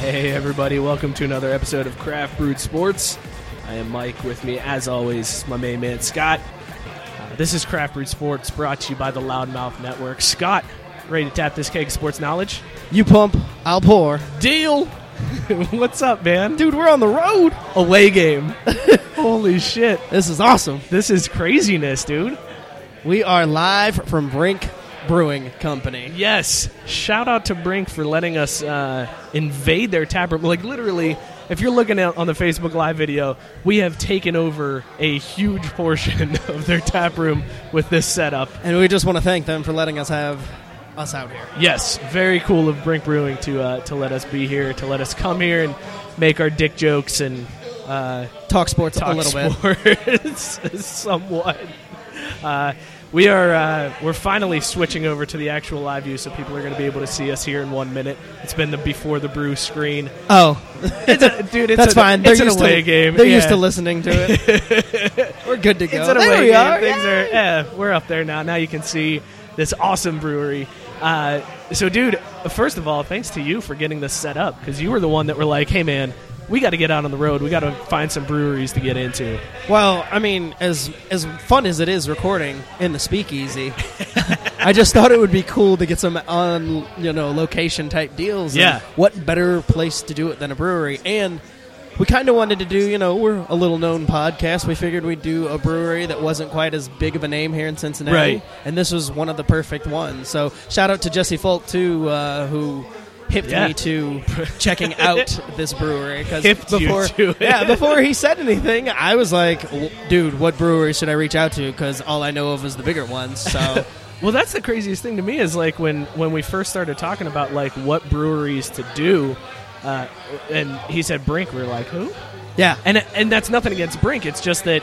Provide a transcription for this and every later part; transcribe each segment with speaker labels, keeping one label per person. Speaker 1: Hey, everybody, welcome to another episode of Craft Brewed Sports. I am Mike with me, as always, my main man, Scott. Uh, this is Craft Brewed Sports brought to you by the Loudmouth Network. Scott, ready to tap this keg of sports knowledge?
Speaker 2: You pump, I'll pour.
Speaker 1: Deal! What's up, man? Dude, we're on the road! Away game. Holy shit.
Speaker 2: This is awesome.
Speaker 1: This is craziness, dude.
Speaker 2: We are live from Brink Brewing Company.
Speaker 1: Yes. Shout out to Brink for letting us uh, invade their tap room. Like literally, if you're looking out on the Facebook Live video, we have taken over a huge portion of their tap room with this setup.
Speaker 2: And we just want to thank them for letting us have us out here.
Speaker 1: Yes, very cool of Brink Brewing to uh, to let us be here, to let us come here and make our dick jokes and uh,
Speaker 2: Talk sports
Speaker 1: talk
Speaker 2: a little bit.
Speaker 1: sports somewhat. Uh, we are uh, we're finally switching over to the actual live view, so people are going to be able to see us here in one minute. It's been the before the brew screen,
Speaker 2: Oh,
Speaker 1: it's a, dude. It's
Speaker 2: that's
Speaker 1: an-
Speaker 2: fine.
Speaker 1: It's
Speaker 2: they're
Speaker 1: an
Speaker 2: used
Speaker 1: away
Speaker 2: to,
Speaker 1: game.
Speaker 2: They're
Speaker 1: yeah.
Speaker 2: used to listening to it. We're good to go.
Speaker 1: It's an
Speaker 2: there
Speaker 1: away
Speaker 2: we
Speaker 1: game.
Speaker 2: are.
Speaker 1: Things
Speaker 2: Yay.
Speaker 1: are yeah, we're up there now. Now you can see this awesome brewery. Uh, so, dude, first of all, thanks to you for getting this set up because you were the one that were like, "Hey, man, we got to get out on the road. We got to find some breweries to get into."
Speaker 2: Well, I mean, as as fun as it is recording in the speakeasy, I just thought it would be cool to get some on you know location type deals. and
Speaker 1: Yeah.
Speaker 2: what better place to do it than a brewery? And we kind of wanted to do you know we're a little known podcast. We figured we'd do a brewery that wasn't quite as big of a name here in Cincinnati,
Speaker 1: Right.
Speaker 2: and this was one of the perfect ones. So shout out to Jesse Folk too, uh, who. Hipped
Speaker 1: Yeah.
Speaker 2: me to checking out this brewery because
Speaker 1: Hipped you
Speaker 2: before,
Speaker 1: to it.
Speaker 2: yeah, before he said anything, I was like, "W- dude, what brewery should I reach out to? Because all I know of is the bigger ones. So,
Speaker 1: Well, that's the craziest thing to me is like when when we first started talking about like what breweries to do, uh, and he said Brink. We are like, who?
Speaker 2: yeah,
Speaker 1: And and that's nothing against Brink. It's just that you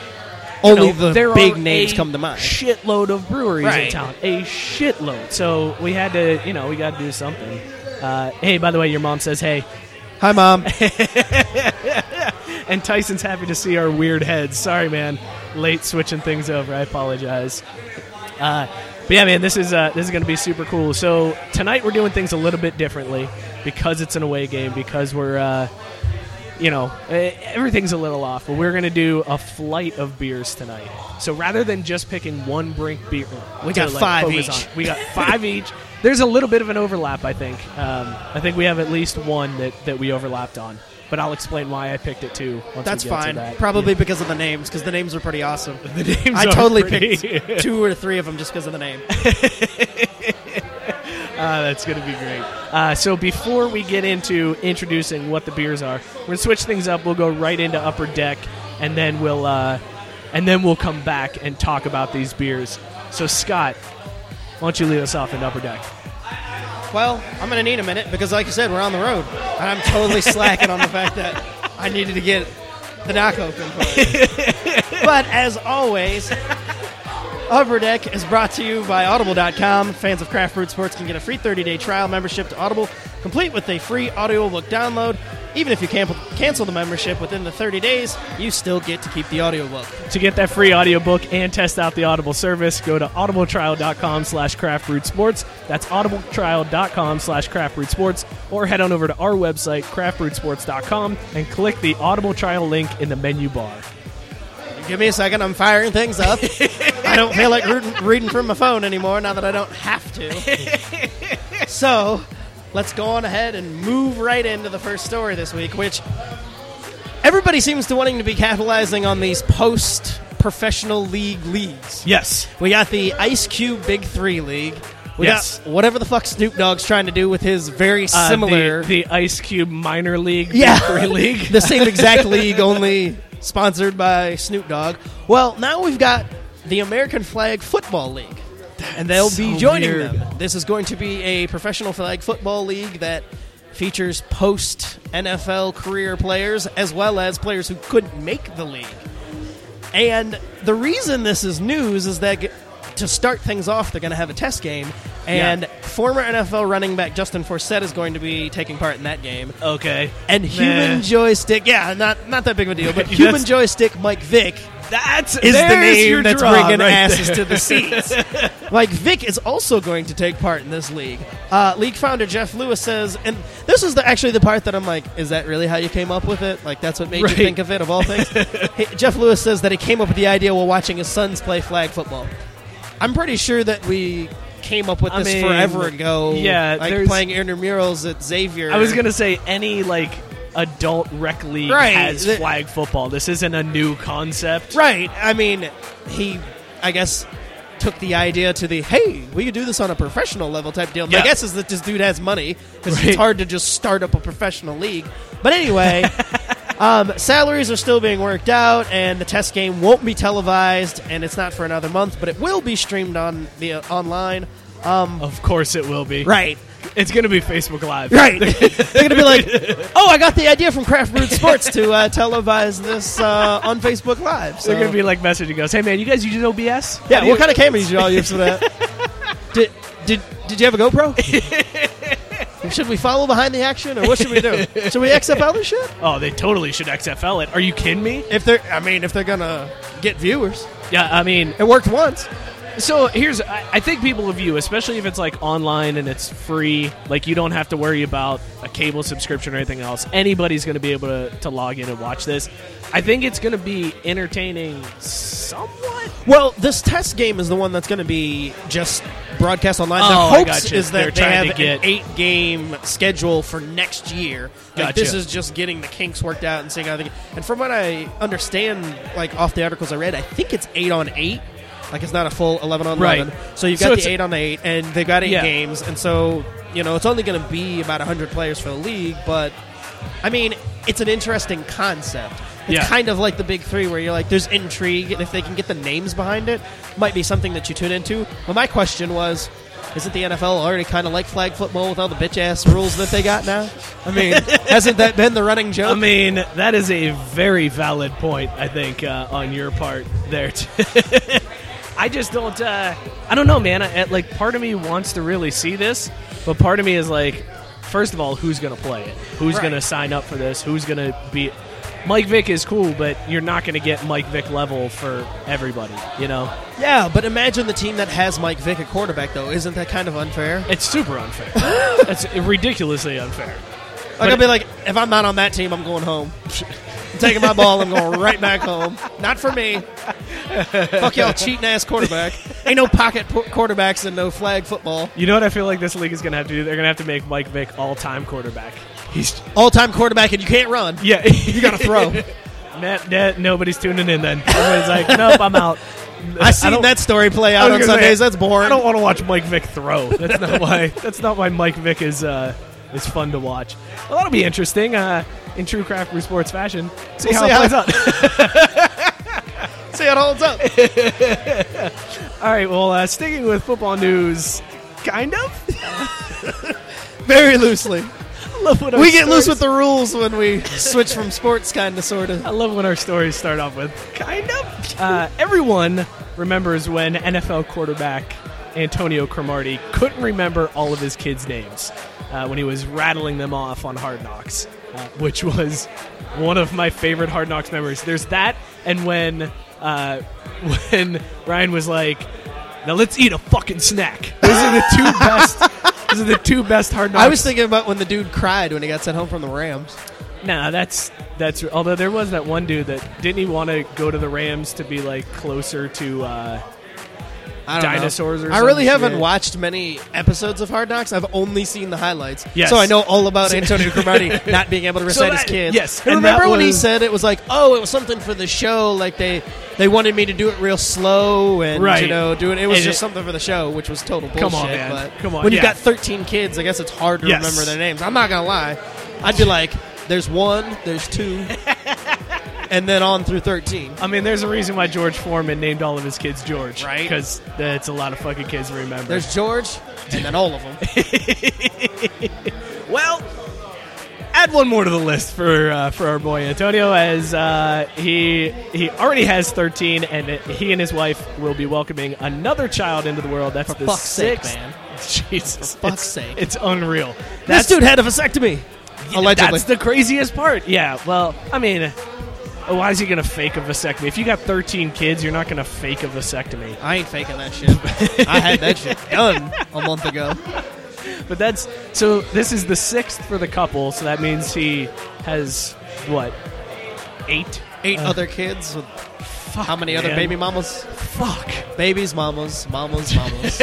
Speaker 2: only
Speaker 1: know,
Speaker 2: the
Speaker 1: there
Speaker 2: big
Speaker 1: are
Speaker 2: names
Speaker 1: a
Speaker 2: come to mind.
Speaker 1: Shitload of breweries in
Speaker 2: Right.
Speaker 1: town, a shitload. So we had to, you know, we got to do something. Uh, hey, by the way, your mom says hey,
Speaker 2: Hi, mom.
Speaker 1: and Tyson's happy to see our weird heads. Sorry, man, late switching things over. I apologize. Uh, but yeah, man, this is uh, this is going to be super cool. So tonight we're doing things a little bit differently because it's an away game because we're. Uh, you know, eh, everything's a little off, but we're going to do a flight of beers tonight. So rather than just picking one Brink beer, uh,
Speaker 2: We
Speaker 1: to,
Speaker 2: got five
Speaker 1: focus
Speaker 2: each.
Speaker 1: We got five each. There's a little bit of an overlap, I think. Um, I think we have at least one that, that we overlapped on, but I'll explain why I picked it too. Once
Speaker 2: That's
Speaker 1: we get to
Speaker 2: fine.
Speaker 1: that.
Speaker 2: Probably because of the names, because the names are pretty awesome.
Speaker 1: The names
Speaker 2: I
Speaker 1: are
Speaker 2: totally
Speaker 1: pretty-
Speaker 2: picked two or three of them just because of the name.
Speaker 1: Ah, that's going to be great. Uh, so before we get into introducing what the beers are, we're going to switch things up. We'll go right into Upper Deck, and then we'll uh, and then we'll come back and talk about these beers. So Scott, why don't you lead us off in Upper Deck?
Speaker 2: Well, I'm going to need a minute because, like you said, we're on the road. And I'm totally slacking on the fact that I needed to get the knock open for you. but as always, Upper Deck is brought to you by Audible.com. Fans of craft brewed sports can get a free 30-day trial membership to Audible, complete with a free audiobook download. Even if you can- cancel the membership within the 30 days, you still get to keep the audiobook.
Speaker 1: To get that free audiobook and test out the Audible service, go to audibletrial.com slash craftbrewedsports. That's audibletrial.com slash craftbrewedsports. Or head on over to our website, craftbrewedsports.com, and click the Audible trial link in the menu bar.
Speaker 2: Give me a second. I'm firing things up. I don't feel like reading, reading from my phone anymore now that I don't have to. so let's go on ahead and move right into the first story this week, which everybody seems to wanting to be capitalizing on these post professional league leagues.
Speaker 1: Yes.
Speaker 2: We got the Ice Cube Big Three League. We
Speaker 1: Yes. Uh,
Speaker 2: got whatever the fuck Snoop Dogg's trying to do with his very similar.
Speaker 1: the, Ice Cube minor league.
Speaker 2: Yeah.
Speaker 1: Three league.
Speaker 2: the same exact league, only sponsored by Snoop Dogg. Well, now we've got the American Flag Football League, and they'll be
Speaker 1: so
Speaker 2: joining
Speaker 1: weird.
Speaker 2: them. This is going to be a professional flag football league that features post NFL career players as well as players who couldn't make the league. And the reason this is news is that g- to start things off, they're going to have a test game. And former NFL running back Justin Forsett is going to be taking part in that game
Speaker 1: Okay.
Speaker 2: and human
Speaker 1: Nah.
Speaker 2: joystick. Yeah, not not that big of a deal, but
Speaker 1: That's-
Speaker 2: human joystick Mike Vick
Speaker 1: That's
Speaker 2: is the
Speaker 1: there's your
Speaker 2: name that's
Speaker 1: draw
Speaker 2: bringing
Speaker 1: right
Speaker 2: asses
Speaker 1: there.
Speaker 2: to the seats. Mike Vick is also going to take part in this league. Uh, league founder Jeff Lewis says, and this is the, actually the part that I'm like, is that really how you came up with it? Like that's what made
Speaker 1: Right.
Speaker 2: you think of it of all things. Hey, Jeff Lewis says that he came up with the idea while watching his sons play flag football. I'm pretty sure that we. Came up with
Speaker 1: I
Speaker 2: this
Speaker 1: mean,
Speaker 2: forever ago.
Speaker 1: yeah,
Speaker 2: like
Speaker 1: there's-
Speaker 2: playing intramurals at Xavier.
Speaker 1: I was gonna say any like adult rec league
Speaker 2: Right.
Speaker 1: has
Speaker 2: The-
Speaker 1: flag football. This isn't a new concept.
Speaker 2: Right. I mean, he, I guess, took the idea to the hey, we could do this on a professional level type deal.
Speaker 1: Yeah.
Speaker 2: My guess is that this dude has money because
Speaker 1: Right.
Speaker 2: it's hard to just start up a professional league. But anyway, um, salaries are still being worked out, and the test game won't be televised, and it's not for another month, but it will be streamed on the uh, online.
Speaker 1: Of course it will be.
Speaker 2: Right.
Speaker 1: It's gonna be Facebook Live.
Speaker 2: Right. They're going to be like, oh, I got the idea from Craft Brewed Sports to uh, televise this uh, on Facebook Live. So.
Speaker 1: They're gonna be like messaging us, "Hey man, you guys, you did OBS?
Speaker 2: Yeah, what kind of camera did y'all use for that? did, did did you have a GoPro? should we follow behind the action, or what should we do? Should we XFL this shit?
Speaker 1: Oh, they totally should XFL it. Are you kidding me?
Speaker 2: If they're, I mean, if they're gonna get viewers,
Speaker 1: Yeah, I mean,
Speaker 2: it worked once.
Speaker 1: so here's I, I think people of you, especially if it's like online and it's free, like you don't have to worry about a cable subscription or anything else. Anybody's going to be able to, to log in and watch this. I think it's going to be entertaining somewhat.
Speaker 2: Well, this test game is the one that's gonna be just broadcast online.
Speaker 1: Oh, I
Speaker 2: Their hopes
Speaker 1: gotcha.
Speaker 2: is
Speaker 1: They're
Speaker 2: that they
Speaker 1: trying
Speaker 2: have
Speaker 1: to get-
Speaker 2: an eight-game schedule for next year. Like,
Speaker 1: Gotcha.
Speaker 2: this is just getting the kinks worked out and seeing how they. And from what I understand, like off the articles I read, I think it's eight on eight. Like it's not a full eleven on
Speaker 1: Right.
Speaker 2: eleven. So you've
Speaker 1: So
Speaker 2: got
Speaker 1: it's-
Speaker 2: the eight on eight, and they've got eight
Speaker 1: Yeah.
Speaker 2: games, and so you know it's only going to be about hundred players for the league. But I mean, it's an interesting concept. It's
Speaker 1: Yeah.
Speaker 2: kind of like the big three, where you're like, there's intrigue, and if they can get the names behind it, might be something that you tune into. But my question was. Isn't the NFL already kind of like flag football with all the bitch ass rules that they got now? I mean, hasn't that been the running joke?
Speaker 1: I mean, that is a very valid point. I think uh, on your part there. I just don't. Uh, I don't know, man. I, like, part of me wants to really see this, but part of me is like, first of all, who's going to play it? Who's
Speaker 2: Right.
Speaker 1: going to sign up for this? Who's going to be? Mike Vick is cool, but you're not going to get Mike Vick level for everybody. You know,
Speaker 2: yeah, but imagine the team that has Mike Vick at quarterback, though. Isn't that kind of unfair?
Speaker 1: it's super unfair. it's ridiculously unfair.
Speaker 2: Like,
Speaker 1: But-
Speaker 2: I'll be like, if I'm not on that team, I'm going home. I'm taking my ball. I'm going right back home. Not for me. Fuck y'all, cheating ass quarterback. Ain't no pocket po- quarterbacks and no flag football.
Speaker 1: You know what I feel like this league is going to have to do? They're going to have to make Mike Vick all-time quarterback. He's
Speaker 2: All time quarterback, and you can't run.
Speaker 1: yeah, you
Speaker 2: gotta throw.
Speaker 1: Nah, nah, nobody's tuning in then. Everybody's like, nope, I'm out.
Speaker 2: I seen
Speaker 1: don't-
Speaker 2: that story play
Speaker 1: I
Speaker 2: out
Speaker 1: was
Speaker 2: on
Speaker 1: gonna
Speaker 2: Sundays.
Speaker 1: say,
Speaker 2: That's boring.
Speaker 1: I don't want to watch Mike Vick throw. That's not why. That's not why Mike Vick is uh, is fun to watch. Well, that'll be interesting. Uh, in true craft brew sports fashion, see
Speaker 2: We'll
Speaker 1: how
Speaker 2: see
Speaker 1: it
Speaker 2: how-
Speaker 1: plays out.
Speaker 2: see how it holds up.
Speaker 1: All right. Well, uh, sticking with football news, kind of.
Speaker 2: Very loosely.
Speaker 1: love when our
Speaker 2: We get loose
Speaker 1: stories-
Speaker 2: with the rules when we switch from sports, kind of, sort of.
Speaker 1: I love when our stories start off with kind of. Uh, everyone remembers when NFL quarterback Antonio Cromartie couldn't remember all of his kids' names uh, when he was rattling them off on Hard Knocks, uh, which was one of my favorite Hard Knocks memories. There's that, and when uh, when Ryan was like, "Now let's eat a fucking snack." Those are the two best. Those are the two best Hard Knocks.
Speaker 2: I was thinking about when the dude cried when he got sent home from the Rams.
Speaker 1: Nah, that's that's. Although there was that one dude that didn't he want to go to the Rams to be like closer to. Uh,
Speaker 2: I don't know.
Speaker 1: Dinosaurs or
Speaker 2: I really
Speaker 1: some
Speaker 2: haven't
Speaker 1: shit.
Speaker 2: watched many episodes of Hard Knocks. I've only seen the highlights.
Speaker 1: Yes.
Speaker 2: So I know all about Antonio Cromartie not being able to recite his
Speaker 1: that-
Speaker 2: kids.
Speaker 1: yes,
Speaker 2: And,
Speaker 1: and
Speaker 2: remember
Speaker 1: that
Speaker 2: when he
Speaker 1: was-
Speaker 2: said it was like, oh, it was something for the show. Like they they wanted me to do it real slow and you
Speaker 1: Right.
Speaker 2: know do it. It was
Speaker 1: And
Speaker 2: just
Speaker 1: it-
Speaker 2: something for the show, which was total bullshit.
Speaker 1: Come on, man.
Speaker 2: But
Speaker 1: Come on,
Speaker 2: When you've
Speaker 1: yeah.
Speaker 2: got 13 kids, I guess it's hard to
Speaker 1: Yes.
Speaker 2: remember their names. I'm not gonna lie. I'd be like, there's one, there's two, and then on through 13.
Speaker 1: I mean, there's a reason why George Foreman named all of his kids George,
Speaker 2: Right.
Speaker 1: Because that's a lot of fucking kids to remember.
Speaker 2: There's George, and then all of them.
Speaker 1: well, add one more to the list for uh, for our boy Antonio, as uh, he he already has 13, and it- he and his wife will be welcoming another child into the world. That's the
Speaker 2: fuck's sake,
Speaker 1: sixth.
Speaker 2: man.
Speaker 1: Jesus,
Speaker 2: For fuck's
Speaker 1: it's,
Speaker 2: sake.
Speaker 1: it's unreal.
Speaker 2: This
Speaker 1: That's-
Speaker 2: dude had a vasectomy. Allegedly.
Speaker 1: That's the craziest part. Yeah. Well, I mean, why is he going to fake a vasectomy? If you got 13 kids, you're not going to fake a vasectomy.
Speaker 2: I ain't faking that shit. I had that shit done a month ago.
Speaker 1: But that's so. This is the sixth for the couple, so that means he has what eight?
Speaker 2: Eight other kids with how many other
Speaker 1: Uh. man.
Speaker 2: baby mamas?
Speaker 1: Fuck.
Speaker 2: Babies, mamas, mamas, mamas.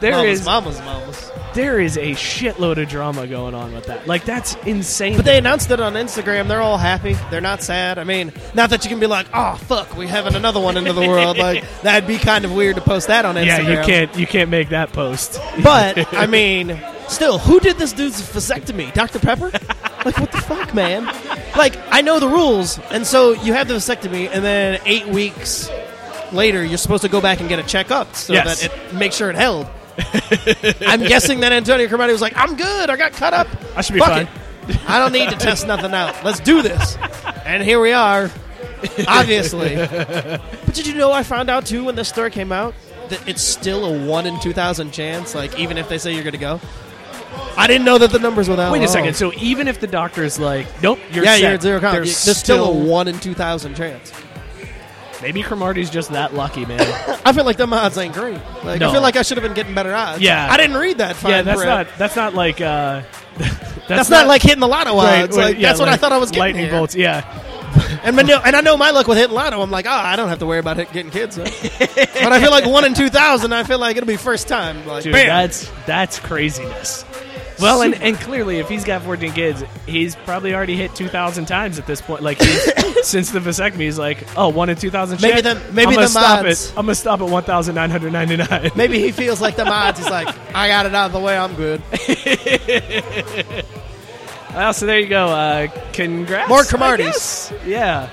Speaker 1: There
Speaker 2: mamas,
Speaker 1: is
Speaker 2: mamas, mamas.
Speaker 1: there is a shitload of drama going on with that. Like that's insane.
Speaker 2: But they announced it on Instagram. They're all happy. They're not sad. I mean, not that you can be like, oh, fuck, we're having another one into the world. Like, that'd be kind of weird to post that on Instagram.
Speaker 1: yeah, you can't you can't make that post.
Speaker 2: But, I mean, still, who did this dude's vasectomy? Dr. Pepper? Like, what the fuck, man? Like, I know the rules. And so you have the vasectomy, and then eight weeks later, you're supposed to go back and get a checkup so
Speaker 1: Yes.
Speaker 2: that it make sure it held. I'm guessing that Antonio Cromartie was like, I'm good. I got cut up.
Speaker 1: I should be
Speaker 2: Fuck
Speaker 1: fine."
Speaker 2: It. I don't need to test nothing out. Let's do this. And here we are, obviously. but did you know I found out, too, when this story came out, that it's still a 1 in 2,000 chance, like, even if they say you're going to go? I didn't know that the numbers were that
Speaker 1: Wait
Speaker 2: low.
Speaker 1: a second. So even if the doctor is like, nope, you're
Speaker 2: yeah,
Speaker 1: set,
Speaker 2: you're at zero count.
Speaker 1: there's
Speaker 2: There's still a 1 in 2,000 chance.
Speaker 1: Maybe Cromartie's just that lucky, man.
Speaker 2: I feel like them odds ain't great. Like
Speaker 1: No.
Speaker 2: I feel like I should have been getting better odds.
Speaker 1: Yeah.
Speaker 2: I didn't read that. Fine
Speaker 1: yeah, that's
Speaker 2: print.
Speaker 1: not that's not like uh, that's,
Speaker 2: That's not, like hitting the lotto
Speaker 1: right,
Speaker 2: odds.
Speaker 1: what-
Speaker 2: like,
Speaker 1: yeah,
Speaker 2: that's what I
Speaker 1: like
Speaker 2: thought I was getting.
Speaker 1: lightning
Speaker 2: here.
Speaker 1: bolts. Yeah,
Speaker 2: And, I know, and I know my luck with hitting lotto. I'm like, oh, I don't have to worry about hit, getting kids. huh? but I feel like one in 2,000, I feel like it'll be first time. Like,
Speaker 1: dude,
Speaker 2: bam.
Speaker 1: that's that's craziness. Well, and, and clearly, if he's got 14 kids, he's probably already hit 2,000 times at this point. Like he's, since the vasectomy, he's like, oh, one in 2,000.
Speaker 2: Maybe
Speaker 1: chance.
Speaker 2: them- maybe
Speaker 1: I'm gonna
Speaker 2: them
Speaker 1: stop
Speaker 2: odds.
Speaker 1: it. I'm gonna stop at 1,999.
Speaker 2: Maybe he feels like the odds. He's like, I got it out of the way. I'm good.
Speaker 1: well, so there you go. Uh, congrats.
Speaker 2: More
Speaker 1: I
Speaker 2: Cromarties.
Speaker 1: guess. Yeah.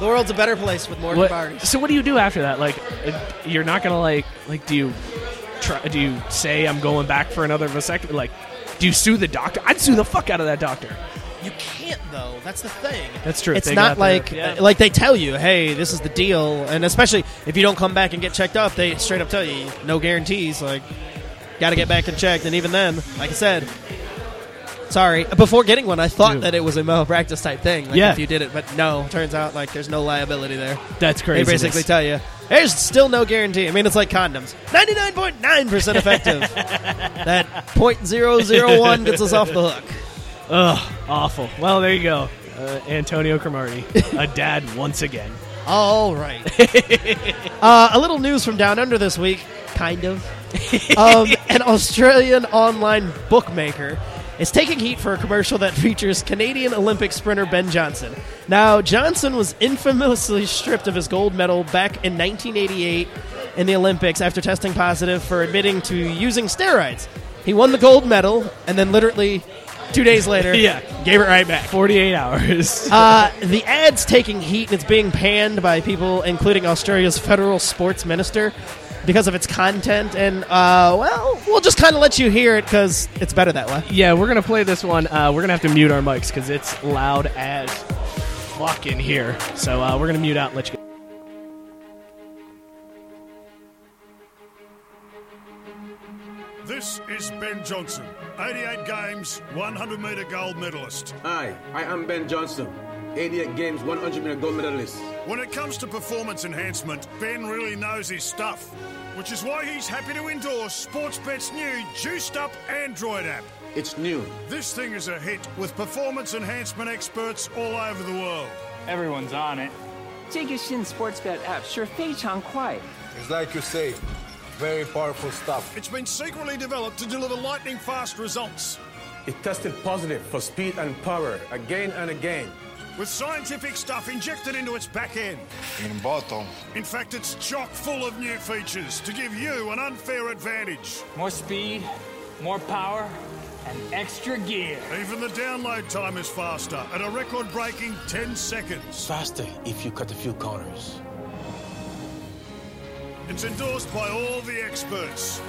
Speaker 2: The world's a better place with more
Speaker 1: What-
Speaker 2: parties.
Speaker 1: so what do you do after that? Like, uh, you're not gonna like like do you try, do you say I'm going back for another vasectomy? Like, do you sue the doctor? I'd sue the fuck out of that doctor.
Speaker 2: You can't though. That's the thing.
Speaker 1: That's true.
Speaker 2: It's
Speaker 1: They
Speaker 2: not
Speaker 1: got their-
Speaker 2: like
Speaker 1: yeah.
Speaker 2: like they tell you, hey, this is the deal, and especially if you don't come back and get checked up, they straight up tell you no guarantees. Like, got to get back and checked, and even then, like I said. Sorry. Before getting one, I thought
Speaker 1: Dude.
Speaker 2: that it was a malpractice type thing. Like
Speaker 1: Yeah.
Speaker 2: if you did it, but no. Turns out, like there's no liability there.
Speaker 1: That's crazy.
Speaker 2: They basically tell you there's still no guarantee. I mean, it's like condoms, ninety nine point nine percent effective. that .001 gets us off the hook.
Speaker 1: Ugh, awful. Well, there you go. Uh, Antonio Cromartie, a dad once again.
Speaker 2: All right. uh, a little news from down under this week, kind of. Um, an Australian online bookmaker is taking heat for a commercial that features Canadian Olympic sprinter Ben Johnson. Now, Johnson was infamously stripped of his gold medal back in 1988 in the Olympics after testing positive for admitting to using steroids. He won the gold medal and then literally two days later
Speaker 1: Yeah.
Speaker 2: gave it right back.
Speaker 1: 48 hours.
Speaker 2: Uh, the ad's taking heat and it's being panned by people, including Australia's federal sports minister. because of its content, and uh, well, we'll just kind of let you hear it because it's better that way.
Speaker 1: Yeah, we're gonna play this one. Uh, we're gonna have to mute our mics because it's loud as fuck in here. So uh, we're gonna mute out. And let you. go.
Speaker 3: This is Ben Johnson, 88 games, 100 meter gold medalist.
Speaker 4: Hi, I am Ben Johnson, 88 games, 100 meter gold medalist.
Speaker 3: When it comes to performance enhancement, Ben really knows his stuff, which is why he's happy to endorse Sportsbet's new juiced up Android app.
Speaker 4: It's new.
Speaker 3: This thing is a hit with performance enhancement experts all over the world.
Speaker 5: Everyone's on it.
Speaker 6: 这个新 Sportsbet App 是非常快。
Speaker 7: It's like you say, very powerful stuff.
Speaker 3: It's been secretly developed to deliver lightning fast results
Speaker 7: It tested positive for speed and power again and again.
Speaker 3: with scientific stuff injected into its back end.
Speaker 7: In bottom.
Speaker 3: In fact, it's chock full of new features to give you an unfair advantage.
Speaker 5: More speed, more power, and extra gear.
Speaker 3: Even the download time is faster at a record breaking 10 seconds.
Speaker 7: Faster if you cut a few corners.
Speaker 3: It's endorsed by all the experts.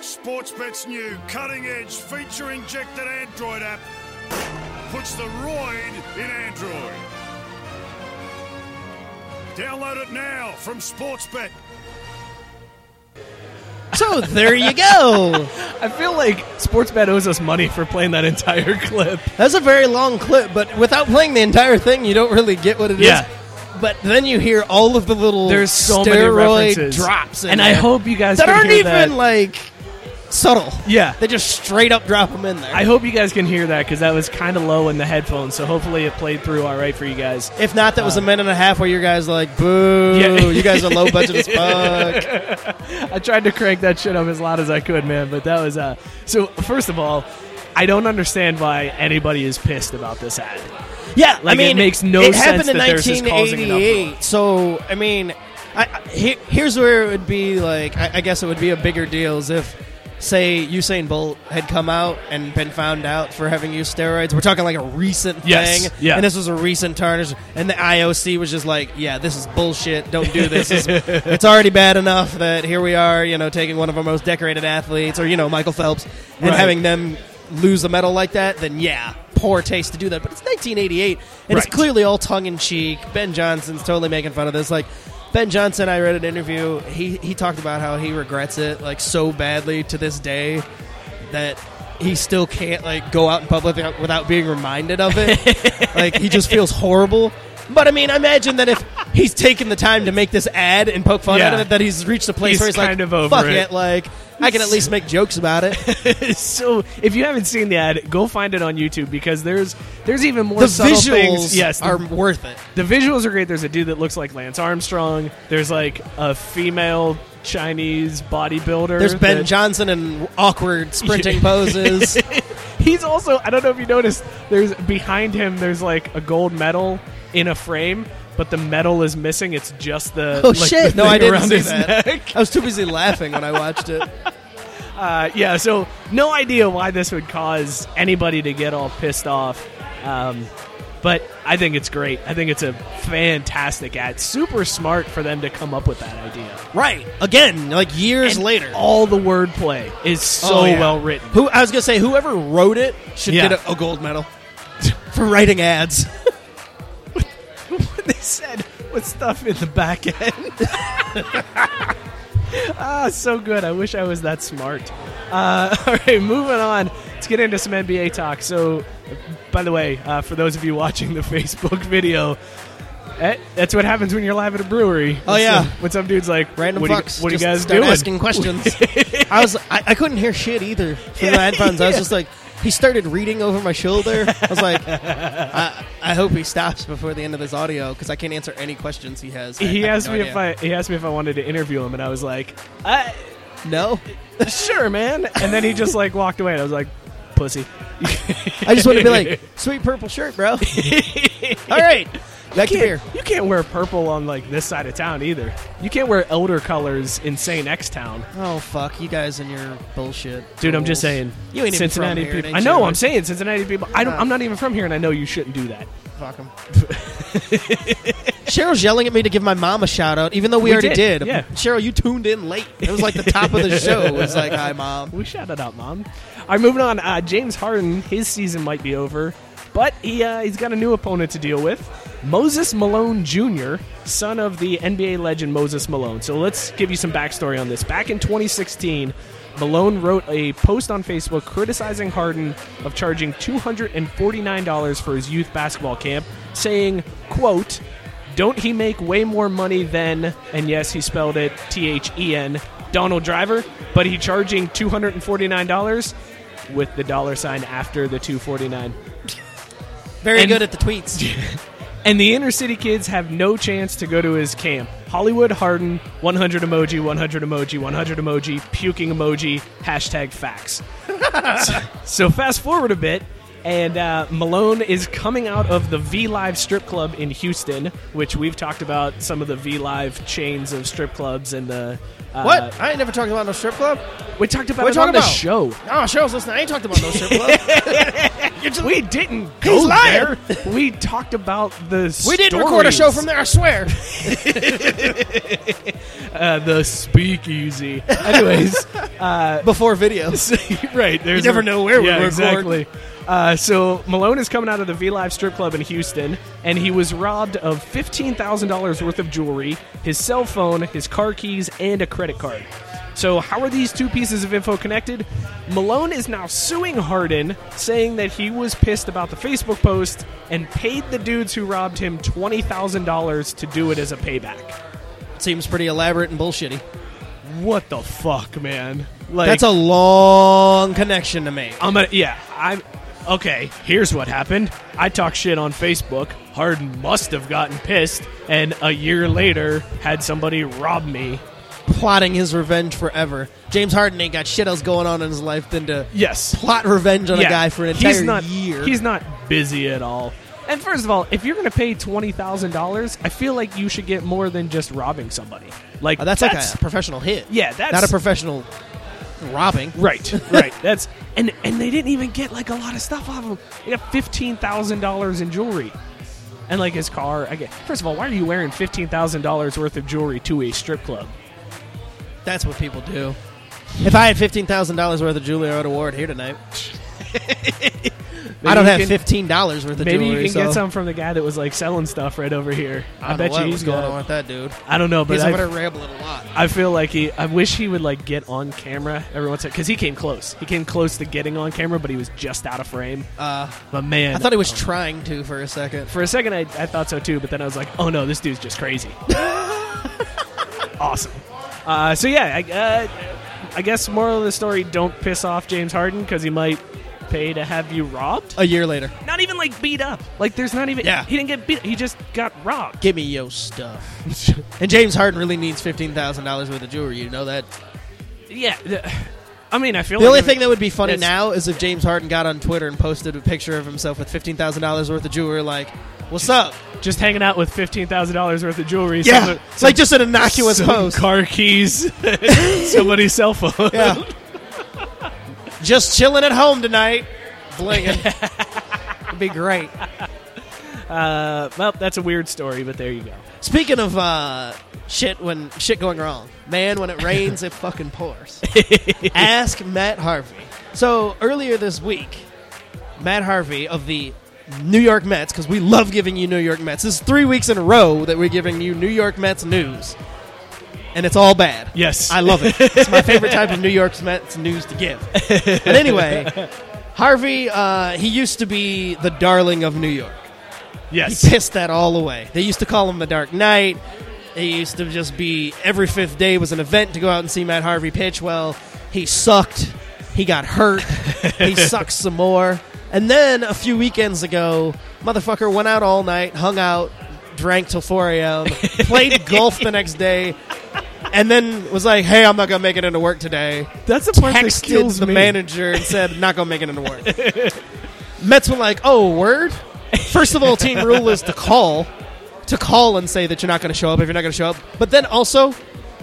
Speaker 3: Sportsbet's new cutting edge feature injected Android app puts the roid in Android. Download it now from Sportsbet.
Speaker 2: So there you go.
Speaker 1: I feel like Sportsbet owes us money for playing that entire clip.
Speaker 2: That's a very long clip, but without playing the entire thing, you don't really get what it is.
Speaker 1: Yeah.
Speaker 2: But then you hear all of the little
Speaker 1: There's so many
Speaker 2: steroid
Speaker 1: references.
Speaker 2: drops, in
Speaker 1: And I
Speaker 2: there
Speaker 1: hope you guys
Speaker 2: that
Speaker 1: can
Speaker 2: aren't
Speaker 1: hear
Speaker 2: even
Speaker 1: that.
Speaker 2: like subtle.
Speaker 1: Yeah.
Speaker 2: they just straight up drop them in there.
Speaker 1: I hope you guys can hear that because that was kind of low in the headphones. So hopefully it played through all right for you guys.
Speaker 2: If not, that was a minute and a half where your guys like, boo,
Speaker 1: Yeah.
Speaker 2: you guys are low budget as fuck.
Speaker 1: I tried to crank that shit up as loud as I could, man. But that was uh. So first of all, I don't understand why anybody is pissed about this ad.
Speaker 2: Yeah,
Speaker 1: Like,
Speaker 2: I mean,
Speaker 1: it makes no
Speaker 2: it
Speaker 1: sense
Speaker 2: happened in
Speaker 1: that they're just causing an
Speaker 2: 1988. So I mean, I, I, he- here's where it would be like, I, I guess it would be a bigger deal is if, say, Usain Bolt had come out and been found out for having used steroids. We're talking like a recent
Speaker 1: Yes,
Speaker 2: thing,
Speaker 1: yeah.
Speaker 2: and this was a recent tarnish, and the IOC was just like, yeah, this is bullshit. Don't do this. This is- it's already bad enough that here we are, you know, taking one of our most decorated athletes, or you know, Michael Phelps, and
Speaker 1: Right.
Speaker 2: having them lose a medal like that, then yeah, poor taste to do that. But it's 1988, and
Speaker 1: Right.
Speaker 2: it's clearly all tongue in cheek. Ben Johnson's totally making fun of this. Like Ben Johnson, I read an interview. He he talked about how he regrets it like so badly to this day that he still can't like go out in public without being reminded of it. like he just feels horrible. But I mean, I imagine that if he's taken the time to make this ad and poke fun
Speaker 1: Yeah.
Speaker 2: out of it, that he's reached a place
Speaker 1: He's
Speaker 2: where he's
Speaker 1: kind
Speaker 2: like,
Speaker 1: of over
Speaker 2: "Fuck
Speaker 1: it."
Speaker 2: it!" Like I can at least make jokes about it.
Speaker 1: so if you haven't seen the ad, go find it on YouTube because there's there's even more
Speaker 2: the
Speaker 1: subtle
Speaker 2: visuals
Speaker 1: things. Yes, the-
Speaker 2: are worth it.
Speaker 1: the visuals are great. There's a dude that looks like Lance Armstrong. There's like a female Chinese bodybuilder.
Speaker 2: There's Ben
Speaker 1: that-
Speaker 2: Johnson in awkward sprinting poses.
Speaker 1: He's also I don't know if you noticed. There's behind him. There's like a gold medal in a frame, but the medal is missing. It's just the
Speaker 2: Oh
Speaker 1: like, the
Speaker 2: shit! No, I
Speaker 1: thing
Speaker 2: didn't
Speaker 1: around
Speaker 2: see
Speaker 1: his
Speaker 2: that.
Speaker 1: neck.
Speaker 2: I was too busy laughing when I watched it.
Speaker 1: Uh, yeah, so no idea why this would cause anybody to get all pissed off. Um, but I think it's great. I think it's a fantastic ad. Super smart for them to come up with that idea.
Speaker 2: Right again, like years
Speaker 1: And
Speaker 2: later.
Speaker 1: All the wordplay is so
Speaker 2: Oh, yeah.
Speaker 1: well written.
Speaker 2: Who I was gonna say, whoever wrote it should
Speaker 1: Yeah.
Speaker 2: get a, a gold medal for writing ads.
Speaker 1: they said with stuff in the back end. ah, so good. I wish I was that smart. Uh, all right, moving on. Let's get into some NBA talk. So, by the way, uh, for those of you watching the Facebook video, eh, that's what happens when you're live at a brewery.
Speaker 2: Oh, yeah.
Speaker 1: So when some dude's like,
Speaker 2: Random
Speaker 1: "What do you-
Speaker 2: fucks.
Speaker 1: what do you,
Speaker 2: just
Speaker 1: guys
Speaker 2: start
Speaker 1: doing?"
Speaker 2: Asking questions. I was, I, I couldn't hear shit either from the headphones. I was just like, he started reading over my shoulder. I was like, I, I hope he stops before the end of this audio because I can't answer any questions he has. I-
Speaker 1: He
Speaker 2: I have
Speaker 1: asked
Speaker 2: no
Speaker 1: me
Speaker 2: idea.
Speaker 1: if I he asked me if I wanted to interview him, and I was like, I,
Speaker 2: no.
Speaker 1: "Sure, man." And then he just like walked away, and I was like, "Pussy."
Speaker 2: I just want to be like, sweet purple shirt, bro. All right, back to
Speaker 1: can't-
Speaker 2: beer.
Speaker 1: You can't wear purple on like this side of town either. You can't wear elder colors in say next town.
Speaker 2: Oh fuck, you guys and your bullshit,
Speaker 1: Dude, I'm
Speaker 2: rules.
Speaker 1: just saying.
Speaker 2: You ain't even
Speaker 1: Cincinnati
Speaker 2: from here,
Speaker 1: people.
Speaker 2: ain't
Speaker 1: I know.
Speaker 2: you?
Speaker 1: I'm saying Cincinnati people. I don't,
Speaker 2: Uh.
Speaker 1: I'm not even from here, and I know you shouldn't do that.
Speaker 2: Fuck him. Cheryl's yelling at me to give my mom a shout out, even though we,
Speaker 1: We
Speaker 2: already
Speaker 1: did,
Speaker 2: did.
Speaker 1: yeah.
Speaker 2: Cheryl, you tuned in late. It was like the top of the show. It was like, hi, mom.
Speaker 1: We shouted out mom. All right, moving on. Uh, James Harden, his season might be over, but he uh, he's got a new opponent to deal with. Moses Malone Jr., son of the NBA legend Moses Malone. So let's give you some backstory on this. Back in 2016, Malone wrote a post on Facebook criticizing Harden of charging $249 for his youth basketball camp, saying, "quote don't he make way more money than, and yes, he spelled it T H E N, Donald Driver, but he charging $249 with the dollar sign after the 249.
Speaker 2: Very
Speaker 1: And-
Speaker 2: good at the tweets.
Speaker 1: And the inner city kids have no chance to go to his camp. Hollywood Harden, 100 emoji, 100 emoji, 100 emoji, puking emoji, hashtag facts. so, so fast forward a bit, and uh, Malone is coming out of the V Live strip club in Houston, which we've talked about some of the V Live chains of strip clubs and the. Uh,
Speaker 2: what? I ain't never talked about no strip club.
Speaker 1: We talked about
Speaker 2: What
Speaker 1: it
Speaker 2: you
Speaker 1: on
Speaker 2: talking
Speaker 1: the
Speaker 2: about?
Speaker 1: show.
Speaker 2: Oh, Cheryl's listening. I ain't talked about no strip club.
Speaker 1: We didn't go
Speaker 2: lying.
Speaker 1: there. We talked about the.
Speaker 2: we didn't record a show
Speaker 1: stories.
Speaker 2: from there, I swear.
Speaker 1: uh, the speakeasy. Anyways,
Speaker 2: Before videos.
Speaker 1: right. There's
Speaker 2: never know where we
Speaker 1: yeah,
Speaker 2: record.
Speaker 1: exactly. Uh, so Malone is coming out of the V Live strip club in Houston, and he was robbed of fifteen thousand dollars worth of jewelry, his cell phone, his car keys, and a credit card. So how are these two pieces of info connected? Malone is now suing Harden, saying that he was pissed about the Facebook post and paid the dudes who robbed him twenty thousand dollars to do it as a payback.
Speaker 2: Seems pretty elaborate and bullshitty.
Speaker 1: What the fuck, man? Like
Speaker 2: That's a long connection to make.
Speaker 1: I'm gonna yeah, I'm okay, here's what happened. I talk shit on Facebook. Harden must have gotten pissed, and a year later had somebody rob me.
Speaker 2: Plotting his revenge forever. James Harden ain't got shit else going on in his life than to
Speaker 1: Yes.
Speaker 2: plot revenge on a guy for an entire
Speaker 1: he's not,
Speaker 2: year.
Speaker 1: He's not busy at all. And first of all, if you're gonna pay twenty thousand dollars, I feel like you should get more than just robbing somebody. Like
Speaker 2: Uh, that's,
Speaker 1: that's
Speaker 2: like a professional hit.
Speaker 1: Yeah, that's-
Speaker 2: not a professional robbing.
Speaker 1: Right, right. That's and and they didn't even get like a lot of stuff off him. They got fifteen thousand dollars in jewelry, and like his car. I get, first of all, why are you wearing fifteen thousand dollars worth of jewelry to a strip club?
Speaker 2: That's what people do. If I had fifteen thousand dollars worth of jewelry, I would award here tonight. I don't
Speaker 1: you
Speaker 2: have
Speaker 1: can-
Speaker 2: fifteen dollars worth of
Speaker 1: Maybe
Speaker 2: jewelry.
Speaker 1: you can get
Speaker 2: so
Speaker 1: some from the guy that was like selling stuff right over here.
Speaker 2: I,
Speaker 1: I,
Speaker 2: don't
Speaker 1: bet
Speaker 2: know what
Speaker 1: you
Speaker 2: was
Speaker 1: he's
Speaker 2: going
Speaker 1: got-
Speaker 2: on with that dude.
Speaker 1: I don't know, but
Speaker 2: he's
Speaker 1: I,
Speaker 2: over there rambling a lot.
Speaker 1: I feel like he. I wish he would like get on camera every once because he came close. He came close to getting on camera, but he was just out of frame.
Speaker 2: Uh,
Speaker 1: But man,
Speaker 2: I thought he was trying to for a second.
Speaker 1: For a second, I, I thought so too, but then I was like, oh no, this dude's just crazy. awesome. Uh, so yeah, I, uh, I guess moral of the story: don't piss off James Harden because he might pay to have you robbed.
Speaker 2: A year later,
Speaker 1: Not even like beat up. Like there's not even.
Speaker 2: Yeah.
Speaker 1: He didn't get beat. He just got robbed.
Speaker 2: give me yo stuff. and James Harden really needs fifteen thousand dollars worth of jewelry. You know that.
Speaker 1: Yeah. the- I mean, Oh, I feel
Speaker 2: The
Speaker 1: like
Speaker 2: only
Speaker 1: if-
Speaker 2: thing that would be funny
Speaker 1: That's-
Speaker 2: now is if James Harden got on Twitter and posted a picture of himself with fifteen thousand dollars worth of jewelry. Like, what's up?
Speaker 1: just hanging out with fifteen thousand dollars worth of jewelry. some-
Speaker 2: it's like just an innocuous
Speaker 1: some
Speaker 2: post.
Speaker 1: car keys, somebody's cell phone.
Speaker 2: Yeah. Just chilling at home tonight, blinging. It'd be great.
Speaker 1: Uh, well, that's a weird story, but there you go.
Speaker 2: Speaking of uh, shit, when shit going wrong, man, when it rains, it fucking pours. Ask Matt Harvey. So earlier this week, Matt Harvey of the New York Mets, because we love giving you New York Mets. This is three weeks in a row that we're giving you New York Mets news, and it's all bad.
Speaker 1: Yes.
Speaker 2: I love it. It's my favorite type of New York Mets news to give. But anyway, Harvey, uh, he used to be the darling of New York.
Speaker 1: Yes.
Speaker 2: He pissed that all away. They used to call him the Dark Knight. It used to just be every fifth day was an event to go out and see Matt Harvey pitch. Well, he sucked. He got hurt. he sucks some more. And then a few weekends ago, motherfucker went out all night, hung out, drank till 4 a.m., played golf the next day, and then was like, hey, I'm not going to make it into work today
Speaker 1: That's the part that
Speaker 2: texted
Speaker 1: kills
Speaker 2: the
Speaker 1: me.
Speaker 2: manager and said, "Not gonna make it into work." Mets were like, "Oh, word." First of all, team rule is to call, to call and say that you're not going to show up if you're not going to show up. But then also,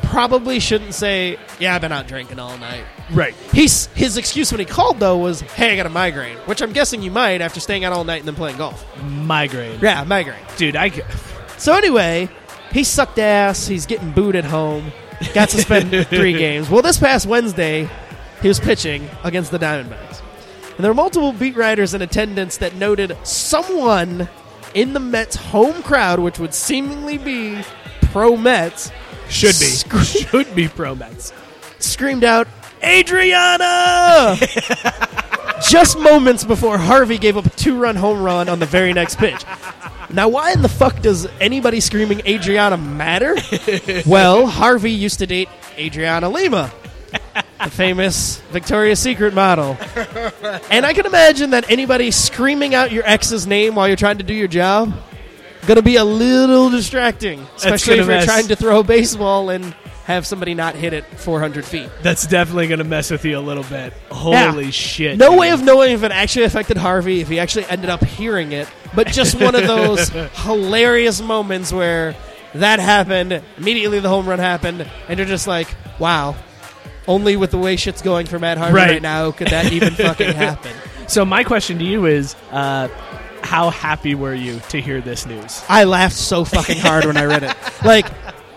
Speaker 2: probably shouldn't say, "Yeah, I've been out drinking all night."
Speaker 1: Right.
Speaker 2: He's his excuse when he called though was, "Hey, I got a migraine," which I'm guessing you might after staying out all night and then playing golf.
Speaker 1: Migraine.
Speaker 2: Yeah, migraine.
Speaker 1: Dude, I. g-
Speaker 2: So anyway, he sucked ass. He's getting booed at home. Got suspended three games. Well, this past Wednesday, he was pitching against the Diamondbacks, and there were multiple beat writers in attendance that noted someone in the Mets' home crowd, which would seemingly be pro Mets,
Speaker 1: Should be. Should be Pro Mets.
Speaker 2: screamed out, Adriana! Just moments before Harvey gave up a two run home run on the very next pitch. Now, why in the fuck does anybody screaming Adriana matter? well, Harvey used to date Adriana Lima, the famous Victoria's Secret model. And I can imagine that anybody screaming out your ex's name while you're trying to do your job. Gonna be a little distracting, especially
Speaker 1: gonna
Speaker 2: if you're
Speaker 1: mess-
Speaker 2: trying to throw a baseball and have somebody not hit it 400 feet.
Speaker 1: That's definitely going to mess with you a little bit.
Speaker 2: Yeah.
Speaker 1: Holy shit.
Speaker 2: No
Speaker 1: dude.
Speaker 2: way of knowing if it actually affected Harvey, if he actually ended up hearing it, but just one of those hilarious moments where that happened, immediately the home run happened, and you're just like, wow. Only with the way shit's going for Matt Harvey right,
Speaker 1: Right.
Speaker 2: now could that even fucking happen.
Speaker 1: So, my question to you is uh, how happy were you to hear this news?
Speaker 2: I laughed so fucking hard when I read it. Like,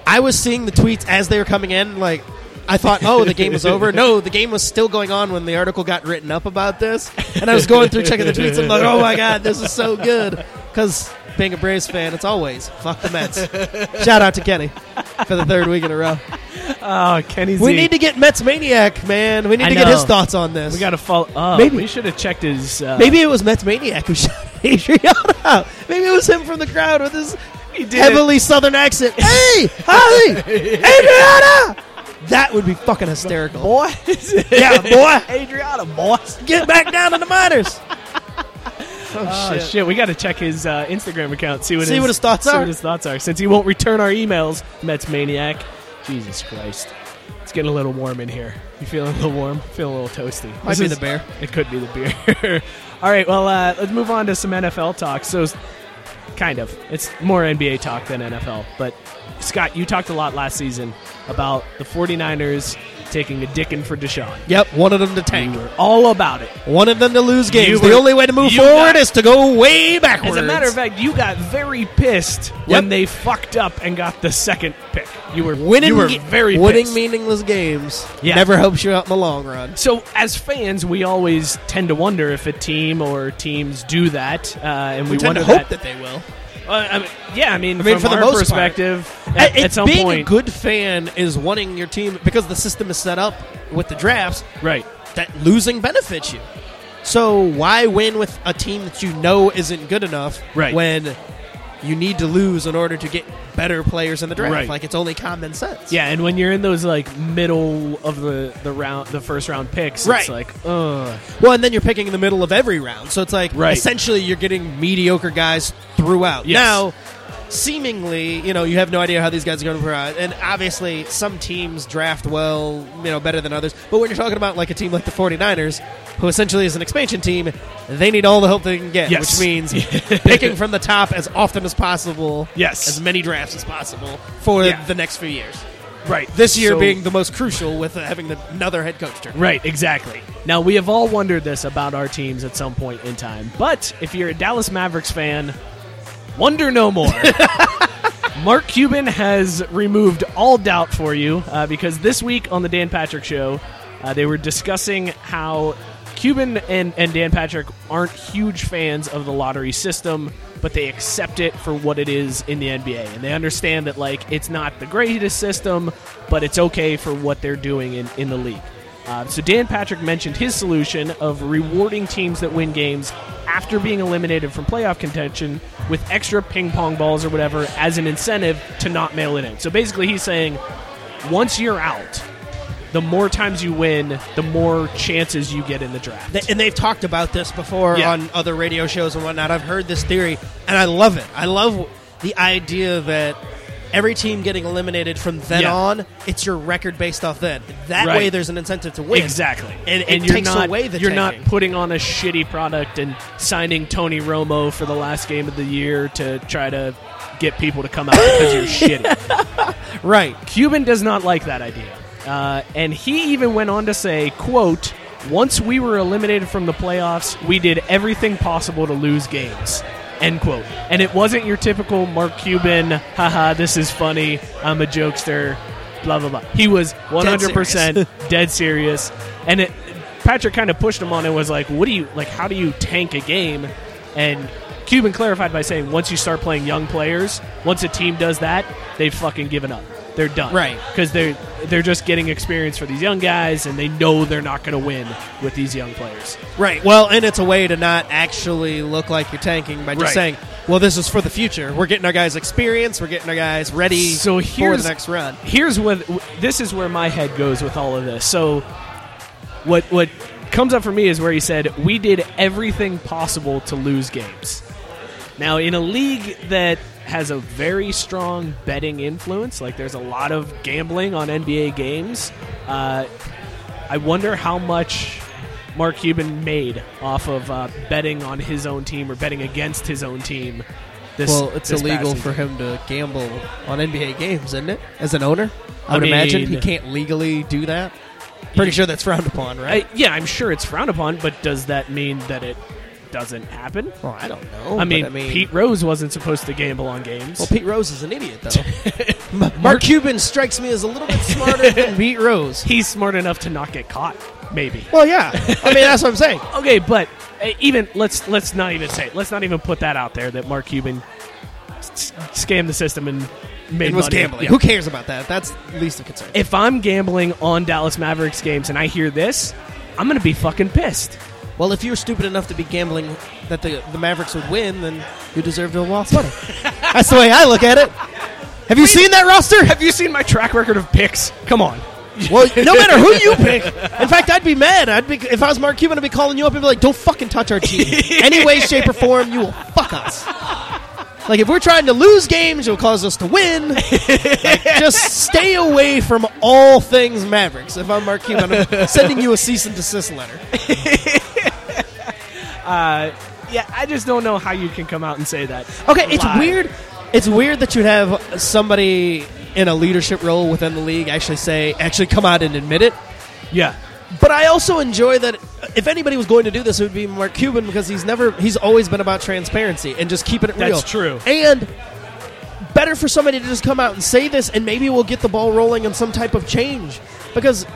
Speaker 2: I was seeing the tweets as they were coming in, like, I thought, oh, the game was over. No, the game was still going on when the article got written up about this. And I was going through checking the tweets. I'm like, oh my God, this is so good. Because being a Braves fan, it's always fuck the Mets. Shout out to Kenny for the third week in a row.
Speaker 1: Oh, Kenny Z.
Speaker 2: We need to get Mets Maniac, man. We need
Speaker 1: I
Speaker 2: to get his
Speaker 1: know.
Speaker 2: thoughts on this.
Speaker 1: We got to follow up.
Speaker 2: Maybe.
Speaker 1: We should have checked his. Uh,
Speaker 2: Maybe it was Mets Maniac who shot Adriana out. Maybe it was him from the crowd with his heavily southern accent. Hey, Holly, Adriana! That would be fucking hysterical. Boy. yeah, boy.
Speaker 1: Adriana, boss.
Speaker 2: Get back down to the minors. Oh,
Speaker 1: Oh,
Speaker 2: shit.
Speaker 1: shit. We got to check his uh, Instagram account, see what,
Speaker 2: See
Speaker 1: his,
Speaker 2: what his thoughts
Speaker 1: see
Speaker 2: are.
Speaker 1: what his thoughts are. Since he won't return our emails, Mets Maniac. Jesus Christ. It's getting a little warm in here. You feeling a little warm? Feeling a little toasty.
Speaker 2: Might
Speaker 1: This
Speaker 2: be
Speaker 1: is-
Speaker 2: the beer.
Speaker 1: It could be the beer. All right, well, uh, let's move on to some NFL talk. So, s- kind of. It's more NBA talk than NFL. But, Scott, you talked a lot last season about the 49ers taking a dickin' for Deshaun.
Speaker 2: Yep, wanted them to tank.
Speaker 1: You were all about it.
Speaker 2: Wanted them to lose games.
Speaker 1: You
Speaker 2: the
Speaker 1: were-
Speaker 2: only way to move
Speaker 1: you
Speaker 2: forward
Speaker 1: got-
Speaker 2: is to go way backwards.
Speaker 1: As a matter of fact, you got very pissed when
Speaker 2: Yep.
Speaker 1: they fucked up and got the second pick. You were
Speaker 2: winning,
Speaker 1: You were
Speaker 2: ge-
Speaker 1: very
Speaker 2: winning
Speaker 1: pissed.
Speaker 2: meaningless games
Speaker 1: Yeah.
Speaker 2: never helps you out in the long run.
Speaker 1: So, as fans, we always tend to wonder if a team or teams do that, uh, and we,
Speaker 2: We tend
Speaker 1: wonder
Speaker 2: to
Speaker 1: that.
Speaker 2: hope that they will.
Speaker 1: Uh, I mean, yeah, I mean,
Speaker 2: I mean,
Speaker 1: from
Speaker 2: for the
Speaker 1: our
Speaker 2: most part.
Speaker 1: perspective,
Speaker 2: I-
Speaker 1: at,
Speaker 2: it's
Speaker 1: at some
Speaker 2: being
Speaker 1: point,
Speaker 2: a good fan is wanting your team because the system is set up with the drafts
Speaker 1: right?
Speaker 2: that losing benefits you. So why win with a team that you know isn't good enough
Speaker 1: Right.
Speaker 2: when you need to lose in order to get better players in the draft?
Speaker 1: Right.
Speaker 2: Like it's only common sense.
Speaker 1: Yeah, and when you're in those like middle of the the round, the first round picks,
Speaker 2: Right.
Speaker 1: it's like, ugh,
Speaker 2: Well, and then you're picking in the middle of every round, so it's like
Speaker 1: Right.
Speaker 2: essentially you're getting mediocre guys throughout.
Speaker 1: Yes.
Speaker 2: Now, seemingly, you know, you have no idea how these guys are going to provide, and obviously some teams draft well, you know, better than others. But when you're talking about like a team like the 49ers, who essentially is an expansion team, they need all the help they can get,
Speaker 1: Yes.
Speaker 2: which means picking from the top as often as possible,
Speaker 1: Yes.
Speaker 2: as many drafts as possible for
Speaker 1: Yeah.
Speaker 2: the next few years.
Speaker 1: right.
Speaker 2: This year
Speaker 1: So-
Speaker 2: being the most crucial with uh, having the, another head coach turn.
Speaker 1: Right, exactly. Now, we have all wondered this about our teams at some point in time, but if you're a Dallas Mavericks fan, wonder no more. Mark Cuban has removed all doubt for you uh, because this week on the Dan Patrick Show, uh, they were discussing how Cuban and, and Dan Patrick aren't huge fans of the lottery system, but they accept it for what it is in the NBA. And they understand that, like, it's not the greatest system, but it's okay for what they're doing in, in the league. Uh, so Dan Patrick mentioned his solution of rewarding teams that win games after being eliminated from playoff contention with extra ping pong balls or whatever as an incentive to not mail it in. So basically, he's saying once you're out, the more times you win, the more chances you get in the draft.
Speaker 2: They- and they've talked about this before
Speaker 1: Yeah.
Speaker 2: on other radio shows and whatnot. I've heard this theory, and I love it. I love the idea that every team getting eliminated from then
Speaker 1: Yeah.
Speaker 2: on, it's your record based off then. That
Speaker 1: Right.
Speaker 2: way, there's an incentive to win.
Speaker 1: Exactly,
Speaker 2: and it
Speaker 1: you're
Speaker 2: takes
Speaker 1: not
Speaker 2: away the
Speaker 1: you're
Speaker 2: tanking.
Speaker 1: not putting on a shitty product and signing Tony Romo for the last game of the year to try to get people to come out because you're shitty.
Speaker 2: Right,
Speaker 1: Cuban does not like that idea, uh, and he even went on to say, "quote Once we were eliminated from the playoffs, we did everything possible to lose games." End quote. And it wasn't your typical Mark Cuban, haha, this is funny, I'm a jokester, blah, blah, blah. He was 100%
Speaker 2: serious.
Speaker 1: dead serious. And it, Patrick kind of pushed him on and was like, "What do you like? How do you tank a game?" And Cuban clarified by saying, "Once you start playing young players, once a team does that, they've fucking given up. They're done,
Speaker 2: Right.
Speaker 1: Because they're they're just getting experience for these young guys, and they know they're not going to win with these young players.
Speaker 2: right. Well, and it's a way to not actually look like you're tanking by just
Speaker 1: Right.
Speaker 2: saying, "Well, this is for the future. We're getting our guys experience. We're getting our guys ready
Speaker 1: So
Speaker 2: for
Speaker 1: here's
Speaker 2: the next run."
Speaker 1: Here's what this is where my head goes with all of this. So what what comes up for me is where he said we did everything possible to lose games. Now in a league that has a very strong betting influence, like there's a lot of gambling on NBA games. Uh, I wonder how much Mark Cuban made off of uh, betting on his own team or betting against his own team. This,
Speaker 2: well, it's
Speaker 1: this
Speaker 2: illegal
Speaker 1: past
Speaker 2: for
Speaker 1: season.
Speaker 2: him to gamble on NBA games, isn't it? As an owner, I,
Speaker 1: I
Speaker 2: would imagine
Speaker 1: mean-
Speaker 2: he can't legally do that. Pretty sure that's frowned upon, right?
Speaker 1: I, Uh, yeah, I'm sure it's frowned upon, but does that mean that it doesn't happen?
Speaker 2: well, I don't know.
Speaker 1: I,
Speaker 2: but
Speaker 1: mean,
Speaker 2: I mean,
Speaker 1: Pete Rose wasn't supposed to gamble on games.
Speaker 2: Well, Pete Rose is an idiot, though. M- Mark, Cuban strikes me as a little bit smarter than Pete Rose.
Speaker 1: He's smart enough to not get caught, maybe.
Speaker 2: Well, yeah. I mean, that's what I'm saying.
Speaker 1: Okay, but uh, even let's let's not even say it. let's not even put that out there that Mark Cuban s- s- scammed the system and made
Speaker 2: It was
Speaker 1: money.
Speaker 2: gambling.
Speaker 1: Yeah.
Speaker 2: Who cares about that? That's least of concern.
Speaker 1: If I'm gambling on Dallas Mavericks games and I hear this, I'm gonna be fucking pissed.
Speaker 2: well, if you were stupid enough to be gambling that the, the Mavericks would win, then you deserve to have lost money. that's the way I look at it. Have you seen that roster?
Speaker 1: Have you seen my track record of picks? Come on.
Speaker 2: Well, no matter who you pick. In fact, I'd be mad. I'd be if I was Mark Cuban, I'd be calling you up and be like, "Don't fucking touch our team, any way, shape, or form. You will fuck us." Like if we're trying to lose games, you'll cause us to win. Like, just stay away from all things Mavericks. If I'm Mark Cuban, I'm sending you a cease and desist letter.
Speaker 1: Yeah, I just don't know how you can come out and say that.
Speaker 2: Okay, it's
Speaker 1: Live.
Speaker 2: weird. It's weird that you'd have somebody in a leadership role within the league actually say, actually come out and admit it.
Speaker 1: Yeah.
Speaker 2: But I also enjoy that if anybody was going to do this, it would be Mark Cuban because he's never he's always been about transparency and just keeping it
Speaker 1: That's
Speaker 2: real.
Speaker 1: true.
Speaker 2: And better for somebody to just come out and say this, and maybe we'll get the ball rolling on some type of change. Because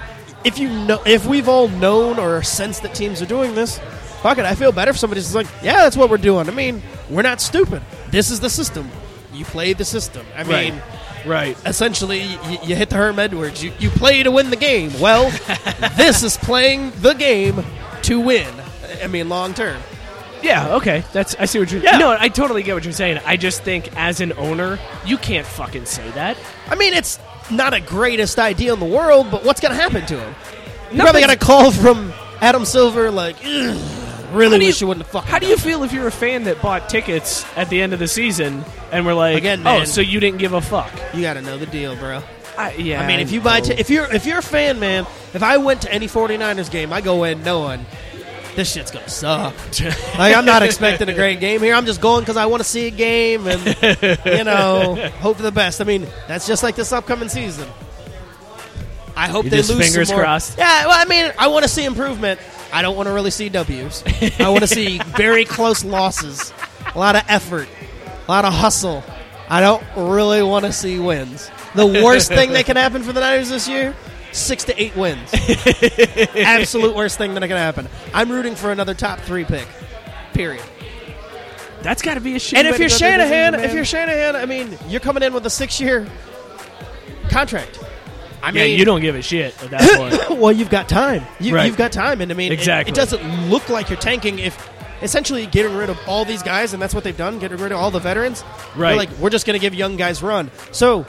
Speaker 2: if you know, if we've all known or sensed that teams are doing this, fuck it, I feel better if somebody's just like, yeah, that's what we're doing. I mean, we're not stupid. This is the system. You play the system. I
Speaker 1: Right.
Speaker 2: mean
Speaker 1: Right.
Speaker 2: essentially you, you hit the Herm Edwards. You, you play to win the game. Well, this is playing the game to win. I mean, long term.
Speaker 1: Yeah, okay. That's I see what you're
Speaker 2: Yeah.
Speaker 1: No, I totally get what you're saying. I just think as an owner, you can't fucking say that.
Speaker 2: I mean, it's not a greatest idea in the world, but what's going to happen to him? You probably
Speaker 1: Nothing's-
Speaker 2: got a call from Adam Silver like, "Ugh, really
Speaker 1: do you-
Speaker 2: wish you, wouldn't have fucking
Speaker 1: How do
Speaker 2: done
Speaker 1: you
Speaker 2: that."
Speaker 1: feel if you're a fan that bought tickets at the end of the season and we're like,
Speaker 2: Again,
Speaker 1: "Oh,
Speaker 2: man.
Speaker 1: so you didn't give a fuck?"
Speaker 2: You got to know the deal, bro.
Speaker 1: I, yeah.
Speaker 2: I mean, if you buy, t-
Speaker 1: tickets,
Speaker 2: if you're if you're a fan, man, if I went to any 49ers game, I go in knowing this shit's gonna suck. like I'm not expecting a great game here. I'm just going because I want to see a game and you know hope for the best. I mean, that's just like this upcoming season. I hope
Speaker 1: You
Speaker 2: they
Speaker 1: just
Speaker 2: lose. some
Speaker 1: fingers
Speaker 2: more.
Speaker 1: crossed?
Speaker 2: Yeah, well, I mean, I want to see improvement. I don't want to really see W's. I want to see very close losses, a lot of effort, a lot of hustle. I don't really want to see wins. The worst thing that can happen for the Niners this year: six to eight wins. Absolute worst thing that can happen. I'm rooting for another top three pick. Period.
Speaker 1: that's got to be a shit.
Speaker 2: And if
Speaker 1: way to
Speaker 2: you're
Speaker 1: go through the
Speaker 2: Shanahan,
Speaker 1: season,
Speaker 2: if
Speaker 1: man.
Speaker 2: you're Shanahan, I mean, you're coming in with a six-year contract. I
Speaker 1: yeah,
Speaker 2: mean,
Speaker 1: you don't give a shit at that point.
Speaker 2: well, you've got time. You,
Speaker 1: Right.
Speaker 2: You've got time, and I mean, it-
Speaker 1: Exactly.
Speaker 2: It, doesn't look like you're tanking if essentially getting rid of all these guys, and that's what they've done, getting rid of all the veterans. They're
Speaker 1: Right.
Speaker 2: like we're just going to give young guys run. So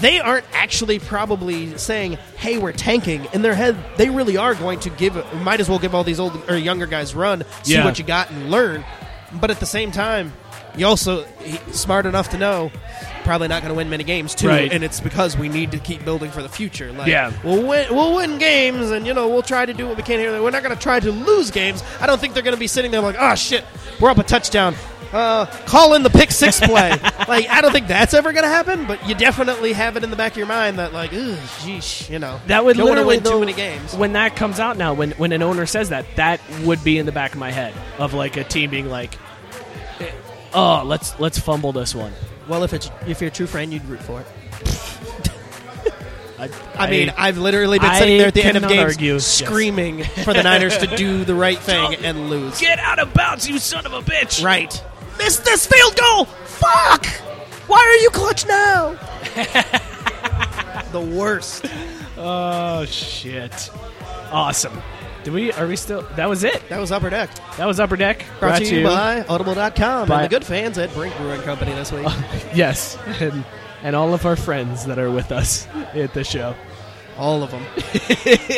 Speaker 2: they aren't actually probably saying, "Hey, we're tanking." In their head, they really are going to give. Might as well give all these old or younger guys run, see
Speaker 1: Yeah.
Speaker 2: what you got, and learn. But at the same time, you also he- smart enough to know probably not going to win many games too,
Speaker 1: Right.
Speaker 2: and it's because we need to keep building for the future. Like,
Speaker 1: Yeah.
Speaker 2: we'll win, we'll win games, and you know we'll try to do what we can here. We're not going to try to lose games. I don't think they're going to be sitting there like, oh shit, we're up a touchdown. Uh, call in the pick six play. like I don't think that's ever going to happen, but you definitely have it in the back of your mind that like, ugh, geesh, you know,
Speaker 1: That would
Speaker 2: don't wanna
Speaker 1: literally
Speaker 2: win too
Speaker 1: though,
Speaker 2: many games.
Speaker 1: When that comes out now, when when an owner says that, that would be in the back of my head of like a team being like, eh, "Oh, let's let's fumble this one."
Speaker 2: Well, if it's if you're a true friend, you'd root for it.
Speaker 1: I,
Speaker 2: I mean, I've literally been sitting
Speaker 1: I
Speaker 2: there at the end of
Speaker 1: cannot
Speaker 2: games
Speaker 1: argue. Yes.
Speaker 2: screaming for the Niners to do the right thing and lose.
Speaker 1: Get out of bounds, you son of a bitch!
Speaker 2: Right. Miss this field goal! Fuck! Why are you clutch now? the worst.
Speaker 1: Oh shit! Awesome. Do we? Are we still? That was it.
Speaker 2: That was Upper Deck.
Speaker 1: That was upper deck.
Speaker 2: Brought, to you, by Audible.com
Speaker 1: By-
Speaker 2: and the good fans at Brink Brewing Company this week.
Speaker 1: yes, and and all of our friends that are with us at the show.
Speaker 2: All of them.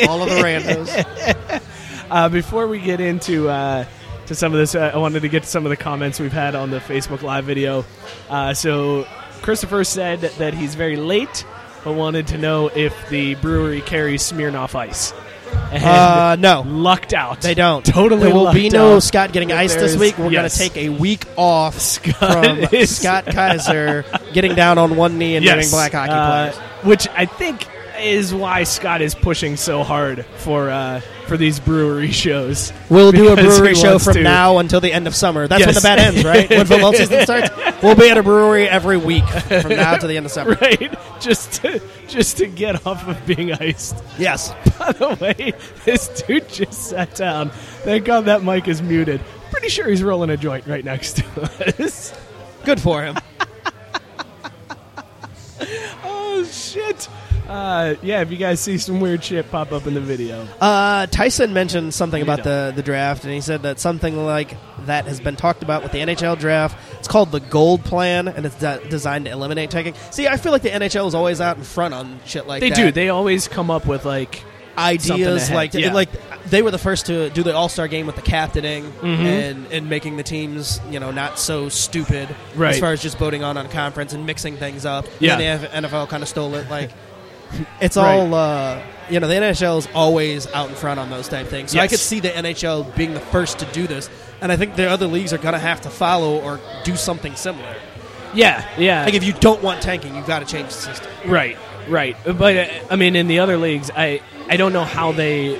Speaker 2: All of the randos.
Speaker 1: Uh, before we get into uh, to some of this, uh, I wanted to get to some of the comments we've had on the Facebook Live video. Uh, so Christopher said that he's very late, but wanted to know if the brewery carries Smirnoff Ice. And
Speaker 2: Uh, no.
Speaker 1: lucked out.
Speaker 2: They don't.
Speaker 1: Totally.
Speaker 2: There will
Speaker 1: lucked
Speaker 2: be no
Speaker 1: out
Speaker 2: Scott getting
Speaker 1: that
Speaker 2: iced this
Speaker 1: there's-
Speaker 2: week. We're
Speaker 1: yes.
Speaker 2: going to take a week off
Speaker 1: Scott
Speaker 2: from
Speaker 1: is-
Speaker 2: Scott Kaiser getting down on one knee and doing black hockey
Speaker 1: uh,
Speaker 2: players.
Speaker 1: which I think is why Scott is pushing so hard for uh, for these brewery shows.
Speaker 2: We'll do a
Speaker 1: Because he
Speaker 2: brewery show
Speaker 1: wants
Speaker 2: from
Speaker 1: to-
Speaker 2: now until the end of summer. That's when the
Speaker 1: Yes.
Speaker 2: bad ends, right? When football season starts, we'll be at a brewery every week from now to the end of summer.
Speaker 1: right? Just to, just to get off of being iced.
Speaker 2: Yes.
Speaker 1: By the way, this dude just sat down. Thank God that mic is muted. Pretty sure he's rolling a joint right next to us.
Speaker 2: Good for him.
Speaker 1: Oh shit! Uh, yeah, if you guys see some weird shit pop up in the video,
Speaker 2: Uh, Tyson mentioned something about
Speaker 1: don't.
Speaker 2: the, the draft, and he said that something like that has been talked about with the NHL draft. It's called the Gold Plan, and it's de- designed to eliminate tanking. See, I feel like the NHL is always out in front on shit like
Speaker 1: they
Speaker 2: that.
Speaker 1: do. They always come up with like something
Speaker 2: ideas
Speaker 1: ahead.
Speaker 2: like
Speaker 1: Yeah.
Speaker 2: like they were the first to do the All Star game with the captaining
Speaker 1: Mm-hmm.
Speaker 2: and and making the teams you know not so stupid
Speaker 1: Right.
Speaker 2: as far as just voting on on conference and mixing things up.
Speaker 1: Yeah.
Speaker 2: and the F- NFL kind of stole it. Like it's
Speaker 1: Right.
Speaker 2: all uh, you know the NHL is always out in front on those type things. So I
Speaker 1: Yes.
Speaker 2: could see the NHL being the first to do this, and I think the other leagues are going to have to follow or do something similar.
Speaker 1: yeah, yeah.
Speaker 2: Like if you don't want tanking, you've got to change the system.
Speaker 1: Right, right. But uh, I mean, in the other leagues, I I don't know how they,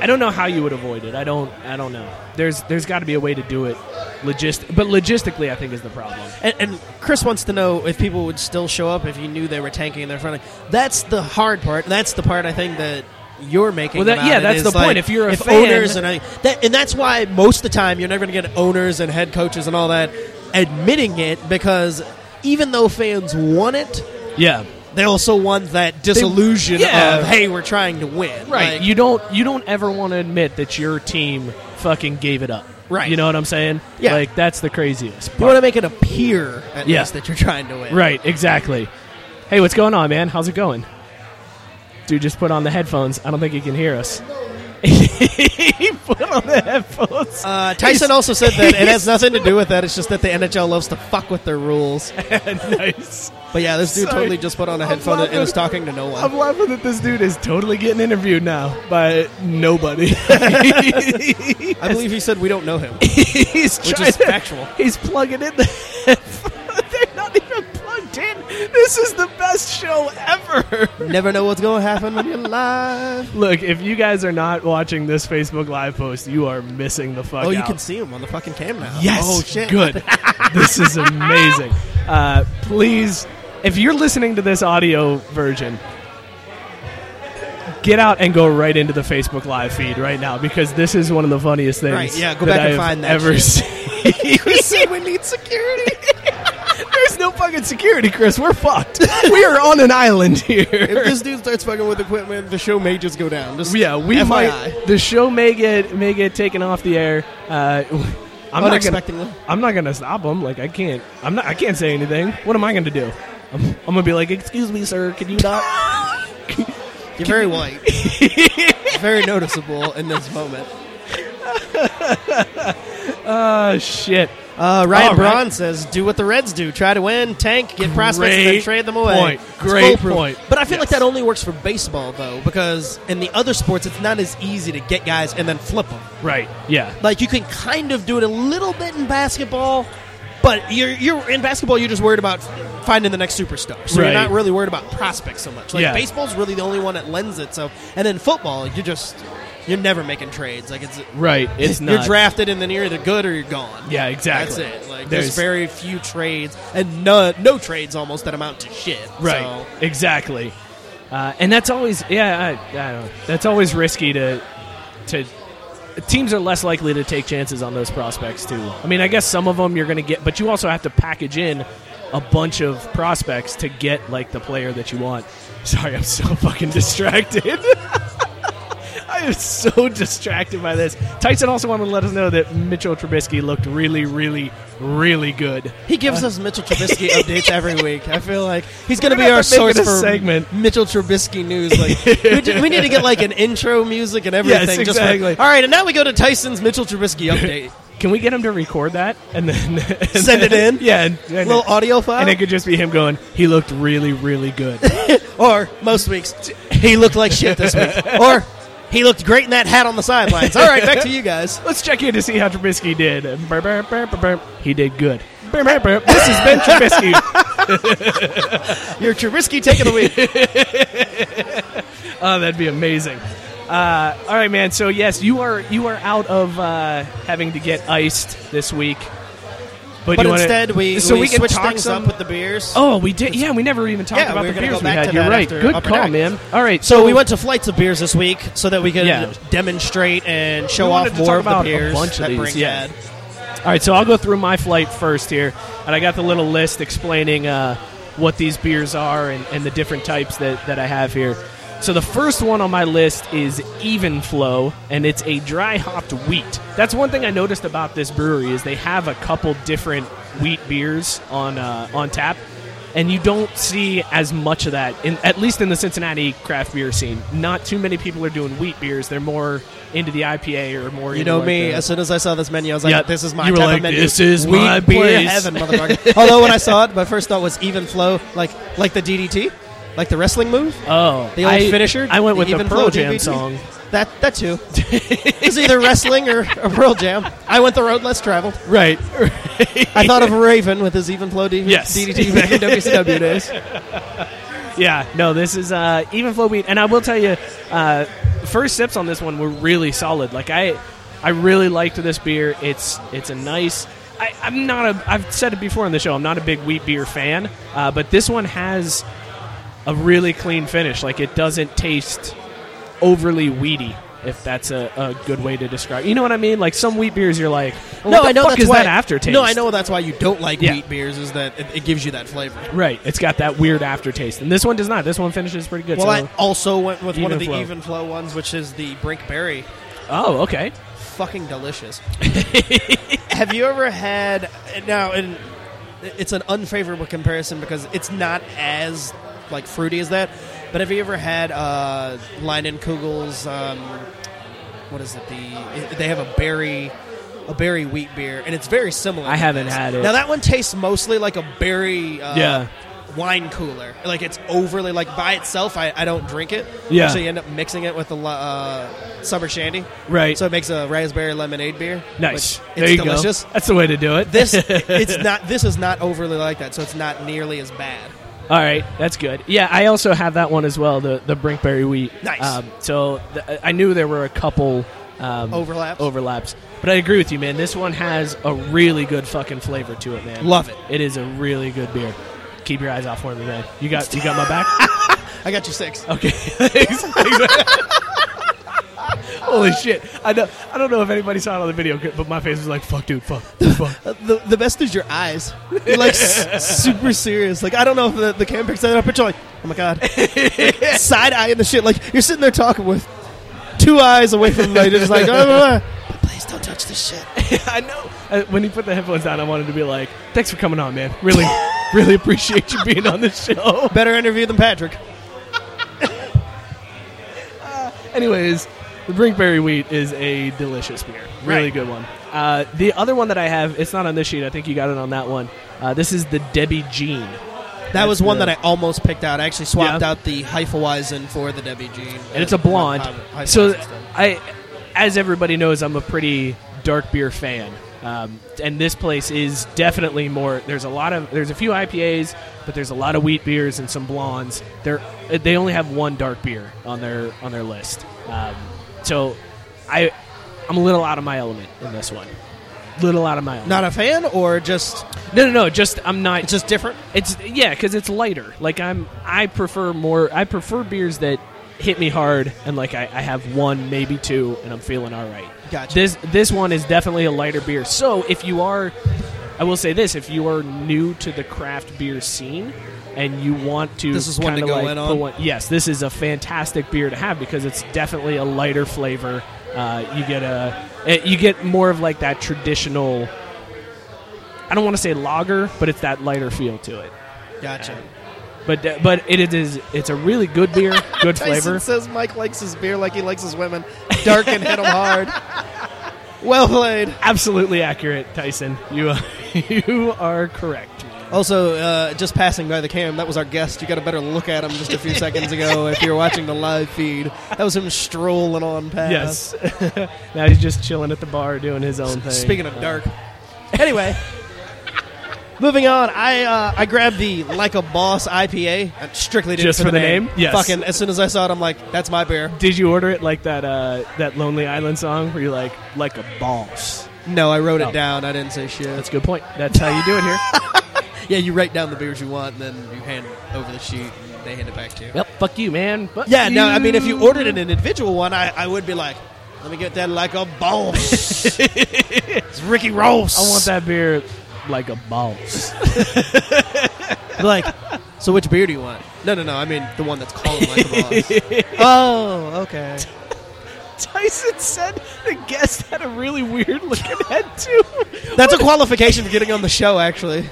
Speaker 1: I don't know how you would avoid it. I don't I don't know. There's there's got to be a way to do it, logist. But logistically, I think is the problem.
Speaker 2: And, and Chris wants to know if people would still show up if you knew they were tanking in their front. That's the hard part. That's the part I think that you're making.
Speaker 1: Well, that-
Speaker 2: about
Speaker 1: yeah,
Speaker 2: it,
Speaker 1: that's
Speaker 2: is
Speaker 1: the
Speaker 2: like,
Speaker 1: point. If you're a
Speaker 2: if
Speaker 1: fan-
Speaker 2: owners and I, that, and that's why most of the time you're never going to get owners and head coaches and all that admitting it because even though fans want it,
Speaker 1: Yeah.
Speaker 2: they also want that disillusion
Speaker 1: yeah.
Speaker 2: of hey, we're trying to win.
Speaker 1: Right.
Speaker 2: Like,
Speaker 1: you don't you don't ever want to admit that your team fucking gave it up.
Speaker 2: Right.
Speaker 1: You know what I'm saying?
Speaker 2: Yeah.
Speaker 1: Like that's the craziest.
Speaker 2: you want to make it appear at
Speaker 1: Yeah.
Speaker 2: least that you're trying to win.
Speaker 1: Right, exactly. Hey, what's going on, man? How's it going? Dude just put on the headphones. I don't think he can hear us. he put on the headphones.
Speaker 2: Uh, Tyson also said that it has nothing to do with that. It's just that the NHL loves to fuck with their rules.
Speaker 1: nice.
Speaker 2: But yeah, this dude
Speaker 1: Sorry.
Speaker 2: totally just put on a
Speaker 1: I'm
Speaker 2: headphone and
Speaker 1: laughing.
Speaker 2: is talking to no
Speaker 1: I'm
Speaker 2: one.
Speaker 1: laughing that this dude is totally getting interviewed now by nobody.
Speaker 2: I believe he said we don't know him.
Speaker 1: he's
Speaker 2: Which
Speaker 1: trying
Speaker 2: is
Speaker 1: to-
Speaker 2: factual.
Speaker 1: He's plugging in the headphone. They're not even plugged in. This is the best show ever.
Speaker 2: Never know what's going to happen when you're live.
Speaker 1: Look, if you guys are not watching this Facebook Live post, you are missing the fuck
Speaker 2: Oh, you
Speaker 1: out.
Speaker 2: can see him on the fucking cam now.
Speaker 1: Yes.
Speaker 2: Oh shit.
Speaker 1: Good. this is amazing. Uh, please, if you're listening to this audio version, get out and go right into the Facebook Live feed right now because this is one of the funniest things.
Speaker 2: Right, yeah, go
Speaker 1: that
Speaker 2: back and
Speaker 1: I've
Speaker 2: find that
Speaker 1: Ever
Speaker 2: shit.
Speaker 1: seen.
Speaker 2: Chris said we need security.
Speaker 1: There's no fucking security, Chris. We're fucked. we are on an island
Speaker 2: if
Speaker 1: here.
Speaker 2: this dude starts fucking with equipment, the show may just go down. Just
Speaker 1: Yeah, we
Speaker 2: FYI.
Speaker 1: might. The show may get may get taken off the air. Uh, I'm not gonna.
Speaker 2: Unexpectedly.
Speaker 1: I'm not gonna stop him. Like I can't. I'm not. I can't say anything. What am I gonna do? I'm, I'm gonna be like, excuse me, sir. Can you not?
Speaker 2: You're very white. very noticeable in this moment.
Speaker 1: Uh, shit.
Speaker 2: Uh, Ryan
Speaker 1: All right.
Speaker 2: Braun says, "Do what the Reds do: try to win, tank, get prospects, and then
Speaker 1: Great
Speaker 2: trade them away."
Speaker 1: point.
Speaker 2: It's
Speaker 1: Great
Speaker 2: foolproof.
Speaker 1: point.
Speaker 2: But I feel like that only works for baseball, though, because in the other sports, it's not as easy to get guys and then flip them.
Speaker 1: Right. Yeah.
Speaker 2: Like you can kind of do it a little bit in basketball, but you're you're in basketball. You're just worried about finding the next superstar, so
Speaker 1: Right.
Speaker 2: you're not really worried about prospects so much. Like
Speaker 1: Yeah.
Speaker 2: baseball's really the only one that lends itself, and in football, you're just you're never making trades. Like it's
Speaker 1: Right. It's
Speaker 2: you're
Speaker 1: not.
Speaker 2: drafted, and then you're either good or you're gone.
Speaker 1: Yeah, exactly.
Speaker 2: That's it. Like
Speaker 1: There's-
Speaker 2: there's, very few trades, and no no trades almost that amount to shit.
Speaker 1: Right.
Speaker 2: So.
Speaker 1: Exactly. Uh, and that's always yeah, I, I don't know. That's always risky to to teams are less likely to take chances on those prospects too. I mean, I guess some of them you're going to get, but you also have to package in a bunch of prospects to get like the player that you want. Sorry, I'm so fucking distracted. I am so distracted by this. Tyson also wanted to let us know that Mitchell Trubisky looked really, really, really good.
Speaker 2: He gives us Mitchell Trubisky updates every week. I feel like he's going to
Speaker 1: We're
Speaker 2: be
Speaker 1: gonna
Speaker 2: our
Speaker 1: have to make
Speaker 2: source
Speaker 1: it a
Speaker 2: for
Speaker 1: segment.
Speaker 2: Mitchell Trubisky news. Like we, ju- we need to get like an intro music and everything. just for-
Speaker 1: exactly.
Speaker 2: All right, and now we go to Tyson's Mitchell Trubisky update.
Speaker 1: Can we get him to record that and then and
Speaker 2: Send it
Speaker 1: then-
Speaker 2: in?
Speaker 1: Yeah, and, and
Speaker 2: Little audio file,
Speaker 1: and it could just be him going. He looked really, really good.
Speaker 2: or most weeks he looked like shit this week, or he looked great in that hat on the sidelines. All right, back to you guys.
Speaker 1: Let's check in to see how Trubisky did. Burr, burr, burr, burr, burr. He did good. Burr, burr, burr. This has been Trubisky.
Speaker 2: Your Trubisky take of the week.
Speaker 1: oh, that'd be amazing. Uh, all right, man. So yes, you are you are out of uh, having to get iced this week.
Speaker 2: But
Speaker 1: you wanna-
Speaker 2: instead, we
Speaker 1: so
Speaker 2: we,
Speaker 1: we, can
Speaker 2: switched
Speaker 1: talk
Speaker 2: things
Speaker 1: some.
Speaker 2: up with the beers.
Speaker 1: oh, we did. Yeah, we never even talked
Speaker 2: Yeah,
Speaker 1: about
Speaker 2: we were
Speaker 1: the
Speaker 2: gonna go
Speaker 1: beers we
Speaker 2: back
Speaker 1: had.
Speaker 2: to
Speaker 1: You're
Speaker 2: that
Speaker 1: right.
Speaker 2: after
Speaker 1: Good
Speaker 2: Upper
Speaker 1: call,
Speaker 2: Deck.
Speaker 1: man. All right.
Speaker 2: So we went to flights of beers this week so that we could
Speaker 1: Yeah.
Speaker 2: demonstrate and show
Speaker 1: We wanted
Speaker 2: off
Speaker 1: to
Speaker 2: more
Speaker 1: talk
Speaker 2: of the
Speaker 1: about a
Speaker 2: beers
Speaker 1: bunch of
Speaker 2: that
Speaker 1: these,
Speaker 2: Brink
Speaker 1: yeah.
Speaker 2: had.
Speaker 1: All right, so I'll go through my flight first here, and I got the little list explaining uh, what these beers are and, and the different types that, that I have here. So the first one on my list is Even Flow, and it's a dry hopped wheat. That's one thing I noticed about this brewery is they have a couple different wheat beers on uh, on tap, and you don't see as much of that in at least in the Cincinnati craft beer scene. Not too many people are doing wheat beers; they're more into the IPA or more.
Speaker 2: You
Speaker 1: into
Speaker 2: know
Speaker 1: like
Speaker 2: me.
Speaker 1: the-
Speaker 2: As soon as I saw this menu, I was like,
Speaker 1: Yeah,
Speaker 2: "This is my
Speaker 1: you were
Speaker 2: type
Speaker 1: like,
Speaker 2: of menu.
Speaker 1: "This is
Speaker 2: Wheat
Speaker 1: my
Speaker 2: beer
Speaker 1: place."
Speaker 2: heaven, motherfucker." Although when I saw it, my first thought was even flow, like like the DDT, like the wrestling move,
Speaker 1: Oh,
Speaker 2: the old
Speaker 1: I-
Speaker 2: finisher.
Speaker 1: I went with the
Speaker 2: even
Speaker 1: Pearl
Speaker 2: flow
Speaker 1: Jam
Speaker 2: DDT.
Speaker 1: song.
Speaker 2: That that too. it's either wrestling or, or Pearl Jam. I went the road less traveled.
Speaker 1: Right.
Speaker 2: I thought of Raven with his even flow DDT,
Speaker 1: Yes.
Speaker 2: DDT back in WCW days.
Speaker 1: yeah. No, this is uh, even flow wheat, and I will tell you, uh, first sips on this one were really solid. Like I, I really liked this beer. It's it's a nice. I, I'm not a. I've said it before on the show. I'm not a big wheat beer fan, uh, but this one has a really clean finish. Like it doesn't taste overly weedy. If that's a, a good way to describe, you know what I mean. Like some wheat beers, you're like, well,
Speaker 2: no,
Speaker 1: what the
Speaker 2: I know
Speaker 1: fuck
Speaker 2: that's
Speaker 1: is
Speaker 2: why,
Speaker 1: that aftertaste?
Speaker 2: No, I know that's why you don't like
Speaker 1: Yeah.
Speaker 2: wheat beers is that it, it gives you that flavor.
Speaker 1: Right, it's got that weird aftertaste, and this one does not. This one finishes pretty good.
Speaker 2: Well,
Speaker 1: so-
Speaker 2: I also went with one
Speaker 1: Even
Speaker 2: of the
Speaker 1: flow.
Speaker 2: even flow ones, which is the Brink Berry.
Speaker 1: oh, okay.
Speaker 2: Fucking delicious. Have you ever had now? And it's an unfavorable comparison because it's not as like fruity as that. But have you ever had uh, Leinen Kugel's? Um, what is it? The they have a berry, a berry wheat beer, and it's very similar.
Speaker 1: I
Speaker 2: to
Speaker 1: haven't
Speaker 2: this.
Speaker 1: had it.
Speaker 2: Now that one tastes mostly like a berry. Uh,
Speaker 1: Yeah.
Speaker 2: Wine cooler, like it's overly like by itself. I, I don't drink it.
Speaker 1: Yeah.
Speaker 2: so you end up mixing it with the li- uh, summer shandy.
Speaker 1: Right.
Speaker 2: So it makes a raspberry lemonade beer.
Speaker 1: Nice.
Speaker 2: which It's
Speaker 1: There you
Speaker 2: delicious.
Speaker 1: go. That's the way to do it.
Speaker 2: This it's not. This is not overly like that, so it's not nearly as bad.
Speaker 1: All right, that's good. Yeah, I also have that one as well. The the Brinkberry wheat.
Speaker 2: Nice.
Speaker 1: Um, so th- I knew there were a couple um,
Speaker 2: Overlaps?
Speaker 1: Overlaps. But I agree with you, man. This one has a really good fucking flavor to it, man.
Speaker 2: Love it.
Speaker 1: It is a really good beer. Keep your eyes off for me, man. You got you got my back.
Speaker 2: I got you six.
Speaker 1: Okay. Thanks. Holy shit! I know. I don't know if anybody saw it on the video, but my face was like, "Fuck, dude, fuck, fuck."
Speaker 2: Uh, The, the best is your eyes. You're like s- super serious. Like I don't know if the, the cam picks that up, but you're like, oh my god, side eye and the shit. Like you're sitting there talking with two eyes away from the light. It's like, "Ah, ah, ah." But please don't touch this shit.
Speaker 1: I know. Uh, when he put the headphones down, I wanted to be like, "Thanks for coming on, man. Really, really appreciate you being on this show."
Speaker 2: Better interview than Patrick.
Speaker 1: Anyways, the Brinkberry wheat is a delicious beer. Really
Speaker 2: Right.
Speaker 1: good one. Uh, the other one that I have, it's not on this sheet. I think you got it on that one. Uh, this is the Debbie Jean.
Speaker 2: That was one that I almost picked out. I actually swapped out the Hefeweizen for the Debbie Jean. Uh,
Speaker 1: and it's a blonde.
Speaker 2: Hy- Hy-
Speaker 1: so
Speaker 2: Hefeweizen.
Speaker 1: I, as everybody knows, I'm a pretty dark beer fan, um, and this place is definitely more. There's a lot of there's a few IPAs, but there's a lot of wheat beers and some blondes. They're they only have one dark beer on their on their list. Um, so I I'm a little out of my element in this one. Little out of my element.
Speaker 2: Not a fan, or just
Speaker 1: No, no, no. Just I'm not. It's
Speaker 2: just different.
Speaker 1: It's yeah, because it's lighter. Like I'm, I prefer more. I prefer beers that hit me hard and like I, I have one, maybe two, and I'm feeling all right.
Speaker 2: Gotcha.
Speaker 1: This this one is definitely a lighter beer. So if you are, I will say this: if you are new to the craft beer scene and you want to,
Speaker 2: This is one to
Speaker 1: kinda,
Speaker 2: go
Speaker 1: like,
Speaker 2: in
Speaker 1: put
Speaker 2: on?
Speaker 1: one- yes, this is a fantastic beer to have because it's definitely a lighter flavor. Uh, you get a, eh, you get more of like that traditional. I don't want to say lager, but it's that lighter feel to it.
Speaker 2: Gotcha.
Speaker 1: But uh, but it is it's a really good beer, good flavor.
Speaker 2: says Mike likes his beer like he likes his women, dark and hit him hard. Well played.
Speaker 1: Absolutely accurate, Tyson. You are, you are correct.
Speaker 2: Also, uh, just passing by the cam, that was our guest. You got a better look at him just a few seconds ago if you're watching the live feed. That was him strolling on past.
Speaker 1: Yes. now he's just chilling at the bar doing his own thing.
Speaker 2: Speaking of dark. Anyway, moving on. I uh, I grabbed the Like a Boss IPA. I strictly did it
Speaker 1: Just
Speaker 2: for,
Speaker 1: for the name? Yes.
Speaker 2: Fucking as soon as I saw it, I'm like, that's my beer.
Speaker 1: Did you order it like that uh, that Lonely Island song where you're like like a boss?
Speaker 2: No, I wrote
Speaker 1: No.
Speaker 2: it down. I didn't say shit.
Speaker 1: That's a good point. That's how you do it here.
Speaker 2: yeah, you write down the beers you want, and then you hand over the sheet, and they hand it back to you.
Speaker 1: yep. Fuck you, man. Fuck
Speaker 2: Yeah, no, I mean, if you
Speaker 1: you.
Speaker 2: ordered an individual one, I, I would be like, let me get that like a boss. it's Ricky Ross.
Speaker 1: I want that beer like a boss.
Speaker 2: like, so which beer do you want? No, no, no. I mean, the one that's called like a boss. oh, okay.
Speaker 1: Tyson said the guest had a really weird looking head too.
Speaker 2: That's a qualification for getting on the show, actually.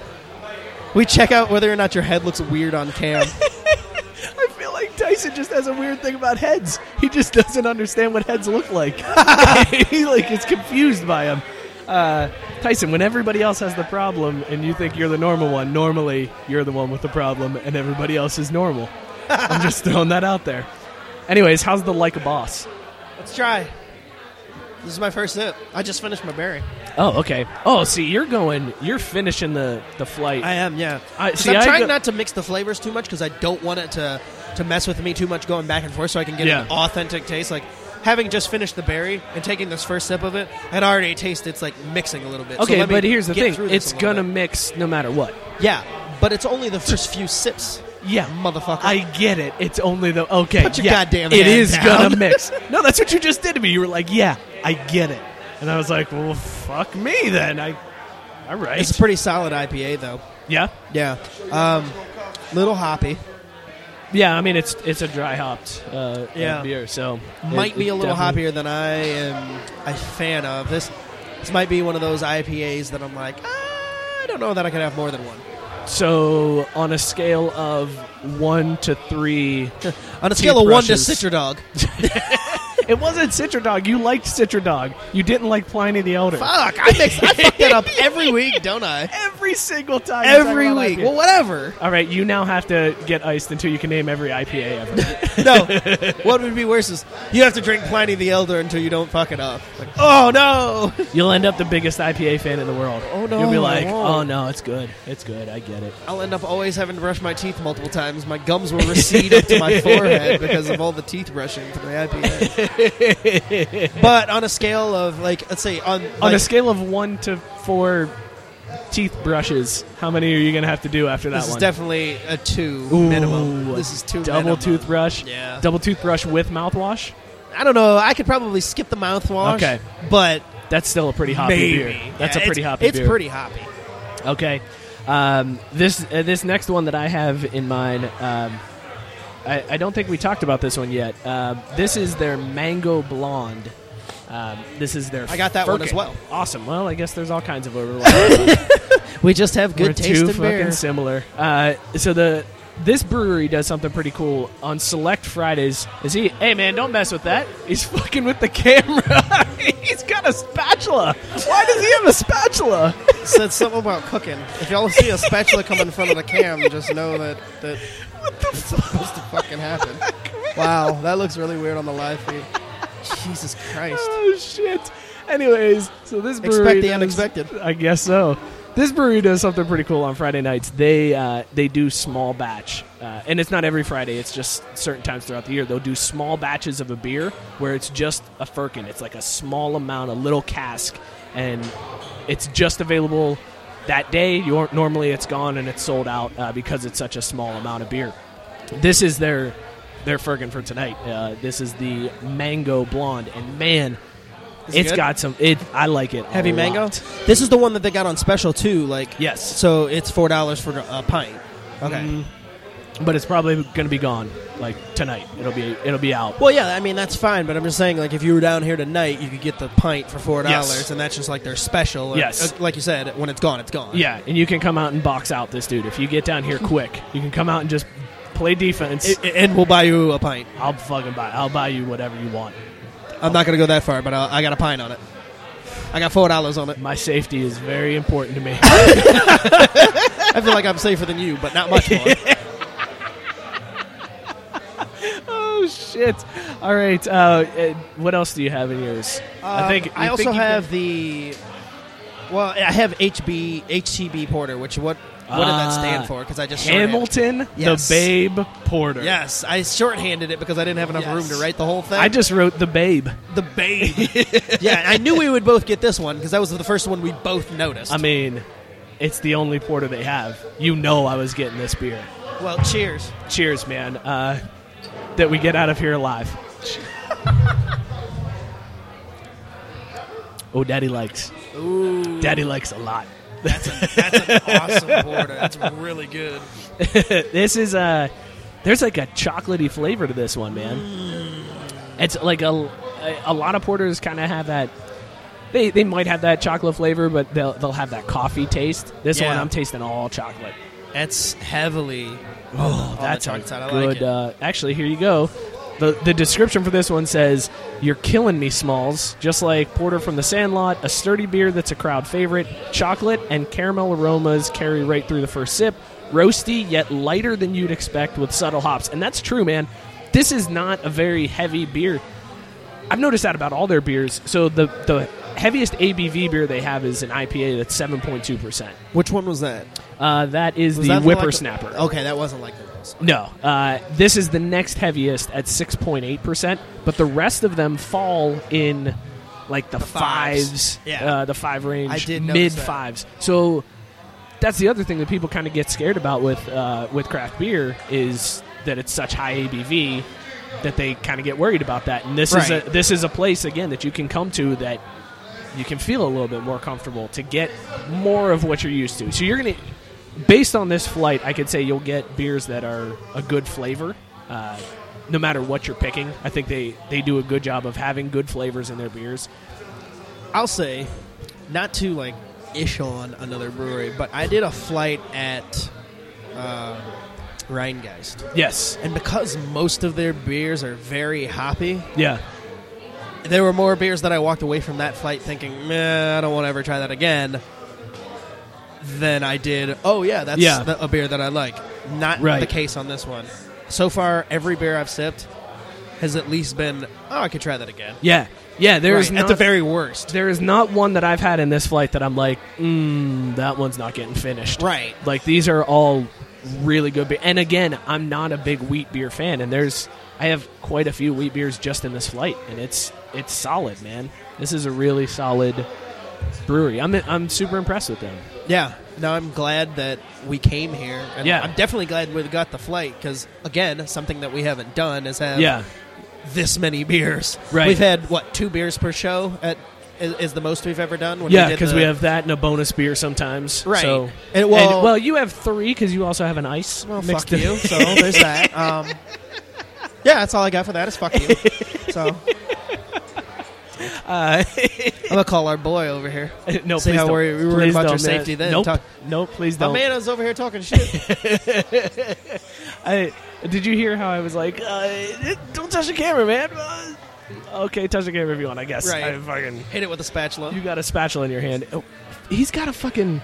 Speaker 2: We check out whether or not your head looks weird on cam.
Speaker 1: I feel like Tyson just has a weird thing about heads. He just doesn't understand what heads look like. he like is confused by them. Uh, Tyson, when everybody else has the problem and you think you're the normal one, normally you're the one with the problem and everybody else is normal. I'm just throwing that out there. Anyways, how's the like a boss?
Speaker 2: Let's try. This is my first sip. I just finished my berry.
Speaker 1: Oh, okay. Oh, see, you're going, you're finishing the the flight.
Speaker 2: I am, yeah.
Speaker 1: I-
Speaker 2: 'Cause
Speaker 1: see,
Speaker 2: I'm
Speaker 1: I
Speaker 2: trying
Speaker 1: go-
Speaker 2: not to mix the flavors too much because I don't want it to to mess with me too much going back and forth, so I can get
Speaker 1: Yeah.
Speaker 2: an authentic taste. Like having just finished the berry and taking this first sip of it, I'd already taste it's like mixing a little bit. So
Speaker 1: okay,
Speaker 2: let me
Speaker 1: but here's the
Speaker 2: get
Speaker 1: thing:
Speaker 2: through this
Speaker 1: it's
Speaker 2: a little
Speaker 1: gonna
Speaker 2: bit.
Speaker 1: mix no matter what.
Speaker 2: yeah, but it's only the first few sips.
Speaker 1: Yeah,
Speaker 2: motherfucker.
Speaker 1: I get it. It's only the okay.
Speaker 2: Put your
Speaker 1: yeah,
Speaker 2: goddamn
Speaker 1: It
Speaker 2: hand
Speaker 1: is
Speaker 2: down.
Speaker 1: gonna mix. No, that's what you just did to me. You were like, "Yeah, I get it," and I was like, "Well, fuck me then." I, all right.
Speaker 2: It's a pretty solid IPA though.
Speaker 1: yeah,
Speaker 2: Yeah, um, little hoppy.
Speaker 1: yeah. I mean, it's it's a dry hopped uh, uh,
Speaker 2: Yeah.
Speaker 1: beer, so it-
Speaker 2: might be
Speaker 1: it
Speaker 2: a little
Speaker 1: definitely-
Speaker 2: hoppier than I am a fan of. This this might be one of those IPAs that I'm like, "Ah, I don't know that I could have more than one.
Speaker 1: So on a scale of one to three,
Speaker 2: On
Speaker 1: Two
Speaker 2: a scale of one to
Speaker 1: brushes.
Speaker 2: Citra Dog,
Speaker 1: it wasn't Citra Dog. You liked Citra Dog. You didn't like Pliny the Elder.
Speaker 2: fuck, I mix, I fuck that up every week, don't I?
Speaker 1: Every single time. you talk
Speaker 2: Every
Speaker 1: about
Speaker 2: week.
Speaker 1: IPA.
Speaker 2: Well, whatever.
Speaker 1: All right, you now have to get iced until you can name every IPA ever.
Speaker 2: No, what would be worse is you have to drink Pliny the Elder until you don't fuck it up. Like, oh no,
Speaker 1: You'll end up the biggest IPA fan in the world.
Speaker 2: Oh, no,
Speaker 1: You'll be
Speaker 2: I
Speaker 1: like,
Speaker 2: won't.
Speaker 1: oh no, it's good, it's good, I get it.
Speaker 2: I'll end up always having to brush my teeth multiple times. My gums will recede up to my forehead because of all the teeth brushing from the IPA. but on a scale of like, let's say on
Speaker 1: On a
Speaker 2: like-
Speaker 1: scale of one to four teeth brushes, how many are you gonna have to do after that
Speaker 2: This
Speaker 1: one?
Speaker 2: is definitely a two
Speaker 1: Ooh,
Speaker 2: minimum. This is two
Speaker 1: double
Speaker 2: minimum.
Speaker 1: toothbrush.
Speaker 2: Yeah.
Speaker 1: double toothbrush with mouthwash.
Speaker 2: I don't know. I could probably skip the mouthwash.
Speaker 1: Okay.
Speaker 2: but
Speaker 1: That's still a pretty hoppy
Speaker 2: maybe
Speaker 1: beer. That's
Speaker 2: Yeah,
Speaker 1: a pretty
Speaker 2: it's,
Speaker 1: hoppy
Speaker 2: It's
Speaker 1: beer.
Speaker 2: pretty hoppy.
Speaker 1: Okay. Um, this uh, this next one that I have in mind, um, I, I don't think we talked about this one yet. Um this is their Mango Blonde. Um, this is their.
Speaker 2: I got that one
Speaker 1: Firkin.
Speaker 2: as well.
Speaker 1: Awesome. Well, I guess there's all kinds of overlap.
Speaker 2: We just have
Speaker 1: We're
Speaker 2: good taste
Speaker 1: too
Speaker 2: in beer.
Speaker 1: fucking similar. Uh, so the this brewery does something pretty cool on Select Fridays. Is he? Hey man, don't mess with that. He's fucking with the camera. He's got got a spatula. Why does he have a spatula?
Speaker 2: Said something about cooking. If y'all see a spatula come in front of the cam, just know that that it's supposed to fucking happen. wow, that looks really weird on the live feed. Jesus Christ.
Speaker 1: Oh shit. Anyways, so this brewery
Speaker 2: Expect the
Speaker 1: does-
Speaker 2: unexpected.
Speaker 1: I guess so. This brewery does something pretty cool on Friday nights. They uh, they do small batch, uh, and it's not every Friday. It's just certain times throughout the year. They'll do small batches of a beer where it's just a firkin. It's like a small amount, a little cask, and it's just available that day. You aren't, normally it's gone and it's sold out uh, because it's such a small amount of beer. This is their their firkin for tonight. Uh, this is the mango blonde, and man,
Speaker 2: Is it
Speaker 1: it's
Speaker 2: good?
Speaker 1: got some. It I like it. a
Speaker 2: Heavy mango.
Speaker 1: lot.
Speaker 2: This is the one that they got on special too. Like
Speaker 1: Yes.
Speaker 2: so it's four dollars for a pint. Okay.
Speaker 1: Mm. but it's probably going to be gone like tonight. It'll be it'll be out.
Speaker 2: Well, yeah, I mean that's fine, but I'm just saying, like, if you were down here tonight, you could get the pint for four dollars,
Speaker 1: Yes.
Speaker 2: and that's just like their special. Uh,
Speaker 1: Yes.
Speaker 2: uh, like you said, when it's gone, it's gone.
Speaker 1: Yeah, and you can come out and box out this dude if you get down here quick. You can come out and just play defense.
Speaker 2: I- I- and we'll buy you a pint.
Speaker 1: I'll fucking buy. I'll buy you whatever you want.
Speaker 2: I'm not gonna go that far, but I'll, I got a pint on it. I got four dollars on it.
Speaker 1: My safety is very important to me.
Speaker 2: I feel like I'm safer than you, but not much more.
Speaker 1: oh shit! All right. Uh, uh, what else do you have in yours? I think
Speaker 2: Um, I
Speaker 1: you
Speaker 2: also
Speaker 1: think you
Speaker 2: have the. Well, I have HB HCB Porter, which what what did that
Speaker 1: Ah,
Speaker 2: stand for? Because I just shorthand-
Speaker 1: Hamilton,
Speaker 2: Yes.
Speaker 1: the Babe Porter.
Speaker 2: Yes, I shorthanded it because I didn't have enough room to write the whole thing.
Speaker 1: I just wrote the Babe.
Speaker 2: the babe. yeah, I knew we would both get this one because that was the first one we both noticed.
Speaker 1: I mean, it's the only porter they have. You know, I was getting this beer.
Speaker 2: well, cheers.
Speaker 1: Cheers, man. Uh, that we get out of here alive. oh, Daddy likes.
Speaker 2: Ooh,
Speaker 1: Daddy likes a lot.
Speaker 2: that's an awesome porter. That's really good.
Speaker 1: this is a. There's like a chocolatey flavor to this one, man.
Speaker 2: Mm.
Speaker 1: It's like a a lot of porters kind of have that. They, they might have that chocolate flavor, but they'll they'll have that coffee taste. This one
Speaker 2: Yeah.
Speaker 1: I'm tasting all chocolate.
Speaker 2: That's heavily.
Speaker 1: Oh,
Speaker 2: on
Speaker 1: that's
Speaker 2: the
Speaker 1: a
Speaker 2: chocolate side. I
Speaker 1: good.
Speaker 2: like it.
Speaker 1: uh, actually, here you go. The, the description for this one says, You're killing me, Smalls. Just like Porter from the Sandlot, a sturdy beer that's a crowd favorite. Chocolate and caramel aromas carry right through the first sip. Roasty, yet lighter than you'd expect with subtle hops. And that's true, man. This is not a very heavy beer. I've noticed that about all their beers. So the, the heaviest ABV beer they have is an IPA that's 7.2%.
Speaker 2: Which one was that?
Speaker 1: Uh, that is
Speaker 2: Was
Speaker 1: the
Speaker 2: that like
Speaker 1: Whippersnapper.
Speaker 2: okay, that wasn't like the rest.
Speaker 1: No, uh, this is the next heaviest at six point eight percent, but the rest of them fall in like the,
Speaker 2: fives.
Speaker 1: fives,
Speaker 2: Yeah.
Speaker 1: uh, the five range,
Speaker 2: I did
Speaker 1: mid
Speaker 2: notice that.
Speaker 1: fives. So that's the other thing that people kind of get scared about with uh, with craft beer is that it's such high ABV that they kind of get worried about that. And this
Speaker 2: Right.
Speaker 1: is a this is a place again that you can come to that you can feel a little bit more comfortable to get more of what you're used to. So you're gonna, based on this flight, I could say you'll get beers that are a good flavor, uh, no matter what you're picking. I think they they do a good job of having good flavors in their beers.
Speaker 2: I'll say, not to like ish on another brewery, but I did a flight at um, Rheingeist,
Speaker 1: Yes.
Speaker 2: and because most of their beers are very hoppy,
Speaker 1: Yeah.
Speaker 2: there were more beers that I walked away from that flight thinking, Meh, I don't want to ever try that again. Than I did. Oh yeah, that's
Speaker 1: Yeah.
Speaker 2: the- a beer that I like. Not
Speaker 1: Right.
Speaker 2: the case on this one. So far, every beer I've sipped has at least been. Oh, I could try that again.
Speaker 1: Yeah. Yeah. There is
Speaker 2: Right,
Speaker 1: not,
Speaker 2: at the very worst.
Speaker 1: there is not one that I've had in this flight that I'm like, mm, that one's not getting finished.
Speaker 2: Right.
Speaker 1: Like these are all really good beer. And again, I'm not a big wheat beer fan, and there's I have quite a few wheat beers just in this flight, and it's it's solid, man. This is a really solid brewery. I'm I'm super impressed with them.
Speaker 2: Yeah. No, I'm glad that we came here. And
Speaker 1: Yeah.
Speaker 2: I'm definitely glad we got the flight because again, something that we haven't done is have
Speaker 1: Yeah.
Speaker 2: this many beers.
Speaker 1: Right.
Speaker 2: We've had what two beers per show at is, is the most we've ever done. When
Speaker 1: Yeah,
Speaker 2: did
Speaker 1: because we
Speaker 2: the-
Speaker 1: have that and a bonus beer sometimes.
Speaker 2: Right.
Speaker 1: So,
Speaker 2: And, well-
Speaker 1: well, you have three because you also have an ice.
Speaker 2: Well,
Speaker 1: mixed
Speaker 2: fuck
Speaker 1: in.
Speaker 2: you. So there's that. Um, yeah, that's all I got for that is fuck you. So. I'm gonna call our boy over here.
Speaker 1: Uh, no,
Speaker 2: See
Speaker 1: please
Speaker 2: how
Speaker 1: don't.
Speaker 2: we- we were
Speaker 1: please
Speaker 2: about your
Speaker 1: don't, man.
Speaker 2: safety then.
Speaker 1: Nope.
Speaker 2: Talk-
Speaker 1: Nope. Please
Speaker 2: My
Speaker 1: don't.
Speaker 2: man is over here talking shit.
Speaker 1: I did you hear how I was like, uh, don't touch the camera, man. Uh, okay, touch the game if you want. I guess.
Speaker 2: Right.
Speaker 1: I fucking
Speaker 2: hit it with a spatula.
Speaker 1: You got a spatula in your hand. Oh, he's got a fucking.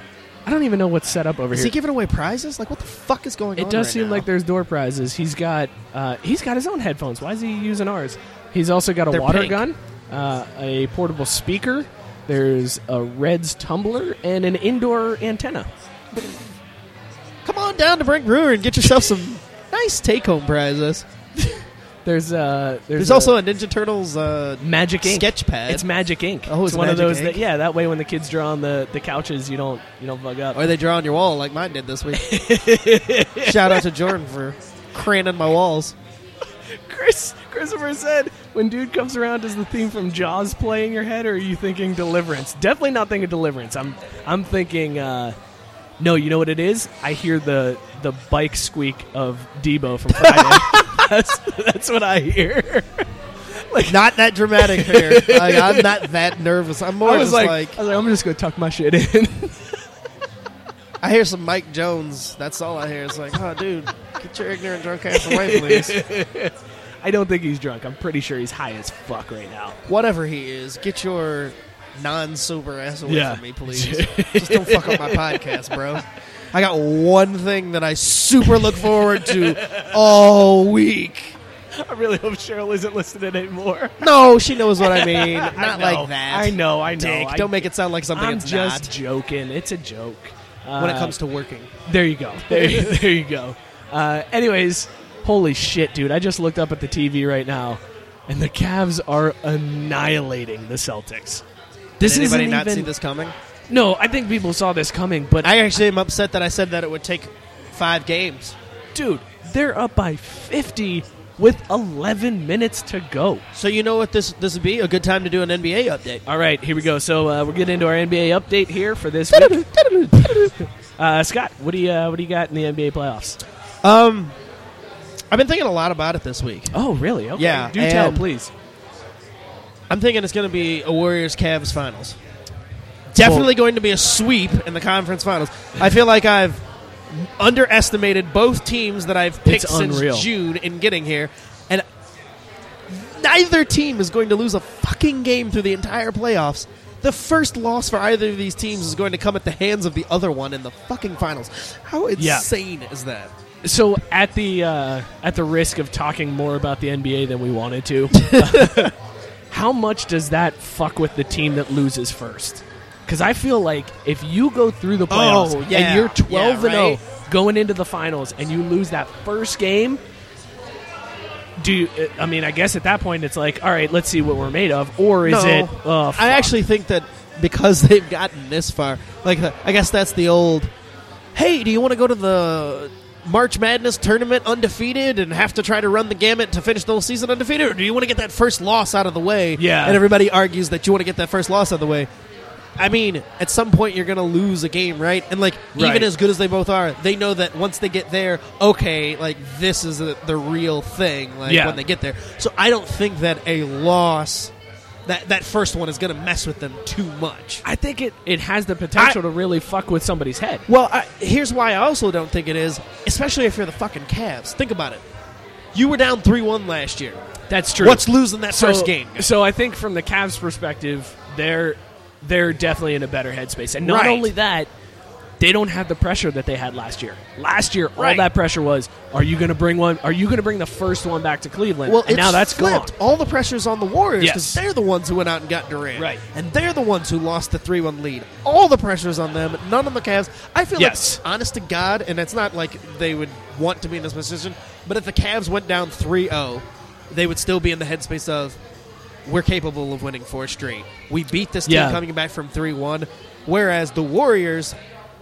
Speaker 1: I don't even know what's set up over
Speaker 2: Is
Speaker 1: here.
Speaker 2: he giving away prizes? Like, what the fuck is going on?
Speaker 1: it does
Speaker 2: right
Speaker 1: seem
Speaker 2: now?
Speaker 1: like there's door prizes. He's got uh, he's got his own headphones. Why is he using ours? He's also got a
Speaker 2: They're
Speaker 1: water
Speaker 2: pink.
Speaker 1: gun, uh, a portable speaker. There's a Reds tumbler and an indoor antenna.
Speaker 2: Come on down to Brink Brewer and get yourself some nice take-home prizes.
Speaker 1: There's uh, there's,
Speaker 2: There's
Speaker 1: a
Speaker 2: also a Ninja Turtles uh,
Speaker 1: Magic Ink
Speaker 2: sketch pad.
Speaker 1: It's Magic Ink.
Speaker 2: Oh, it's
Speaker 1: one of
Speaker 2: Magic
Speaker 1: those
Speaker 2: Ink?
Speaker 1: that yeah. That way, when the kids draw on the, the couches, you don't you don't bug up.
Speaker 2: or they draw on your wall like mine did this week. Shout out to Jordan for craning my walls.
Speaker 1: Chris Christopher said, when dude comes around, does the theme from Jaws play in your head, or are you thinking Deliverance? Definitely not thinking Deliverance. I'm I'm thinking. Uh, no, you know what it is? I hear the the bike squeak of Debo from Friday. that's, that's what I hear.
Speaker 2: Not that dramatic here. Like, I'm not that nervous. I'm more
Speaker 1: I was
Speaker 2: just
Speaker 1: like,
Speaker 2: like,
Speaker 1: I was like, I'm just gonna tuck my shit in.
Speaker 2: I hear some Mike Jones. That's all I hear. It's like, oh, dude, get your ignorant drunk ass away, please.
Speaker 1: I don't think he's drunk. I'm pretty sure he's high as fuck right now.
Speaker 2: Whatever he is, get your non-sober ass away
Speaker 1: Yeah.
Speaker 2: from me, please. just don't fuck up my podcast, bro. I got one thing that I super look forward to all week.
Speaker 1: I really hope Cheryl isn't listening anymore.
Speaker 2: No, she knows what I mean. Not
Speaker 1: I know.
Speaker 2: like that.
Speaker 1: I know. I know.
Speaker 2: Dick,
Speaker 1: I-
Speaker 2: don't make it sound like something
Speaker 1: I'm
Speaker 2: it's
Speaker 1: just joking. It's a joke.
Speaker 2: not. When
Speaker 1: Uh,
Speaker 2: it comes to working,
Speaker 1: There you go. There, you- there you go. Uh, anyways, holy shit, dude! I just looked up at the TV right now, and the Cavs are annihilating the Celtics. This
Speaker 2: did
Speaker 1: isn't
Speaker 2: anybody not
Speaker 1: even-
Speaker 2: see this coming?
Speaker 1: No, I think people saw this coming, but
Speaker 2: I actually am upset that I said that it would take five games.
Speaker 1: dude, they're up by fifty with eleven minutes to go.
Speaker 2: So you know what this this would be a good time to do an NBA update.
Speaker 1: All right, here we go. So uh, we're getting into our NBA update here for this week. Uh, Scott, what do you uh, what do you got in the NBA playoffs?
Speaker 2: Um, I've been thinking a lot about it this week.
Speaker 1: Oh, really? Okay.
Speaker 2: Yeah,
Speaker 1: do tell,
Speaker 2: and-
Speaker 1: please.
Speaker 2: I'm thinking it's going to be a Warriors Cavs finals. Definitely
Speaker 1: Well-
Speaker 2: going to be a sweep in the conference finals. I feel like I've underestimated both teams that I've picked
Speaker 1: It's
Speaker 2: since
Speaker 1: unreal.
Speaker 2: June in getting here, and neither team is going to lose a fucking game through the entire playoffs. The first loss for either of these teams is going to come at the hands of the other one in the fucking finals. How
Speaker 1: Yeah.
Speaker 2: insane is that?
Speaker 1: So at the uh, at the risk of talking more about the NBA than we wanted to, how much does that fuck with the team that loses first? Because I feel like if you go through the playoffs
Speaker 2: Oh, yeah.
Speaker 1: and you're twelve
Speaker 2: Yeah,
Speaker 1: and
Speaker 2: right.
Speaker 1: zero going into the finals and you lose that first game, do you, uh, I mean? I guess at that point it's like, all right, let's see what we're made of, or is
Speaker 2: No.
Speaker 1: it? Oh, fuck.
Speaker 2: I actually think that because they've gotten this far, like the, I guess that's the old. Hey, do you want to go to the March Madness tournament undefeated and have to try to run the gamut to finish the whole season undefeated, or do you want to get that first loss out of the way?
Speaker 1: Yeah.
Speaker 2: and everybody argues that you want to get that first loss out of the way. I mean, at some point you're going to lose a game, right? And like,
Speaker 1: Right.
Speaker 2: even as good as they both are, they know that once they get there, okay, like this is the, the real thing. Like
Speaker 1: Yeah.
Speaker 2: when they get there, so I don't think that a loss, that that first one is going to mess with them too much.
Speaker 1: I think it it has the potential to really fuck with somebody's head.
Speaker 2: Well, I, here's why I also don't think it is, especially if you're the fucking Cavs. Think about it. You were down three one last year.
Speaker 1: That's true.
Speaker 2: What's losing that first game?
Speaker 1: So I think from the Cavs' perspective, they're they're definitely in a better headspace, and not
Speaker 2: Right.
Speaker 1: only that, they don't have the pressure that they had last year. Last year, all
Speaker 2: Right.
Speaker 1: that pressure was: Are you going to bring one? Are you going to bring the first one back to Cleveland?
Speaker 2: Well,
Speaker 1: and now
Speaker 2: it's
Speaker 1: that's
Speaker 2: flipped.
Speaker 1: gone.
Speaker 2: All the pressure's on the Warriors
Speaker 1: Yes.
Speaker 2: because they're the ones who went out and got Durant,
Speaker 1: Right.
Speaker 2: And they're the ones who lost the three-one lead. All the pressure's on them. None on the Cavs. I feel
Speaker 1: Yes.
Speaker 2: like, honest to God, and it's not like they would want to be in this position, but if the Cavs went down 3-0, they would still be in the headspace of we're capable of winning four straight. We beat this team
Speaker 1: Yeah.
Speaker 2: coming back from 3 1. Whereas the Warriors,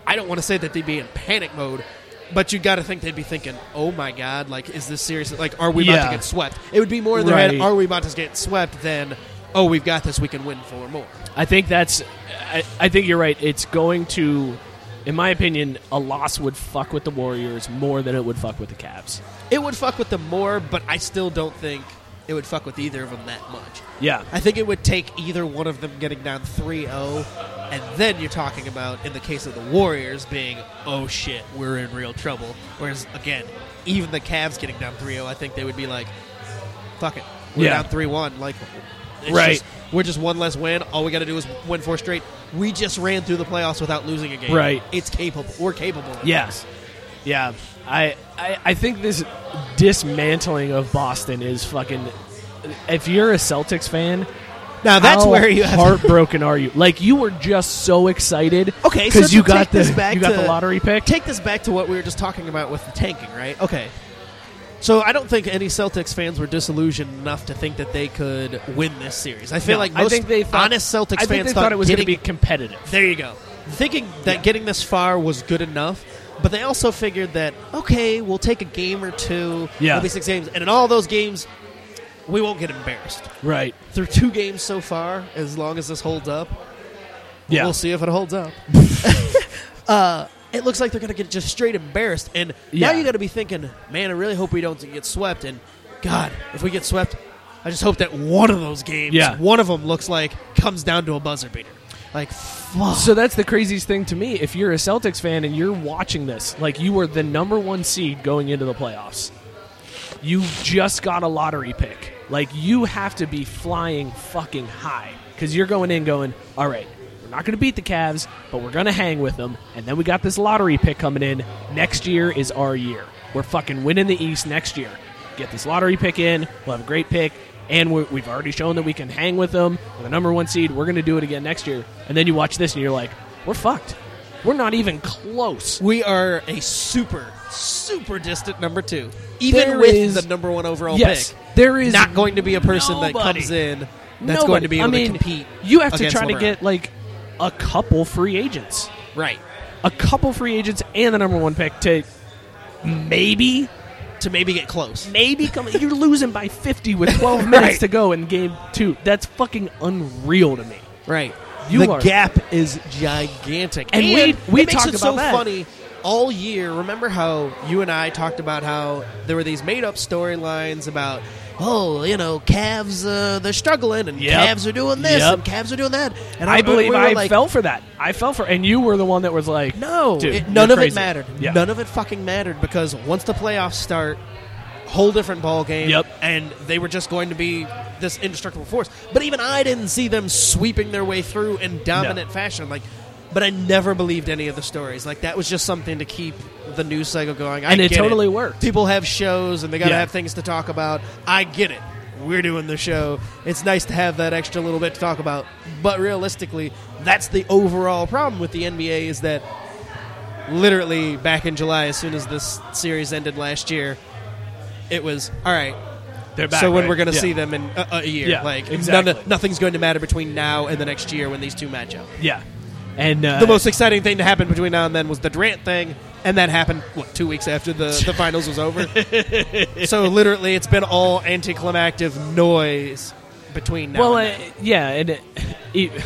Speaker 2: I don't want to say that they'd be in panic mode, but you got to think they'd be thinking, oh my God, like, is this serious? Like, are we about
Speaker 1: Yeah.
Speaker 2: to get swept? It would be more in their
Speaker 1: Right.
Speaker 2: head, are we about to get swept than, oh, we've got this, we can win four more.
Speaker 1: I think that's. I, I think you're right. It's going to, in my opinion, a loss would fuck with the Warriors more than it would fuck with the Cavs.
Speaker 2: It would fuck with them more, but I still don't think it would fuck with either of them that much.
Speaker 1: Yeah.
Speaker 2: I think it would take either one of them getting down 3 0, and then you're talking about, in the case of the Warriors, being, oh shit, we're in real oh, trouble. Whereas, again, even the Cavs getting down 3 0, I think they would be like, fuck it. We're
Speaker 1: Yeah.
Speaker 2: down three one. Like, it's
Speaker 1: Right.
Speaker 2: just- we're just one less win. All we got to do is win four straight. We just ran through the playoffs without losing a game.
Speaker 1: Right.
Speaker 2: It's capable. We're capable. of
Speaker 1: Yes. Yeah. I, I I think this dismantling of Boston is fucking. If you're a Celtics fan,
Speaker 2: Now that's
Speaker 1: how
Speaker 2: where you have-
Speaker 1: heartbroken are you? Like you were just so excited.
Speaker 2: Okay, so
Speaker 1: because you
Speaker 2: to
Speaker 1: got
Speaker 2: take
Speaker 1: the
Speaker 2: this back
Speaker 1: you got
Speaker 2: to-
Speaker 1: the lottery pick.
Speaker 2: Take this back to what we were just talking about with the tanking, right? Okay. So I don't think any Celtics fans were disillusioned enough to think that they could win this series. I feel
Speaker 1: No,
Speaker 2: like most
Speaker 1: I think they thought,
Speaker 2: honest Celtics
Speaker 1: I think
Speaker 2: fans
Speaker 1: they thought it was
Speaker 2: getting,
Speaker 1: going to be competitive.
Speaker 2: There you go. Thinking that getting this far was good enough, but they also figured that okay, we'll take a game or two,
Speaker 1: Yeah.
Speaker 2: maybe six games, and in all those games, we won't get embarrassed.
Speaker 1: Right.
Speaker 2: Through two games so far, as long as this holds up,
Speaker 1: Yeah.
Speaker 2: We'll see if it holds up. uh, it looks like they're going to get just straight embarrassed. And
Speaker 1: Yeah.
Speaker 2: now you got to be thinking, man, I really hope we don't get swept. And God, if we get swept, I just hope that one of those games,
Speaker 1: Yeah.
Speaker 2: one of them looks like comes down to a buzzer beater. Like, fuck.
Speaker 1: So that's the craziest thing to me. If you're a Celtics fan and you're watching this, like you were the number one seed going into the playoffs, you just got a lottery pick. Like you have to be flying fucking high because you're going in going, all right, we're not going to beat the Cavs, but we're going to hang with them. And then we got this lottery pick coming in. Next year is our year. We're fucking winning the East next year. Get this lottery pick in. We'll have a great pick. And we're, we've already shown that we can hang with them. We're the number one seed. We're going to do it again next year. And then you watch this and you're like, we're fucked. We're not even close.
Speaker 2: we are a super, super distant number two. Even
Speaker 1: There
Speaker 2: with
Speaker 1: is-
Speaker 2: the number one overall
Speaker 1: yes,
Speaker 2: pick,
Speaker 1: there is
Speaker 2: not going to be a person that
Speaker 1: nobody-
Speaker 2: comes in that's
Speaker 1: Nobody-
Speaker 2: going to be able
Speaker 1: I mean,
Speaker 2: to compete.
Speaker 1: You have to
Speaker 2: against
Speaker 1: try to
Speaker 2: LeBron.
Speaker 1: get like a couple free agents,
Speaker 2: right
Speaker 1: a couple free agents, and the number one pick to maybe,
Speaker 2: to maybe get close.
Speaker 1: maybe come. you're losing by fifty with twelve minutes to go in game two. That's fucking unreal to me.
Speaker 2: Right.
Speaker 1: You
Speaker 2: the
Speaker 1: are-
Speaker 2: gap is gigantic.
Speaker 1: And we- we
Speaker 2: it makes
Speaker 1: talked
Speaker 2: it
Speaker 1: about
Speaker 2: so
Speaker 1: that.
Speaker 2: funny all year. Remember how you and I talked about how there were these made up storylines about oh, you know, Cavs uh, they're struggling and
Speaker 1: Yep.
Speaker 2: Cavs are doing this
Speaker 1: Yep.
Speaker 2: and Cavs are doing that. And
Speaker 1: I believe
Speaker 2: we were
Speaker 1: I
Speaker 2: like,
Speaker 1: fell for that. I fell for, and you were the one that was like,
Speaker 2: No,
Speaker 1: dude,
Speaker 2: it- none
Speaker 1: you're
Speaker 2: of
Speaker 1: crazy.
Speaker 2: it mattered.
Speaker 1: Yeah.
Speaker 2: None of it fucking mattered because once the playoffs start, whole different ball game.
Speaker 1: Yep.
Speaker 2: and they were just going to be this indestructible force. But even I didn't see them sweeping their way through in dominant fashion. Like, but I never believed any of the stories. Like that was just something to keep the news cycle going. I
Speaker 1: And it
Speaker 2: get
Speaker 1: totally worked.
Speaker 2: People have shows and they got to
Speaker 1: Yeah.
Speaker 2: have things to talk about. I get it. We're doing the show. It's nice to have that extra little bit to talk about. But realistically, that's the overall problem with the NBA is that literally back in July, as soon as this series ended last year, it was all right.
Speaker 1: They're back,
Speaker 2: so when
Speaker 1: right?
Speaker 2: we're going to
Speaker 1: Yeah.
Speaker 2: see them in a, a year,
Speaker 1: Yeah,
Speaker 2: like
Speaker 1: exactly.
Speaker 2: none, nothing's going to matter between now and the next year when these two match up.
Speaker 1: yeah, and uh,
Speaker 2: The most exciting thing to happen between now and then was the Durant thing, and that happened what two weeks after the, the finals was over. so literally, it's been all anticlimactic noise between now.
Speaker 1: well,
Speaker 2: and
Speaker 1: uh, yeah, and it, it,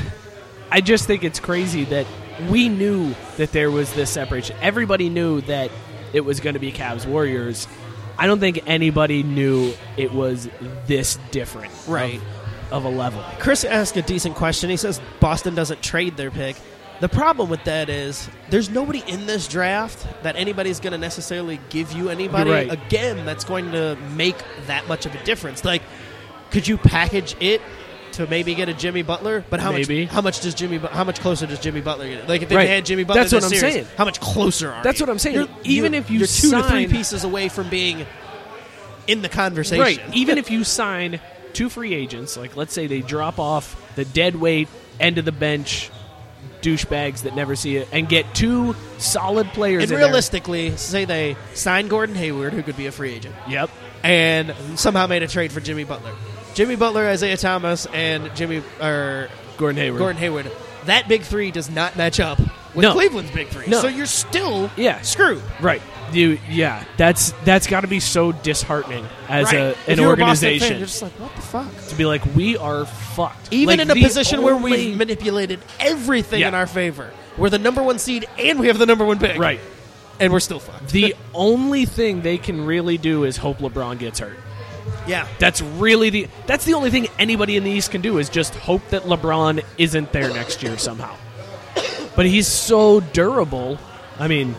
Speaker 1: I just think it's crazy that we knew that there was this separation. Everybody knew that it was going to be Cavs Warriors. I don't think anybody knew it was this different, of-
Speaker 2: Right.
Speaker 1: Of, a level,
Speaker 2: Chris asked a decent question. He says Boston doesn't trade their pick. The problem with that is there's nobody in this draft that anybody's going to necessarily give you anybody
Speaker 1: You're right.
Speaker 2: again that's going to make that much of a difference. Like, could you package it to maybe get a Jimmy Butler? But how
Speaker 1: Maybe.
Speaker 2: much? How much does Jimmy? Bu- How much closer does Jimmy Butler get? Like, if they
Speaker 1: Right.
Speaker 2: had Jimmy Butler,
Speaker 1: That's what
Speaker 2: this
Speaker 1: I'm
Speaker 2: series,
Speaker 1: saying.
Speaker 2: How much closer are
Speaker 1: That's
Speaker 2: you?
Speaker 1: what I'm saying.
Speaker 2: You're-
Speaker 1: Even
Speaker 2: you're-
Speaker 1: if you
Speaker 2: you're two to three
Speaker 1: sign-
Speaker 2: pieces away from being in the conversation,
Speaker 1: right? Even if you sign two free agents, like let's say they drop off the dead weight end of the bench douchebags that never see it, and get two solid players.
Speaker 2: And
Speaker 1: in there.
Speaker 2: realistically, say they sign Gordon Hayward, who could be a free agent,
Speaker 1: yep,
Speaker 2: and somehow made a trade for Jimmy Butler. Jimmy Butler, Isaiah Thomas, and Jimmy or
Speaker 1: Gordon Hayward.
Speaker 2: Gordon Hayward. That big three does not match up with
Speaker 1: No.
Speaker 2: Cleveland's big three.
Speaker 1: No.
Speaker 2: So you're still
Speaker 1: Yeah.
Speaker 2: screwed.
Speaker 1: Right. You yeah, that's that's got to be so disheartening as
Speaker 2: Right.
Speaker 1: a
Speaker 2: If
Speaker 1: an
Speaker 2: you're a Boston
Speaker 1: organization
Speaker 2: fan, you're just like, what the fuck?
Speaker 1: to be like we are fucked.
Speaker 2: Even
Speaker 1: Like,
Speaker 2: in a
Speaker 1: the
Speaker 2: position where we've
Speaker 1: only-
Speaker 2: manipulated everything
Speaker 1: Yeah.
Speaker 2: in our favor, we're the number one seed and we have the number one pick,
Speaker 1: right.
Speaker 2: And we're still fucked.
Speaker 1: The only thing they can really do is hope LeBron gets hurt.
Speaker 2: yeah,
Speaker 1: That's really the that's the only thing anybody in the East can do is just hope that LeBron isn't there next year somehow. But he's so durable. I mean,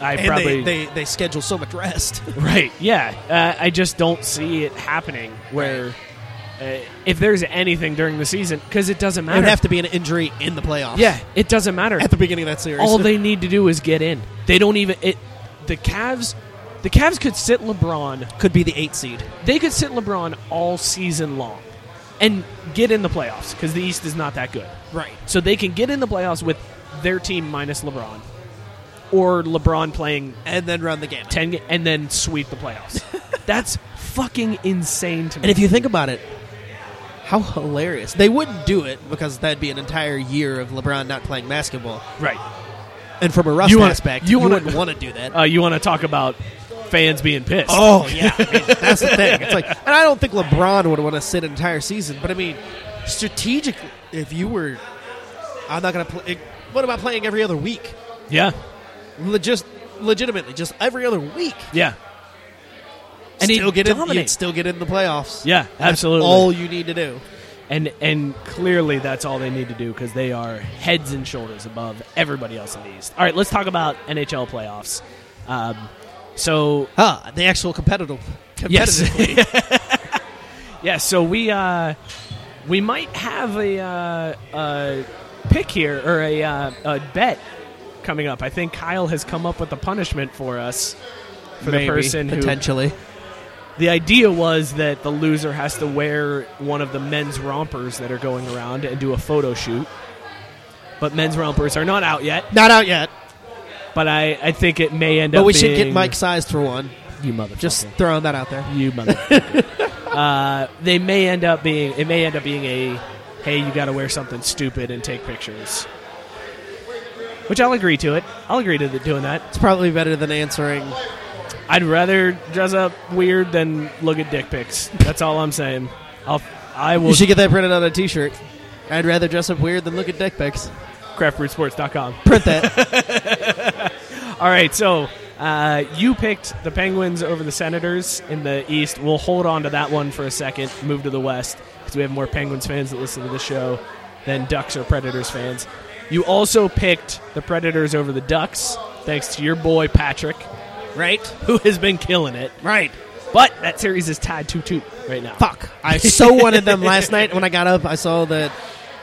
Speaker 1: I
Speaker 2: and
Speaker 1: probably
Speaker 2: they, they they schedule so much rest.
Speaker 1: Right. Yeah. Uh, I just don't see it happening where uh, if there's anything during the season, because it doesn't matter.
Speaker 2: It would have to be an injury in the playoffs.
Speaker 1: Yeah, it doesn't matter.
Speaker 2: At the beginning of that series.
Speaker 1: All they need to do is get in. They don't even it. The Cavs, the Cavs could sit LeBron.
Speaker 2: Could be the eight seed.
Speaker 1: They could sit LeBron all season long, and get in the playoffs because the East is not that good.
Speaker 2: Right.
Speaker 1: So they can get in the playoffs with their team minus LeBron, or LeBron playing
Speaker 2: and then run the game
Speaker 1: ten, ga- and then sweep the playoffs. That's fucking insane to me.
Speaker 2: And if you think about it, how hilarious. They wouldn't do it because that'd be an entire year of LeBron not playing basketball.
Speaker 1: right,
Speaker 2: And from a Russ
Speaker 1: You wanna-
Speaker 2: aspect,
Speaker 1: you
Speaker 2: you,
Speaker 1: wanna-
Speaker 2: wouldn't want to do that.
Speaker 1: uh, you want to talk about fans being pissed?
Speaker 2: oh, yeah. I mean, that's the thing. It's like, and I don't think LeBron would want to sit an entire season, but I mean, strategically, if you were, I'm not going to play. What about playing every other week?
Speaker 1: yeah,
Speaker 2: Legis- legitimately, just every other week.
Speaker 1: yeah. And he'd
Speaker 2: still get in,
Speaker 1: dominate.
Speaker 2: you'd still get in the playoffs.
Speaker 1: Yeah,
Speaker 2: That's
Speaker 1: absolutely.
Speaker 2: all you need to do.
Speaker 1: and and clearly that's all they need to do because they are heads and shoulders above everybody else in the East. All right, let's talk about NHL playoffs. Um, so
Speaker 2: Huh, the actual competitive.
Speaker 1: Yes.
Speaker 2: competitive
Speaker 1: yeah, so we uh, we might have a, uh, a pick here or a, uh, a bet coming up. I think Kyle has come up with a punishment for us for
Speaker 2: Maybe,
Speaker 1: the person who
Speaker 2: potentially.
Speaker 1: the idea was that the loser has to wear one of the men's rompers that are going around and do a photo shoot. But men's rompers are not out yet.
Speaker 2: Not out yet,
Speaker 1: But I, I think it may end
Speaker 2: but
Speaker 1: up.
Speaker 2: we should get
Speaker 1: being-
Speaker 2: Mike sized for one.
Speaker 1: You motherfucker.
Speaker 2: Just throwing that out there.
Speaker 1: you motherfucker. uh, they may end up being. It may end up being a. Hey, you got to wear something stupid and take pictures. Which I'll agree to it. I'll agree to the, doing that.
Speaker 2: It's probably better than answering.
Speaker 1: I'd rather dress up weird than look at dick pics. That's all I'm saying. I'll. I will
Speaker 2: You should get that printed on a T-shirt. I'd rather dress up weird than look at dick pics.
Speaker 1: craftbrewsports.com.
Speaker 2: Print that.
Speaker 1: All right, so uh, you picked the Penguins over the Senators in the East. We'll hold on to that one for a second, move to the West, because we have more Penguins fans that listen to the show than Ducks or Predators fans. You also picked the Predators over the Ducks, thanks to your boy Patrick,
Speaker 2: right.
Speaker 1: who has been killing it.
Speaker 2: Right.
Speaker 1: But that series is tied 2 2 right now.
Speaker 2: Fuck. I so wanted them last night. When I got up, I saw that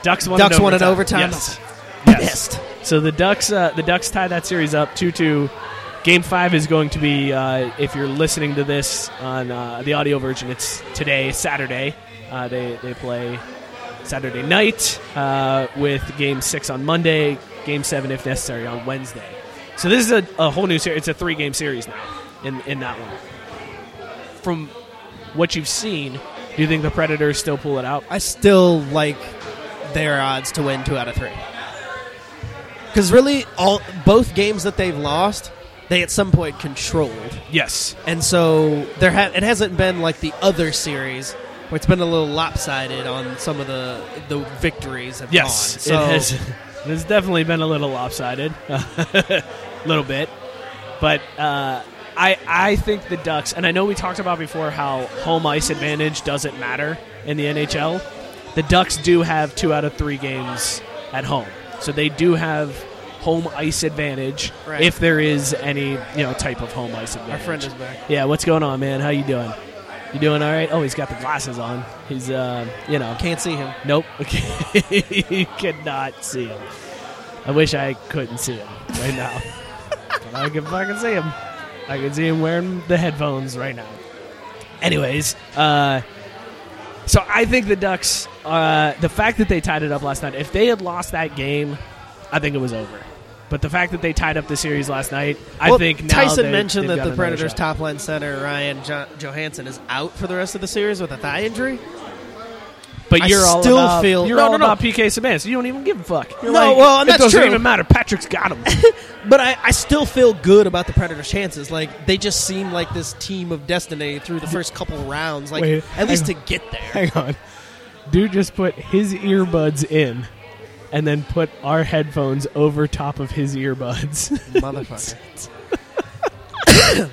Speaker 1: Ducks won
Speaker 2: Ducks
Speaker 1: in
Speaker 2: won in
Speaker 1: overtime.
Speaker 2: overtime.
Speaker 1: Yes.
Speaker 2: I'm
Speaker 1: Yes.
Speaker 2: pissed.
Speaker 1: So the Ducks, uh, the Ducks tie that series up two two. Game five is going to be uh, if you're listening to this on uh, the audio version. It's today, Saturday. Uh, they they play Saturday night uh, with Game six on Monday. Game seven, if necessary, on Wednesday. So this is a, a whole new series. It's a three game series now. In in that one, from what you've seen, do you think the Predators still pull it out?
Speaker 2: I still like their odds to win two out of three. Because really, all both games that they've lost, they at some point controlled.
Speaker 1: Yes.
Speaker 2: and so there ha- it hasn't been like the other series where it's been a little lopsided on some of the the victories have
Speaker 1: Yes,
Speaker 2: gone. So
Speaker 1: it has. It has definitely been a little lopsided, a little bit, but uh, I I think the Ducks, and I know we talked about before how home ice advantage doesn't matter in the NHL. The Ducks do have two out of three games at home, so they do have home ice advantage
Speaker 2: Right.
Speaker 1: if there is any you know type of home ice advantage.
Speaker 2: Our friend is back.
Speaker 1: Yeah, what's going on, man? How you doing? You doing all right? Oh, he's got the glasses on. He's uh, you know,
Speaker 2: Can't see him.
Speaker 1: Nope. you could not see him. I wish I couldn't see him right now. but I can fucking see him. I can see him wearing the headphones right now. Anyways, uh, so I think the Ducks, uh, the fact that they tied it up last night, if they had lost that game, I think it was over. But the fact that they tied up the series last night, I
Speaker 2: Well,
Speaker 1: think now
Speaker 2: Tyson
Speaker 1: they-
Speaker 2: mentioned
Speaker 1: they've
Speaker 2: that
Speaker 1: got
Speaker 2: the
Speaker 1: another
Speaker 2: Predators'
Speaker 1: shot.
Speaker 2: top line center Ryan jo- Johansson is out for the rest of the series with a thigh injury.
Speaker 1: But
Speaker 2: I
Speaker 1: you're all
Speaker 2: still
Speaker 1: about,
Speaker 2: feel-
Speaker 1: you're
Speaker 2: no,
Speaker 1: all
Speaker 2: no, no.
Speaker 1: about PK Subban, so you don't even give a fuck. You're
Speaker 2: No,
Speaker 1: like,
Speaker 2: well, and
Speaker 1: it
Speaker 2: that's
Speaker 1: doesn't
Speaker 2: true.
Speaker 1: even matter. Patrick's got him.
Speaker 2: But I, I still feel good about the Predators' chances. Like they just seem like this team of destiny through the first couple rounds. Like
Speaker 1: Wait,
Speaker 2: at least to
Speaker 1: hang
Speaker 2: get there.
Speaker 1: Hang on. Dude just put his earbuds in and then put our headphones over top of his earbuds.
Speaker 2: Motherfucker. I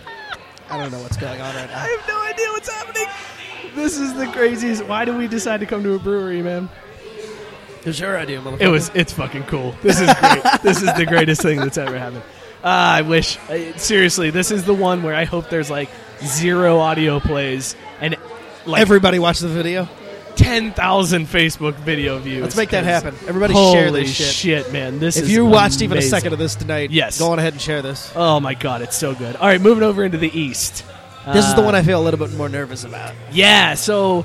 Speaker 2: don't know what's going on right now.
Speaker 1: I have no idea what's happening. This is the craziest. Why did we decide to come to a brewery, man?
Speaker 2: It's your idea, motherfucker.
Speaker 1: It was. It's fucking cool. This is great. this is the greatest thing that's ever happened. Ah, I wish. I, seriously, this is the one where I hope there's like zero audio plays and like
Speaker 2: Everybody watched the video.
Speaker 1: 10,000 Facebook video views.
Speaker 2: Let's make that
Speaker 1: 'cause
Speaker 2: happen. Everybody
Speaker 1: holy
Speaker 2: share this shit.
Speaker 1: man. This
Speaker 2: if
Speaker 1: is
Speaker 2: you watched even a
Speaker 1: amazing.
Speaker 2: second of this tonight,
Speaker 1: Yes.
Speaker 2: go on ahead and share this.
Speaker 1: Oh my god, it's so good. All right, moving over into the East.
Speaker 2: This is the
Speaker 1: Uh,
Speaker 2: one I feel a little bit more nervous about.
Speaker 1: Yeah, so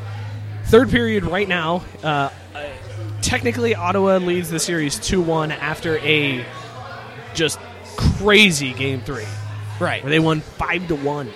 Speaker 1: third period right now. Uh, uh, technically, Ottawa leads the series 2 1 after a just crazy game three.
Speaker 2: Right.
Speaker 1: Where they won 5 to 1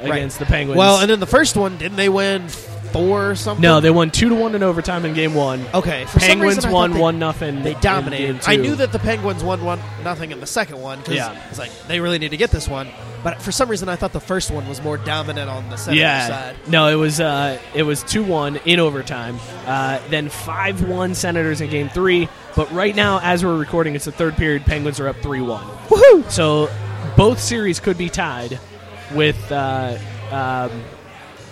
Speaker 1: against the Penguins.
Speaker 2: Well, and then the first one, didn't they win four or something?
Speaker 1: no, they won 2 to 1 in overtime in game one.
Speaker 2: Okay, Oh, for some
Speaker 1: Penguins
Speaker 2: reason I
Speaker 1: won
Speaker 2: thought they-
Speaker 1: 1 nothing.
Speaker 2: They
Speaker 1: in game
Speaker 2: dominated. I
Speaker 1: two.
Speaker 2: knew that the Penguins won one nothing in the second one because
Speaker 1: Yeah.
Speaker 2: it's like they really need to get this one. But for some reason, I thought the first one was more dominant on the center
Speaker 1: yeah.
Speaker 2: side.
Speaker 1: No, it was uh, it was two one in overtime. Uh, then five one Senators in game three. But right now, as we're recording, it's the third period. Penguins are up three one. Woohoo! So both series could be tied with uh, um,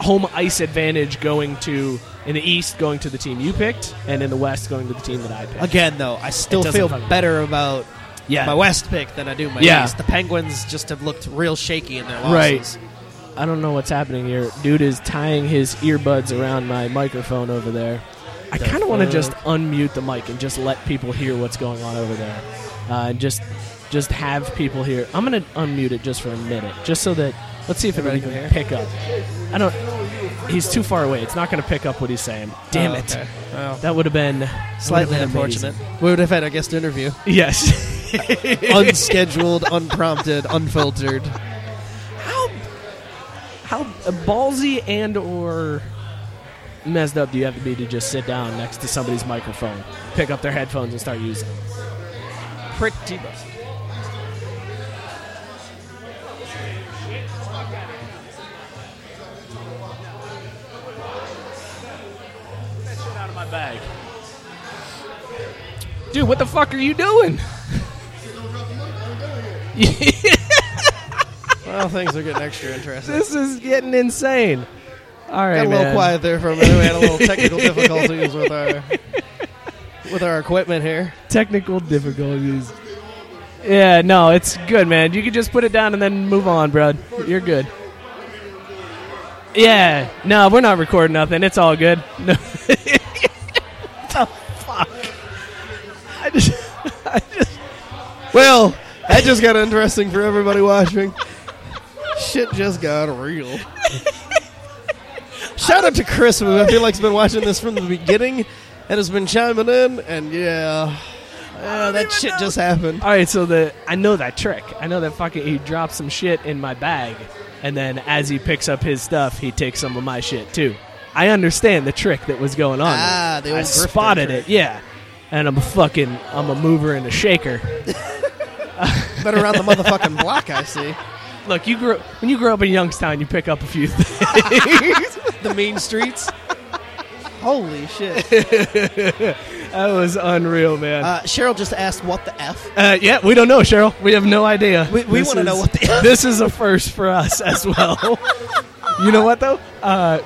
Speaker 1: home ice advantage going to in the East going to the team you picked, and in the West going to the team that I picked.
Speaker 2: Again, though, I still
Speaker 1: doesn't
Speaker 2: feel
Speaker 1: fucking-
Speaker 2: better about
Speaker 1: Yeah.
Speaker 2: my West pick than I do my
Speaker 1: Yeah.
Speaker 2: East. The Penguins just have looked real shaky in their losses.
Speaker 1: Right. I don't know what's happening here. Dude is tying his earbuds around my microphone over there. I kind of want to just unmute the mic and just let people hear what's going on over there, uh, and just just have people hear. I'm gonna unmute it just for a minute, just so that let's see if everybody
Speaker 2: Everybody
Speaker 1: can
Speaker 2: can
Speaker 1: pick up. I don't. He's too far away. It's not gonna pick up what he's saying. Damn
Speaker 2: Oh,
Speaker 1: it!
Speaker 2: okay. Well,
Speaker 1: That would have been that would've
Speaker 2: Slightly
Speaker 1: been
Speaker 2: unfortunate.
Speaker 1: amazing.
Speaker 2: We would have had a guest interview.
Speaker 1: Yes.
Speaker 2: Unscheduled, unprompted, unfiltered.
Speaker 1: How ballsy and or messed up do you have to be to just sit down next to somebody's microphone, pick up their headphones, and start using? them?
Speaker 2: Pretty much.
Speaker 1: out of my bag. Dude, what the fuck are you doing?
Speaker 2: Well, things are getting extra interesting.
Speaker 1: This is getting insane. All right,
Speaker 2: Got a little
Speaker 1: man.
Speaker 2: quiet there for a minute. We had a little technical difficulties with our with our equipment here.
Speaker 1: Technical difficulties. Yeah, no, it's good, man. You can just put it down and then move on, bro. You're good. Yeah, no, we're not recording nothing. It's all good. No. the fuck? I just, I just
Speaker 2: Well, that just got interesting for everybody watching. Shit just got real. Shout out to Chris, who I feel like's been watching this from the beginning and has been chiming in. And yeah, yeah, that shit just happened.
Speaker 1: All right, so the I know that trick. I know that fucking he drops some shit in my bag, and then as he picks up his stuff, he takes some of my shit too. I understand the trick that was going on.
Speaker 2: Ah, the
Speaker 1: I
Speaker 2: old grifter
Speaker 1: spotted
Speaker 2: trick.
Speaker 1: it, yeah. And I'm a fucking, I'm a mover and a shaker.
Speaker 2: Been around the motherfucking block, I see.
Speaker 1: Look, you grew when you grow up in Youngstown, you pick up a few things.
Speaker 2: the mean streets. Holy shit.
Speaker 1: that was unreal, man. Uh,
Speaker 2: Uh, Cheryl just asked, "What the f?"
Speaker 1: yeah, we don't know, Cheryl. We have no idea.
Speaker 2: We- we
Speaker 1: This
Speaker 2: wanna know
Speaker 1: is-
Speaker 2: what the-
Speaker 1: this is a first for us as well. you know what though? Uh,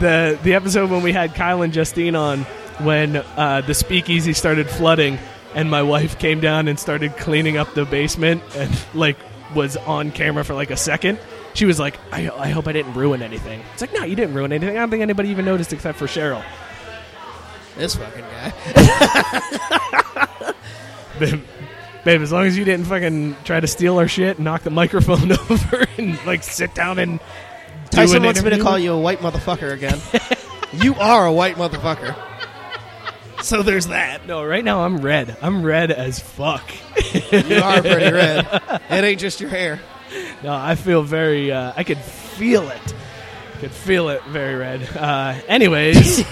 Speaker 1: the the episode when we had Kyle and Justine on when uh, the speakeasy started flooding and my wife came down and started cleaning up the basement and like was on camera for like a second. She was like, I, I hope I didn't ruin anything. It's like, no, you didn't ruin anything. I don't think anybody even noticed except for Cheryl.
Speaker 2: This fucking guy.
Speaker 1: Babe, babe, as long as you didn't fucking try to steal our shit and knock the microphone over and like sit down and do
Speaker 2: Tyson
Speaker 1: an
Speaker 2: wants me to
Speaker 1: interview.
Speaker 2: call you a white motherfucker again. you are a white motherfucker. So there's that.
Speaker 1: No, right now I'm red. I'm red as fuck.
Speaker 2: You are pretty red. It ain't just your hair.
Speaker 1: No, I feel very. Uh, I could feel it. Could feel it very red. Uh, anyways,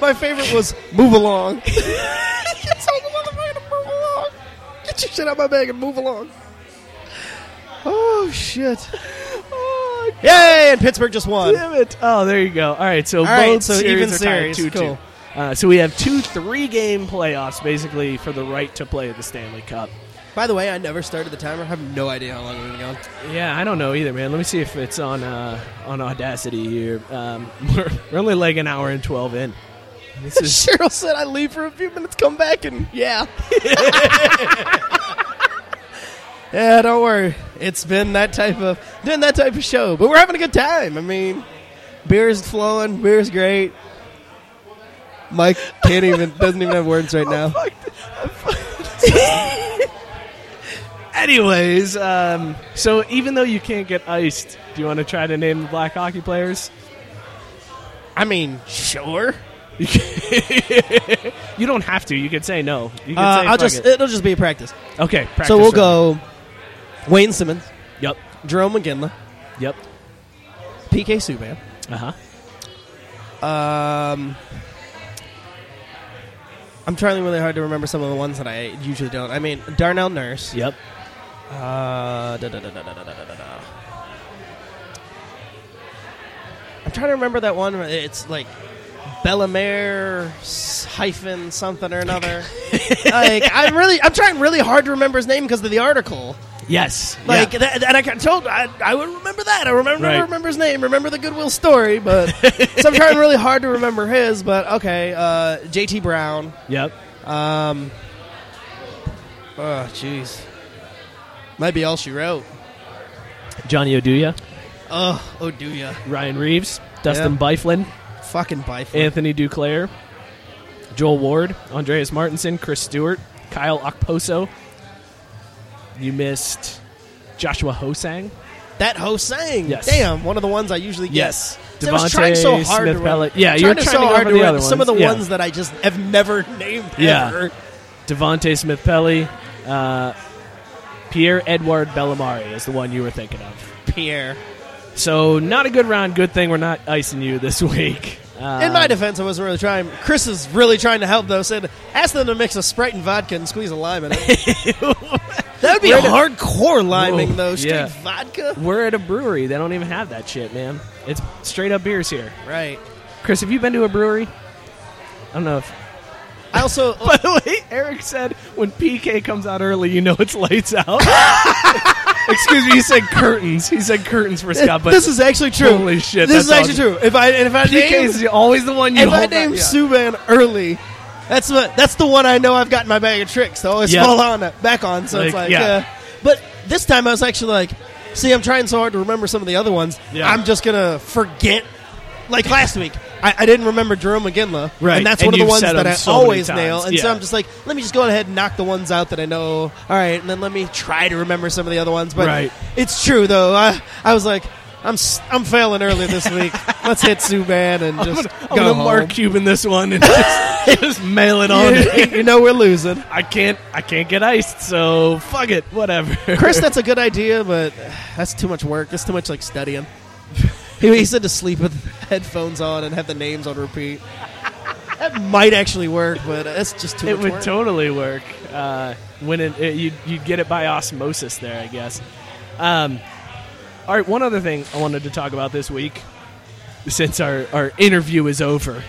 Speaker 2: My favorite was move along. It's like, motherfucker, to move along. Get your shit out of my bag and move along. Oh shit. Yay! And Pittsburgh just won.
Speaker 1: damn it. Oh, there you go. All right, so both
Speaker 2: right, so
Speaker 1: series
Speaker 2: even
Speaker 1: are tied
Speaker 2: series.
Speaker 1: two,
Speaker 2: Cool.
Speaker 1: two. Uh, so we have two three-game playoffs basically for the right to play the Stanley Cup.
Speaker 2: By the way, I never started the timer. I have no idea how long we've been going.
Speaker 1: Yeah, I don't know either, man. Let me see if it's on uh, on Audacity here. Um, we're, we're only like an hour and twelve in. This is
Speaker 2: Cheryl said I leave for a few minutes, come back, and yeah. yeah, don't worry. It's been that type of been that type of show, but we're having a good time. I mean, Beer's flowing. Beer's great. Mike can't even doesn't even have words right now.
Speaker 1: Anyways, um, so even though you can't get iced, do you want to try to name the black hockey players?
Speaker 2: I mean, sure.
Speaker 1: you don't have to. You could say no. You could
Speaker 2: Uh,
Speaker 1: say
Speaker 2: I'll
Speaker 1: fuck
Speaker 2: just
Speaker 1: it.
Speaker 2: it. will just be a practice.
Speaker 1: Okay,
Speaker 2: so
Speaker 1: practice
Speaker 2: we'll
Speaker 1: round.
Speaker 2: go Wayne Simmons,
Speaker 1: Yep.
Speaker 2: Jerome McGinley,
Speaker 1: Yep.
Speaker 2: PK Subban.
Speaker 1: Uh huh.
Speaker 2: Um, I'm trying really hard to remember some of the ones that I usually don't. I mean, Darnell Nurse.
Speaker 1: Yep.
Speaker 2: Uh, da, da, da, da, da, da, da, da, da, da. I'm trying to remember that one. where It's like Bellamere s- hyphen something or another. like I'm really, I'm trying really hard to remember his name because of the article.
Speaker 1: Yes.
Speaker 2: Like,
Speaker 1: yeah.
Speaker 2: that, and I got told I, I would remember that. I remember
Speaker 1: Right.
Speaker 2: remember his name. Remember the Goodwill story, but so I'm trying really hard to remember his. But okay, uh, JT Brown.
Speaker 1: Yep.
Speaker 2: Um, oh, jeez, might be all she wrote.
Speaker 1: Johnny Oduya,
Speaker 2: Oh, oh, do ya?
Speaker 1: Ryan Reeves, Dustin
Speaker 2: Yeah.
Speaker 1: Byflin,
Speaker 2: Fucking Byfield.
Speaker 1: Anthony Duclair, Joel Ward, Andreas Martinson, Chris Stewart, Kyle Okposo. You missed Joshua Hosang.
Speaker 2: That ho sang.
Speaker 1: Yes.
Speaker 2: Damn, one of the ones I usually get.
Speaker 1: Yes.
Speaker 2: So I was
Speaker 1: Devontae
Speaker 2: trying so hard to
Speaker 1: Smith-Pellet.
Speaker 2: remember.
Speaker 1: Yeah, you were
Speaker 2: to
Speaker 1: trying
Speaker 2: so
Speaker 1: to go
Speaker 2: hard
Speaker 1: for
Speaker 2: to
Speaker 1: the
Speaker 2: remember
Speaker 1: other
Speaker 2: some of the
Speaker 1: ones. Yeah.
Speaker 2: ones that I just have never named
Speaker 1: Yeah.
Speaker 2: ever.
Speaker 1: Devonte Smith Pelly, uh, Pierre Edward Bellamari is the one you were thinking of.
Speaker 2: Pierre.
Speaker 1: So not a good round. Good thing we're not icing you this week.
Speaker 2: In
Speaker 1: Um,
Speaker 2: my defense, I wasn't really trying. Chris is really trying to help, though. Said, ask them to mix a Sprite and vodka and squeeze a lime in it. that would be
Speaker 1: Right.
Speaker 2: hardcore liming,
Speaker 1: Whoa,
Speaker 2: though. Straight
Speaker 1: yeah.
Speaker 2: vodka?
Speaker 1: We're at a brewery. They don't even have that shit, man. It's straight up beers here.
Speaker 2: Right.
Speaker 1: Chris, have you been to a brewery? I don't know if.
Speaker 2: I also.
Speaker 1: By the way, Eric said when PK comes out early, you know it's lights out. Excuse me, he said curtains. He said curtains for Scott, but
Speaker 2: this is actually true.
Speaker 1: Holy shit,
Speaker 2: This is
Speaker 1: that's
Speaker 2: actually true. If I and if I
Speaker 1: PK
Speaker 2: name,
Speaker 1: is always the one you
Speaker 2: if I
Speaker 1: hold
Speaker 2: name
Speaker 1: up- yeah.
Speaker 2: Subban early, that's the that's the one I know I've got in my bag of tricks. So I always
Speaker 1: Yeah.
Speaker 2: fall on it, back on. So it's
Speaker 1: Like,
Speaker 2: like,
Speaker 1: yeah.
Speaker 2: uh, but this time I was actually like, see, I'm trying so hard to remember some of the other ones.
Speaker 1: Yeah.
Speaker 2: I'm just gonna forget. Like last week, I, I didn't remember Jerome McGinley,
Speaker 1: Right,
Speaker 2: and that's
Speaker 1: and
Speaker 2: one of
Speaker 1: you've
Speaker 2: the ones
Speaker 1: said
Speaker 2: that
Speaker 1: them
Speaker 2: I
Speaker 1: so many
Speaker 2: always
Speaker 1: times.
Speaker 2: nail. And so
Speaker 1: Yeah.
Speaker 2: I'm just like, let me just go ahead and knock the ones out that I know. All right, and then let me try to remember some of the other ones. But
Speaker 1: Right.
Speaker 2: it's true though. I I was like, I'm s- I'm failing early this week. Let's hit Subban and
Speaker 1: I'm
Speaker 2: just
Speaker 1: gonna,
Speaker 2: go
Speaker 1: I'm gonna
Speaker 2: home.
Speaker 1: mark Cuban this one and just, just mail it on.
Speaker 2: you, you know we're losing.
Speaker 1: I can't. I can't get iced, so fuck it. Whatever.
Speaker 2: Chris, that's a good idea, but that's too much work. That's too much like studying. He, he said to sleep with headphones on and have the names on repeat. That might actually work, but that's just too
Speaker 1: it
Speaker 2: much
Speaker 1: would
Speaker 2: work.
Speaker 1: totally work. Uh, when it, it, you'd, you'd get it by osmosis there, I guess. Um, all right, one other thing I wanted to talk about this week, since our, our interview is over,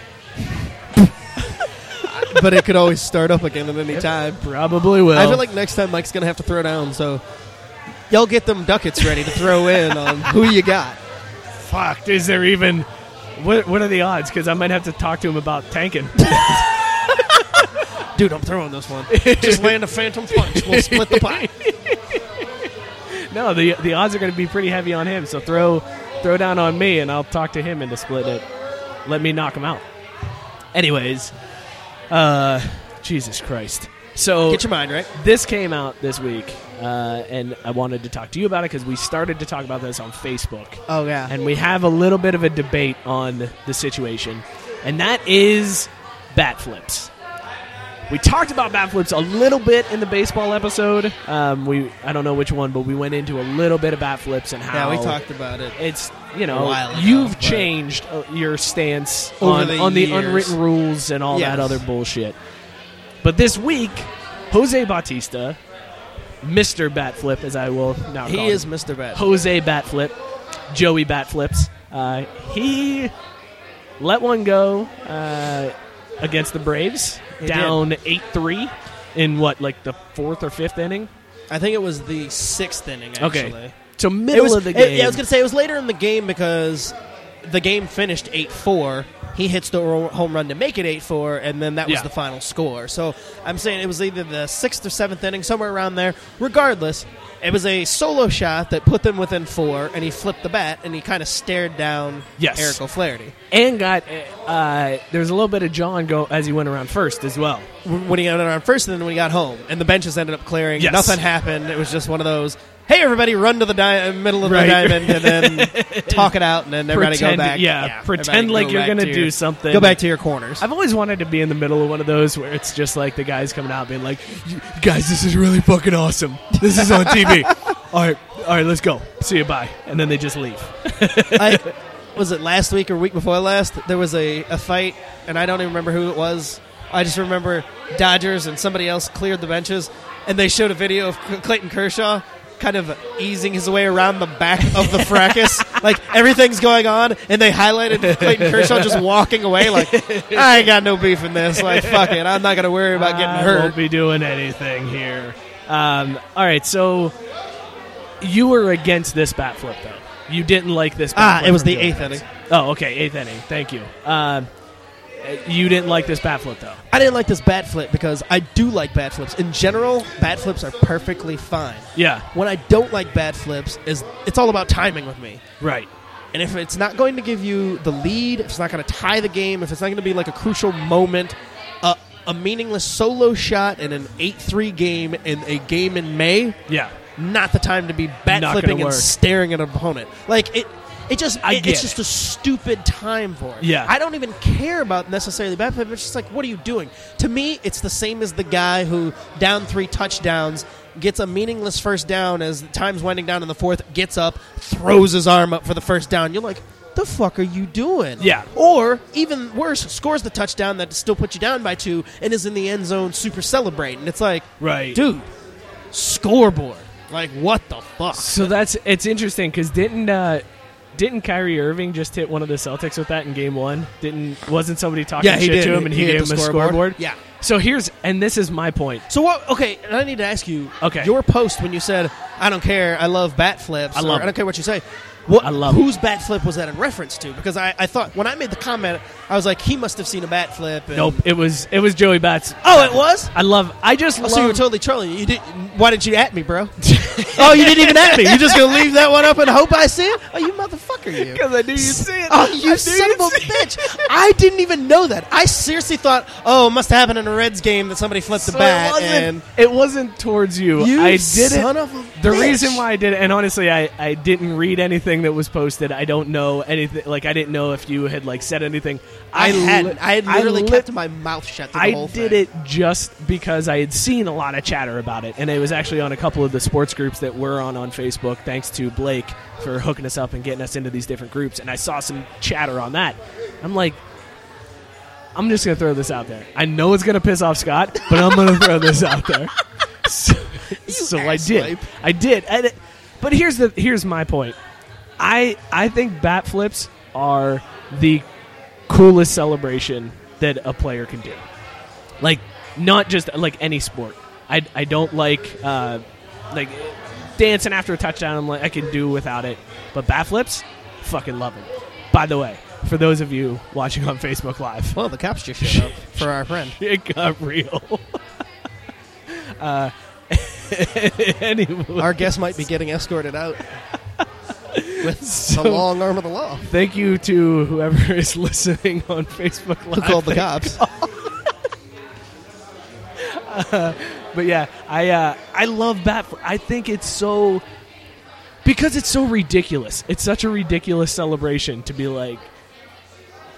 Speaker 2: but it could always start up again at any time.
Speaker 1: probably will.
Speaker 2: I feel like next time Mike's gonna have to throw down. So y'all get them ducats ready to throw in on who you got.
Speaker 1: fucked. Is there even? What, what are the odds? Because I might have to talk to him about tanking.
Speaker 2: Dude, I'm throwing this one. Just land a phantom punch. We'll split the pie.
Speaker 1: no, the the odds are going to be pretty heavy on him. So throw throw down on me, and I'll talk to him into split it. Let me knock him out. Anyways, uh, Jesus Christ. So
Speaker 2: Get your mind right.
Speaker 1: this came out this week, uh, and I wanted to talk to you about it because we started to talk about this on Facebook,
Speaker 2: Oh yeah.
Speaker 1: and we have a little bit of a debate on the situation, and that is bat flips. We talked about bat flips a little bit in the baseball episode. Um, we I don't know which one, but we went into a little bit of bat flips and
Speaker 2: yeah,
Speaker 1: how
Speaker 2: we talked about it.
Speaker 1: It's you
Speaker 2: A
Speaker 1: know
Speaker 2: while ago,
Speaker 1: you've
Speaker 2: but-
Speaker 1: changed uh, your stance
Speaker 2: Over
Speaker 1: on
Speaker 2: the
Speaker 1: on the
Speaker 2: years.
Speaker 1: unwritten rules and all that
Speaker 2: Yes.
Speaker 1: other bullshit. But this week, Jose Bautista, Mister Batflip, as I will now call
Speaker 2: He
Speaker 1: him,
Speaker 2: is Mr. Bat.
Speaker 1: Jose Batflip, Joey Batflips. Uh, he let one go uh, against the Braves,
Speaker 2: He
Speaker 1: down eight three in what like the fourth or fifth inning.
Speaker 2: I think it was the sixth inning. Actually,
Speaker 1: Okay, so
Speaker 2: it
Speaker 1: middle
Speaker 2: was.
Speaker 1: of the
Speaker 2: it-
Speaker 1: game.
Speaker 2: yeah, I was gonna say it was later in the game because the game finished eight four, he hits the ro- home run to make it 8 4, and then that was
Speaker 1: Yeah.
Speaker 2: the final score. So I'm saying it was either the sixth or seventh inning, somewhere around there. Regardless, it was a solo shot that put them within four, and he flipped the bat and he kind of stared down
Speaker 1: Yes.
Speaker 2: Eric O'Flaherty.
Speaker 1: and got uh, there was a little bit of John go as he went around first as well.
Speaker 2: when he got on first and then when he got home and the benches ended up clearing
Speaker 1: Yes.
Speaker 2: nothing happened it was just one of those hey everybody run to the di- middle of
Speaker 1: Right.
Speaker 2: the diamond and then talk it out and then everybody
Speaker 1: Pretend-
Speaker 2: go back
Speaker 1: yeah, pretend
Speaker 2: everybody
Speaker 1: like
Speaker 2: go
Speaker 1: you're
Speaker 2: back
Speaker 1: gonna
Speaker 2: to
Speaker 1: do
Speaker 2: your-
Speaker 1: something.
Speaker 2: go back to your corners
Speaker 1: I've always wanted to be in the middle of one of those where it's just like the guys coming out being like, "You- "Guys, this is really fucking awesome. This is on TV. all right, all right, let's go. See you, bye." And then they just leave.
Speaker 2: I, was it last week or week before last there was a, a fight and i don't even remember who it was i just remember dodgers and somebody else cleared the benches and they showed a video of C- clayton kershaw kind of easing his way around the back of the fracas like everything's going on and they highlighted clayton kershaw just walking away like i ain't got no beef in this like fuck it i'm not gonna worry about getting
Speaker 1: I
Speaker 2: hurt
Speaker 1: Won't be doing anything here. Um, all right, so you were against this bat flip though. You didn't like this. Bat
Speaker 2: Ah,
Speaker 1: flip
Speaker 2: it was
Speaker 1: from
Speaker 2: the
Speaker 1: Joe
Speaker 2: eighth
Speaker 1: Diaz.
Speaker 2: inning.
Speaker 1: Oh, okay, eighth inning. Thank you. Um, you didn't like this bat flip though.
Speaker 2: I didn't like this bat flip because I do like bat flips. In general, bat flips are perfectly fine.
Speaker 1: Yeah.
Speaker 2: When I don't like bat flips is it's all about timing with me.
Speaker 1: Right.
Speaker 2: And if it's not going to give you the lead, if it's not going to tie the game, if it's not going to be like a crucial moment, uh, a meaningless solo shot in an 8-3 game in a game in May,
Speaker 1: Yeah.
Speaker 2: not the time to be bat
Speaker 1: Not gonna
Speaker 2: flipping and
Speaker 1: work.
Speaker 2: staring at an opponent. Like it, it just
Speaker 1: I
Speaker 2: it-
Speaker 1: get
Speaker 2: it's just a stupid time for it.
Speaker 1: Yeah.
Speaker 2: I don't even care about necessarily bat flipping. It's just like, what are you doing? To me, it's the same as the guy who down three touchdowns. Gets a meaningless first down as time's winding down in the fourth, gets up, throws his arm up for the first down. You're like, the fuck are you doing?
Speaker 1: Yeah.
Speaker 2: Or even worse, scores the touchdown that still puts you down by two and is in the end zone super celebrating. It's like,
Speaker 1: Right.
Speaker 2: dude, scoreboard. Like what the fuck?
Speaker 1: So that's it's interesting because didn't uh, didn't Kyrie Irving just hit one of the Celtics with that in Game One? Didn't wasn't somebody talking
Speaker 2: Yeah, he
Speaker 1: shit
Speaker 2: did.
Speaker 1: to him and he,
Speaker 2: He hit
Speaker 1: gave
Speaker 2: the
Speaker 1: him a
Speaker 2: scoreboard.
Speaker 1: scoreboard?
Speaker 2: Yeah.
Speaker 1: So here's and this is my point.
Speaker 2: So what? Okay, and I need to ask you.
Speaker 1: Okay.
Speaker 2: Your post when you said, "I don't care. I love bat flips.
Speaker 1: I
Speaker 2: or,
Speaker 1: love
Speaker 2: I
Speaker 1: it.
Speaker 2: don't care what you say." What?
Speaker 1: I love it.
Speaker 2: Whose bat flip was that in reference to? Because I, I thought when I made the comment, I was like, he must have seen a bat flip. And,
Speaker 1: Nope. It was it was Joey Bats.
Speaker 2: Oh, it was.
Speaker 1: I love. I just
Speaker 2: Oh,
Speaker 1: love.
Speaker 2: so you were totally trolling. You did. Why didn't you at me, bro? oh, you didn't even at me. You just gonna leave that one up and hope I see it? Oh, you motherfucker, you.
Speaker 1: because I knew you'd say it.
Speaker 2: Oh,
Speaker 1: I knew
Speaker 2: you son
Speaker 1: you'd
Speaker 2: of a
Speaker 1: say it.
Speaker 2: bitch! I didn't even know that. I seriously thought, oh, it must have happened in a Reds game that somebody flipped
Speaker 1: So
Speaker 2: the bat.
Speaker 1: it, wasn't,
Speaker 2: and
Speaker 1: it wasn't towards you.
Speaker 2: You
Speaker 1: I did
Speaker 2: son
Speaker 1: it.
Speaker 2: of a
Speaker 1: the
Speaker 2: bitch.
Speaker 1: reason why I did it, and honestly, I, I didn't read anything that was posted. I don't know anything. Like I didn't know if you had like said anything.
Speaker 2: I,
Speaker 1: li-
Speaker 2: hadn't. I had literally
Speaker 1: li-
Speaker 2: kept my mouth shut. through The
Speaker 1: I
Speaker 2: whole
Speaker 1: did
Speaker 2: thing.
Speaker 1: it just because I had seen a lot of chatter about it, and it was actually on a couple of the sports groups that we're on on Facebook. Thanks to Blake for hooking us up and getting us into these different groups, and I saw some chatter on that. I'm like, I'm just gonna throw this out there. I know it's gonna piss off Scott, but I'm gonna throw this out there. So, so I did.
Speaker 2: asswipe.
Speaker 1: I did. I did. But here's the here's my point. I I think bat flips are the coolest celebration that a player can do. Like not just like any sport. I, I don't like uh, like dancing after a touchdown. I'm like I can do without it. But bat flips, fucking love them. By the way, for those of you watching on Facebook Live,
Speaker 2: Well, the cops just showed up for our friend.
Speaker 1: it got real. uh, anyway,
Speaker 2: Our guest might be getting escorted out with
Speaker 1: So-
Speaker 2: the long arm of the law.
Speaker 1: thank you to whoever is listening on Facebook Live.
Speaker 2: Who called the cops?
Speaker 1: But yeah, I uh, I love bat. Fl- I think it's so because it's so ridiculous. It's such a ridiculous celebration to be like,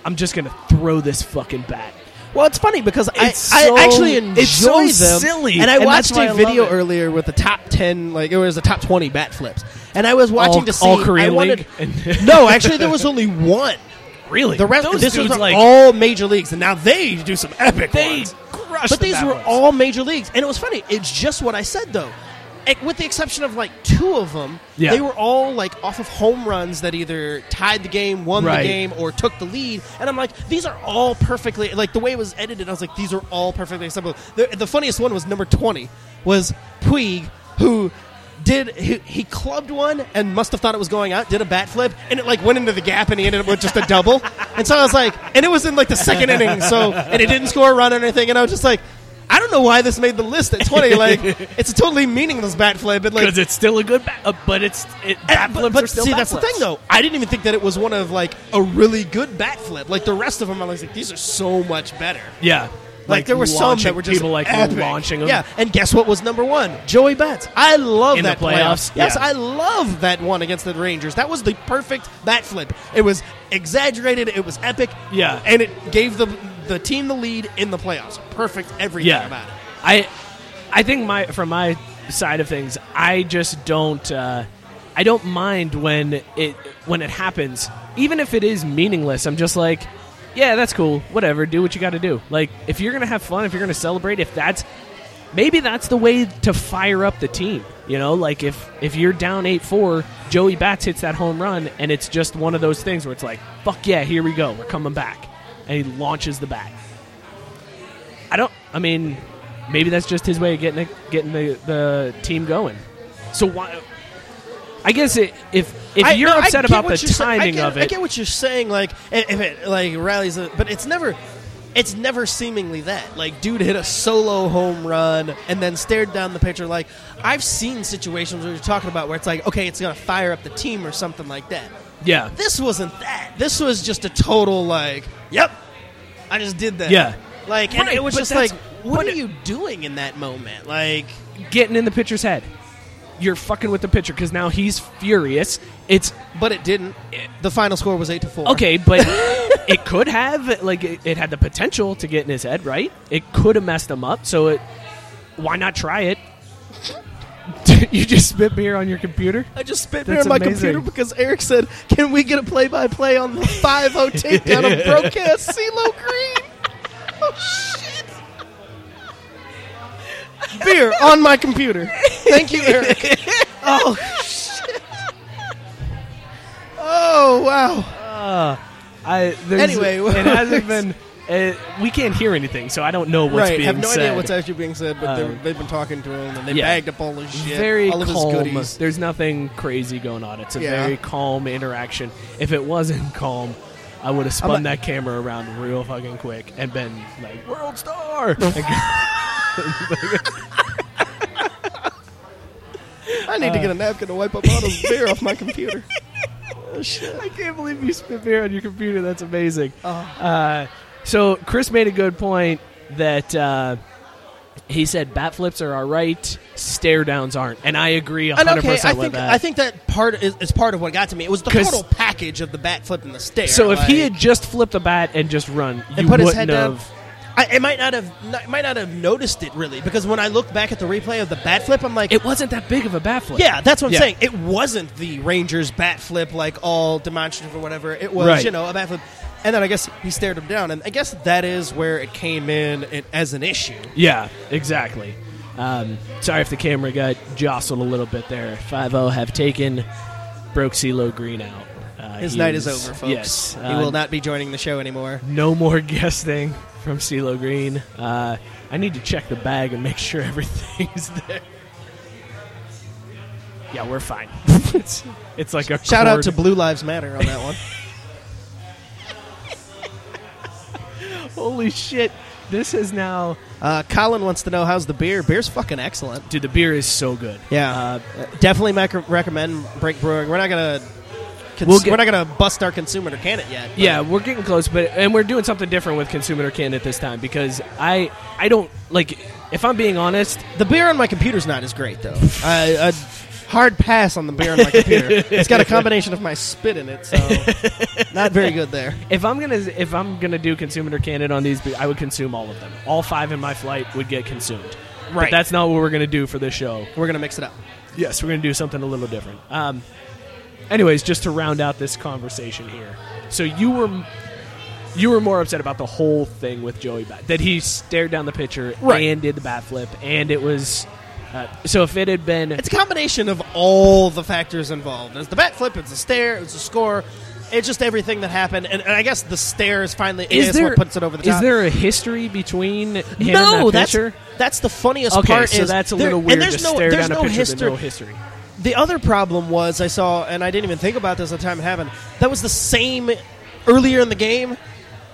Speaker 1: I'm just gonna throw this fucking bat.
Speaker 2: Well, it's funny because I,
Speaker 1: It's so-
Speaker 2: I actually enjoy
Speaker 1: it's so
Speaker 2: them.
Speaker 1: silly,
Speaker 2: and I
Speaker 1: and that's
Speaker 2: watched
Speaker 1: why I
Speaker 2: a
Speaker 1: love
Speaker 2: video
Speaker 1: it.
Speaker 2: earlier with the top ten, like it was the top twenty bat flips, and I was watching
Speaker 1: All-
Speaker 2: to see.
Speaker 1: all Korean
Speaker 2: I wanted,
Speaker 1: league?
Speaker 2: no, actually, there was only one.
Speaker 1: Really,
Speaker 2: The rest,
Speaker 1: Those
Speaker 2: this
Speaker 1: dudes
Speaker 2: was
Speaker 1: like
Speaker 2: all major leagues, and now they do some epic
Speaker 1: they
Speaker 2: ones.
Speaker 1: crushed.
Speaker 2: But
Speaker 1: the
Speaker 2: these
Speaker 1: bat
Speaker 2: were
Speaker 1: flips.
Speaker 2: all major leagues, and it was funny. It's just what I said though, Eh, with the exception of like two of them.
Speaker 1: Yeah.
Speaker 2: They were all like off of home runs that either tied the game, won
Speaker 1: Right.
Speaker 2: the game, or took the lead. And I'm like, these are all perfectly like the way it was edited. I was like, these are all perfectly acceptable. The, the funniest one was number twenty was Puig who. did he, he clubbed one and must have thought it was going out. Did a bat flip and it like went into the gap and he ended up with just a double. And so I was like, and it was in like the second inning. So and it didn't score a run or anything. And I was just like, I don't know why this made the list at twenty. Like it's a totally meaningless bat flip. But like
Speaker 1: because it's still a good bat, uh, but it's it, bat
Speaker 2: and- Eh, but-
Speaker 1: flips
Speaker 2: but
Speaker 1: are still
Speaker 2: see,
Speaker 1: bat
Speaker 2: that's the
Speaker 1: flips.
Speaker 2: thing though. I didn't even think that it was one of like a really good bat flip. Like the rest of them, I was like, these are so much better.
Speaker 1: Yeah.
Speaker 2: Like, there were some
Speaker 1: launching-
Speaker 2: that were just
Speaker 1: people like
Speaker 2: epic.
Speaker 1: launching them.
Speaker 2: Yeah, and guess what was number one? Joey Betts. I love
Speaker 1: In the
Speaker 2: that
Speaker 1: playoffs?
Speaker 2: Yes,
Speaker 1: Yeah.
Speaker 2: I love that one against the Rangers. That was the perfect bat flip. It was exaggerated. It was epic.
Speaker 1: Yeah.
Speaker 2: and it gave the the team the lead in the playoffs. Perfect everything
Speaker 1: yeah.
Speaker 2: about it.
Speaker 1: I I think my from my side of things, I just don't uh, I don't mind when it when it happens, even if it is meaningless. I'm just like, yeah, that's cool. Whatever, do what you got to do. Like if you're gonna have fun, if you're gonna celebrate, if that's maybe that's the way to fire up the team. You know, like if if you're down eight four, Joey Bats hits that home run, and it's just one of those things where it's like, fuck yeah, here we go, we're coming back, and he launches the bat. I don't. I mean, maybe that's just his way of getting it, getting the, the team going. So why? I guess it, if if
Speaker 2: I-
Speaker 1: you're
Speaker 2: no, I
Speaker 1: upset
Speaker 2: get
Speaker 1: about the
Speaker 2: what you're sa- I
Speaker 1: timing
Speaker 2: get-
Speaker 1: of
Speaker 2: I
Speaker 1: it,
Speaker 2: get what you're saying. Like i- if it like rallies, a- but it's never. It's never seemingly that. Like, dude hit a solo home run and then stared down the pitcher. Like, I've seen situations where you're talking about where it's like, okay, it's going to fire up the team or something like that.
Speaker 1: yeah,
Speaker 2: This wasn't that. This was just a total, like, yep, I just did that.
Speaker 1: Yeah.
Speaker 2: Like, and
Speaker 1: Right,
Speaker 2: it was
Speaker 1: but
Speaker 2: just like,
Speaker 1: that's-
Speaker 2: what
Speaker 1: but
Speaker 2: are
Speaker 1: it-
Speaker 2: you doing in that moment? Like,
Speaker 1: getting in the pitcher's head, you're fucking with the pitcher because now he's furious. It's
Speaker 2: but it didn't. The final score was 8 to 4.
Speaker 1: okay, but it could have like it, it had the potential to get in his head, right? It could have messed him up. So it, why not try it? you just spit beer on your computer.
Speaker 2: I just spit
Speaker 1: That's
Speaker 2: beer on my
Speaker 1: amazing.
Speaker 2: computer because Eric said, "Can we get a play-by-play on the 5-0 takedown of broadcast CeeLo Green?" Oh shit! Beer on my computer. Thank you, Eric. Oh shit! Oh wow!
Speaker 1: I there's-
Speaker 2: Anyway,
Speaker 1: it hasn't been. Uh, we can't hear anything, so I don't know what's
Speaker 2: right,
Speaker 1: being
Speaker 2: have no
Speaker 1: said.
Speaker 2: idea what's actually being said, but they're-
Speaker 1: Um,
Speaker 2: they've been talking to him and they
Speaker 1: yeah.
Speaker 2: bagged up all his shit,
Speaker 1: very
Speaker 2: all of his
Speaker 1: calm.
Speaker 2: goodies.
Speaker 1: There's nothing crazy going on. It's a
Speaker 2: Yeah.
Speaker 1: very calm interaction. If it wasn't calm, I would have spun that camera around real fucking quick and been like, "World star."
Speaker 2: I need to
Speaker 1: uh,
Speaker 2: get a napkin to wipe up all this beer off my computer. Oh, shit.
Speaker 1: I can't believe you spit beer on your computer. That's amazing.
Speaker 2: Oh.
Speaker 1: Uh, so Chris made a good point that uh, he said bat flips are all right, stare downs aren't, and I agree 100
Speaker 2: And okay, I
Speaker 1: percent with
Speaker 2: think
Speaker 1: that.
Speaker 2: I think that part is, is part of what got to me. It was the
Speaker 1: 'Cause-
Speaker 2: total package of the bat flip and the stare.
Speaker 1: so if he
Speaker 2: like-
Speaker 1: had just flipped a bat and just run, you
Speaker 2: and put
Speaker 1: wouldn't
Speaker 2: his head down,
Speaker 1: have.
Speaker 2: I, I might not have I might not have noticed it really because when I look back at the replay of the bat flip, I'm like,
Speaker 1: It wasn't that big of a bat flip.
Speaker 2: yeah, that's what I'm
Speaker 1: Yeah.
Speaker 2: saying. It wasn't the Rangers bat flip like all demonstrative or whatever. It was
Speaker 1: Right.
Speaker 2: you know a bat flip, and then I guess he stared him down, and I guess that is where it came in it, as an issue.
Speaker 1: Yeah, exactly. Um, sorry if the camera got jostled a little bit there. 5 0 have taken, broke CeeLo Green out. Uh,
Speaker 2: His
Speaker 1: he
Speaker 2: night is
Speaker 1: was-
Speaker 2: over, folks.
Speaker 1: Yes.
Speaker 2: he
Speaker 1: uh,
Speaker 2: will not be joining the show anymore.
Speaker 1: No more guesting from CeeLo Green. Uh, I need to check the bag and make sure everything's there. Yeah, we're fine. it's, it's like a
Speaker 2: Shout out
Speaker 1: cord-
Speaker 2: to Blue Lives Matter on that one.
Speaker 1: Holy shit. This is now.
Speaker 2: Uh, Colin wants to know how's the beer. Beer's fucking excellent.
Speaker 1: Dude, the beer is so good.
Speaker 2: Yeah,
Speaker 1: Uh,
Speaker 2: definitely mac- recommend Break Brewing. We're not gonna cons-
Speaker 1: We'll get-
Speaker 2: we're not gonna bust our consumer to can it yet. but-
Speaker 1: Yeah, we're getting close, but and we're doing something different with consumer can at this time because I I don't like if I'm being honest,
Speaker 2: the beer on my computer's not as great though. I, a hard pass on the beer on my computer. it's got a combination of my spit in it, so not very good there.
Speaker 1: if I'm gonna if I'm gonna do consumer candid on these, I would consume all of them. All five in my flight would get consumed.
Speaker 2: Right.
Speaker 1: But that's not what we're gonna do for this show.
Speaker 2: We're gonna mix it up.
Speaker 1: Yes, we're gonna do something a little different. Um, anyways, just to round out this conversation here, so you were. You were more upset about the whole thing with Joey Bat that he stared down the pitcher
Speaker 2: Right.
Speaker 1: and did the bat flip, and it was. Uh, so if it had been,
Speaker 2: It's a combination of all the factors involved. It's the bat flip. It's the stare. It's the score. It's just everything that happened, and, and I guess the stare is finally it is what puts it over the top.
Speaker 1: Is there a history between him
Speaker 2: no,
Speaker 1: and that
Speaker 2: that's
Speaker 1: pitcher?
Speaker 2: that's the funniest
Speaker 1: okay,
Speaker 2: part.
Speaker 1: so
Speaker 2: is
Speaker 1: that's a
Speaker 2: there-
Speaker 1: little
Speaker 2: and
Speaker 1: weird
Speaker 2: there's
Speaker 1: to
Speaker 2: no,
Speaker 1: stare
Speaker 2: there's
Speaker 1: down a
Speaker 2: no
Speaker 1: pitcher with
Speaker 2: history.
Speaker 1: no history.
Speaker 2: The other problem was I saw, and I didn't even think about this at the time it happened. That was the same earlier in the game.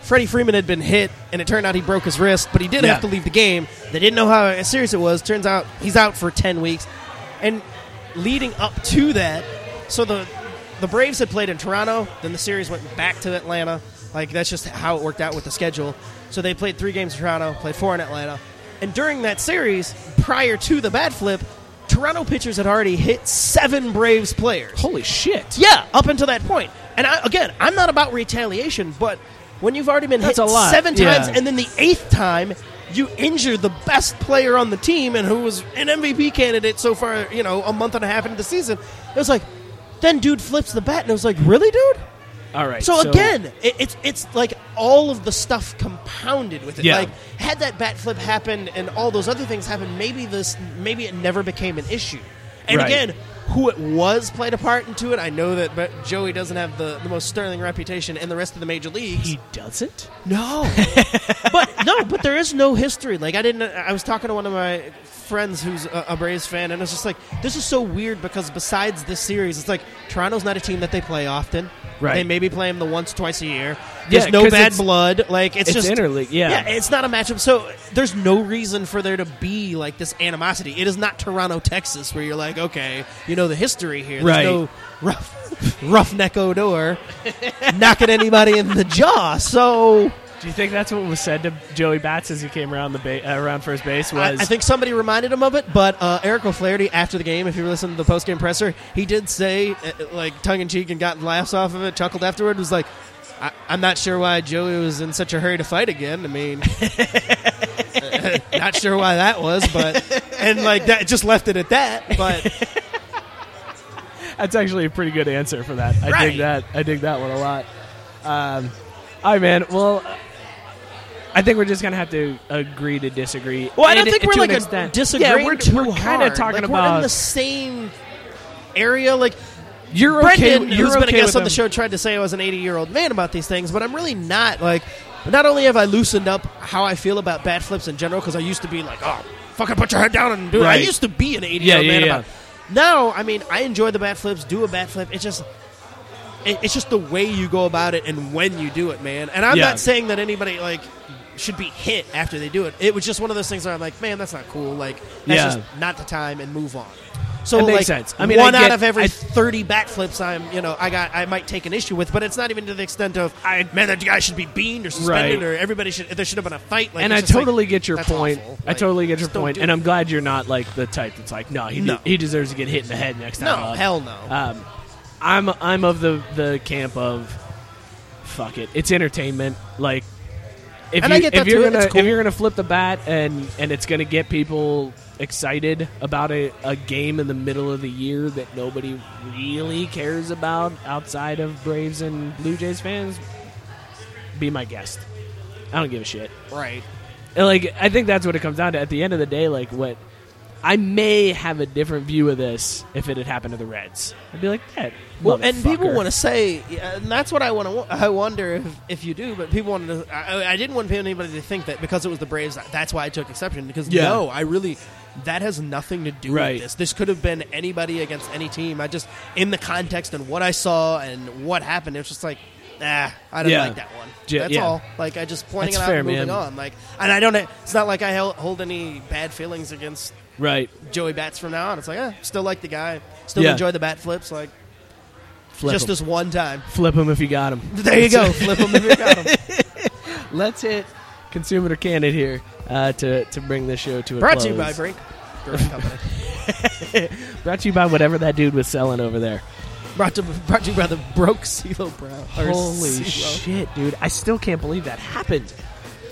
Speaker 2: Freddie Freeman had been hit, and it turned out he broke his wrist, but he did
Speaker 8: Yeah.
Speaker 2: have to leave the game. They didn't know how serious it was. Turns out he's out for ten weeks, and leading up to that, so the the Braves had played in Toronto, then the series went back to Atlanta. Like that's just how it worked out with the schedule. So they played three games in Toronto, played four in Atlanta, and during that series, prior to the bat flip, Toronto pitchers had already hit seven Braves players.
Speaker 1: Holy shit!
Speaker 2: Yeah, up until that point. And I, again, I'm not about retaliation, but when you've already been
Speaker 1: That's
Speaker 2: hit
Speaker 1: a lot.
Speaker 2: seven
Speaker 1: Yeah.
Speaker 2: times, and then the eighth time you injure the best player on the team and who was an MVP candidate so far, you know, a month and a half into the season, it was like, then dude flips the bat, and it was like, really, dude?
Speaker 1: All right.
Speaker 2: So, again, it, it's it's like all of the stuff compounded with it.
Speaker 1: Yeah.
Speaker 2: Like had that bat flip happened and all those other things happened, maybe this maybe it never became an issue. And
Speaker 1: Right.
Speaker 2: again, who it was played a part into it. I know that, but Joey doesn't have the, the most sterling reputation in the rest of the major leagues. He
Speaker 1: doesn't.
Speaker 2: No, but no, but there is no history. Like I didn't. I was talking to one of my friends who's a, a Braves fan, and it's just like this is so weird because besides this series, it's like Toronto's not a team that they play often.
Speaker 1: Right.
Speaker 2: They maybe play them the once twice a year.
Speaker 1: Yeah,
Speaker 2: There's no
Speaker 1: 'cause
Speaker 2: bad
Speaker 1: it's-
Speaker 2: blood. Like it's,
Speaker 1: it's
Speaker 2: just
Speaker 1: interleague, yeah.
Speaker 2: yeah. It's not a matchup. So there's no reason for there to be like this animosity. It is not Toronto, Texas, where you're like, okay, you know the history here. There's
Speaker 1: Right.
Speaker 2: no rough roughneck Odor knocking anybody in the jaw. So
Speaker 1: Do you think that's what was said to Joey Bats as he came around the ba- uh, around first base?
Speaker 2: I,
Speaker 1: Was
Speaker 2: I think somebody reminded him of it, but uh, Eric O'Flaherty, after the game, if you listen to the post game presser, he did say, uh, like, tongue in cheek and got laughs off of it, chuckled afterward, was like, I- I'm not sure why Joey was in such a hurry to fight again. I mean, not sure why that was, but. And, like, that just left it at that, but.
Speaker 1: That's actually a pretty good answer for that. I
Speaker 2: Right.
Speaker 1: dig that. I dig that one a lot. Um, all right, man. Well, I think we're just gonna have to agree to disagree.
Speaker 2: Well, I don't
Speaker 1: And
Speaker 2: think
Speaker 1: it-
Speaker 2: we're
Speaker 1: to an
Speaker 2: like a
Speaker 1: extent.
Speaker 2: disagreeing
Speaker 1: Yeah, we're,
Speaker 2: too
Speaker 1: we're
Speaker 2: hard.
Speaker 1: kind of talking
Speaker 2: Like,
Speaker 1: about
Speaker 2: we're in the same area. Like
Speaker 1: You're
Speaker 2: Brendan,
Speaker 1: okay- you're
Speaker 2: who's been
Speaker 1: okay
Speaker 2: a guest
Speaker 1: with
Speaker 2: on
Speaker 1: them.
Speaker 2: the show, tried to say I was an 80 year old man about these things, but I'm really not. Like, not only have I loosened up how I feel about bat flips in general, because I used to be like, oh, fucking put your head down and do it. I
Speaker 1: Right.
Speaker 2: used to be an 80
Speaker 1: Yeah,
Speaker 2: year old
Speaker 1: yeah,
Speaker 2: man
Speaker 1: yeah.
Speaker 2: about. Now, I mean, I enjoy the bat flips. Do a bat flip. It's just. it- It's just the way you go about it and when you do it, man. And I'm
Speaker 1: Yeah.
Speaker 2: not saying that anybody like should be hit after they do it. It was just one of those things where I'm like, man, that's not cool. Like, that's
Speaker 1: Yeah.
Speaker 2: just not the time, and move on. So
Speaker 1: That makes
Speaker 2: like,
Speaker 1: sense. I mean, I
Speaker 2: one
Speaker 1: get-
Speaker 2: out of every
Speaker 1: I-
Speaker 2: thirty bat flips, I'm you know, I got, I might take an issue with, but it's not even to the extent of, I man, that guy should be beaned or suspended
Speaker 1: Right.
Speaker 2: or everybody should, there should have been a fight. Like,
Speaker 1: and I
Speaker 2: it's just like,
Speaker 1: totally get your
Speaker 2: that's
Speaker 1: point.
Speaker 2: awful.
Speaker 1: I
Speaker 2: Like,
Speaker 1: totally get your
Speaker 2: just don't
Speaker 1: point,
Speaker 2: do
Speaker 1: and
Speaker 2: it.
Speaker 1: I'm glad you're not like the type that's like, no, he de-
Speaker 2: No.
Speaker 1: he deserves to get hit in the head next
Speaker 2: No,
Speaker 1: time. out."
Speaker 2: hell no.
Speaker 1: Um, I'm I'm of the the camp of fuck it. It's entertainment. Like if
Speaker 2: And
Speaker 1: you
Speaker 2: I get
Speaker 1: if
Speaker 2: that
Speaker 1: you're
Speaker 2: too,
Speaker 1: gonna
Speaker 2: it's cool.
Speaker 1: if you're gonna flip the bat and and it's gonna get people excited about a, a game in the middle of the year that nobody really cares about outside of Braves and Blue Jays fans, be my guest. I don't give a shit.
Speaker 2: right.
Speaker 1: And like I think that's what it comes down to. At the end of the day, like what I may have a different view of this if it had happened to the Reds. I'd be like, that.
Speaker 2: Well, and people want to say, yeah, and that's what I want to. I wonder if, if you do, but people want to. I, I didn't want anybody to think that because it was the Braves. That's why I took exception. Because
Speaker 1: Yeah.
Speaker 2: no, I really that has nothing to do
Speaker 1: Right.
Speaker 2: with this. This could have been anybody against any team. I just in the context and what I saw and what happened, it's just like, ah, I don't
Speaker 1: Yeah.
Speaker 2: like that one.
Speaker 1: Yeah,
Speaker 2: that's
Speaker 1: yeah.
Speaker 2: all. Like I just pointing
Speaker 1: That's
Speaker 2: it out
Speaker 1: fair,
Speaker 2: and moving
Speaker 1: man.
Speaker 2: on. Like, and I don't. It's not like I hel- hold any bad feelings against
Speaker 1: right
Speaker 2: Joey Bats from now on. It's like, eh, still like the guy, still
Speaker 1: Yeah.
Speaker 2: enjoy the bat flips. Like,
Speaker 1: Flip
Speaker 2: just
Speaker 1: 'em.
Speaker 2: this one time.
Speaker 1: flip them if you got them.
Speaker 2: There you go. Flip them if you got 'em.
Speaker 1: Let's hit consumer candid here uh, to to bring this show to a
Speaker 2: Brought
Speaker 1: close.
Speaker 2: to you by Brink Brewing Company.
Speaker 1: Brought to you by whatever that dude was selling over there.
Speaker 2: brought, to, brought to you by the broke CeeLo Brown. or E
Speaker 1: Holy
Speaker 2: CeeLo.
Speaker 1: shit, dude! I still can't believe that happened.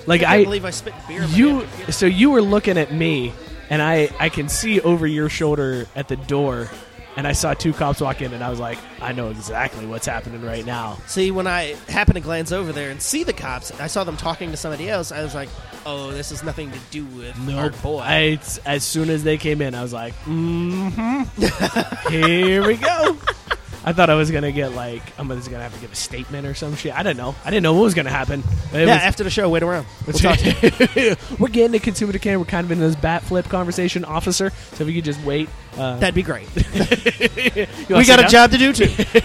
Speaker 1: Like
Speaker 2: I
Speaker 1: I,
Speaker 2: can't believe I spit beer in my
Speaker 1: You
Speaker 2: damn
Speaker 1: so you were looking at me, and I I can see over your shoulder at the door, and I saw two cops walk in, and I was like, I know exactly what's happening right now.
Speaker 2: See, when I happen to glance over there and see the cops, I saw them talking to somebody else. I was like, oh, this has nothing to do with our Oh, boy.
Speaker 1: I, it's- as soon as they came in, I was like, mm-hmm. here we go. I thought I was gonna get like I'm just gonna have to give a statement or some shit. I don't know. I didn't know what was gonna happen. It
Speaker 2: yeah,
Speaker 1: was-
Speaker 2: after the show, wait around. We'll talk to you.
Speaker 1: we're getting to consumer to can. We're kind of in this bat flip conversation, officer. So if you could just wait, uh,
Speaker 2: That'd be great.
Speaker 1: You wanna
Speaker 2: we
Speaker 1: sit
Speaker 2: got a
Speaker 1: down?
Speaker 2: job to do too.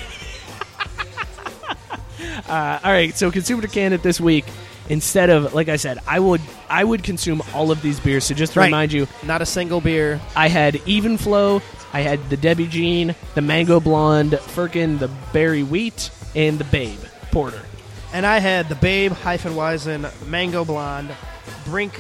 Speaker 1: Uh, all right, so consumer to can it this week. Instead of like I said, I would I would consume all of these beers. So just to
Speaker 2: Right.
Speaker 1: remind you,
Speaker 2: Not a single beer.
Speaker 1: I had Even Flow, I had the Debbie Jean, the Mango Blonde, Firkin, the Berry Wheat, and the Babe Porter.
Speaker 2: And I had the Babe hyphen Weizen Mango Blonde Brink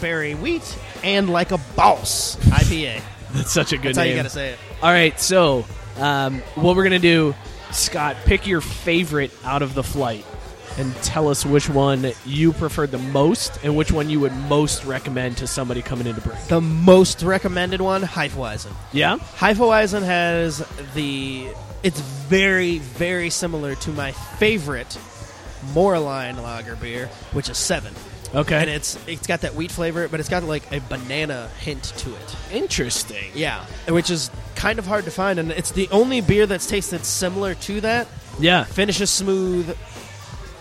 Speaker 2: Berry Wheat and Like a Boss IPA.
Speaker 1: That's such a good
Speaker 2: That's how
Speaker 1: name.
Speaker 2: you got to say it.
Speaker 1: All right, so um, what we're gonna do, Scott, pick your favorite out of the flight, and tell us which one you preferred the most, and which one you would most recommend to somebody coming into Brink.
Speaker 2: The most recommended one, Hefeweizen.
Speaker 1: Yeah.
Speaker 2: Hefeweizen has the. It's very, very similar to my favorite Moreline lager beer, which is seven.
Speaker 1: Okay.
Speaker 2: And it's it's got that wheat flavor, but it's got like a banana hint to it.
Speaker 1: interesting.
Speaker 2: Yeah, which is kind of hard to find, and it's the only beer that's tasted similar to that.
Speaker 1: Yeah.
Speaker 2: Finish is smooth.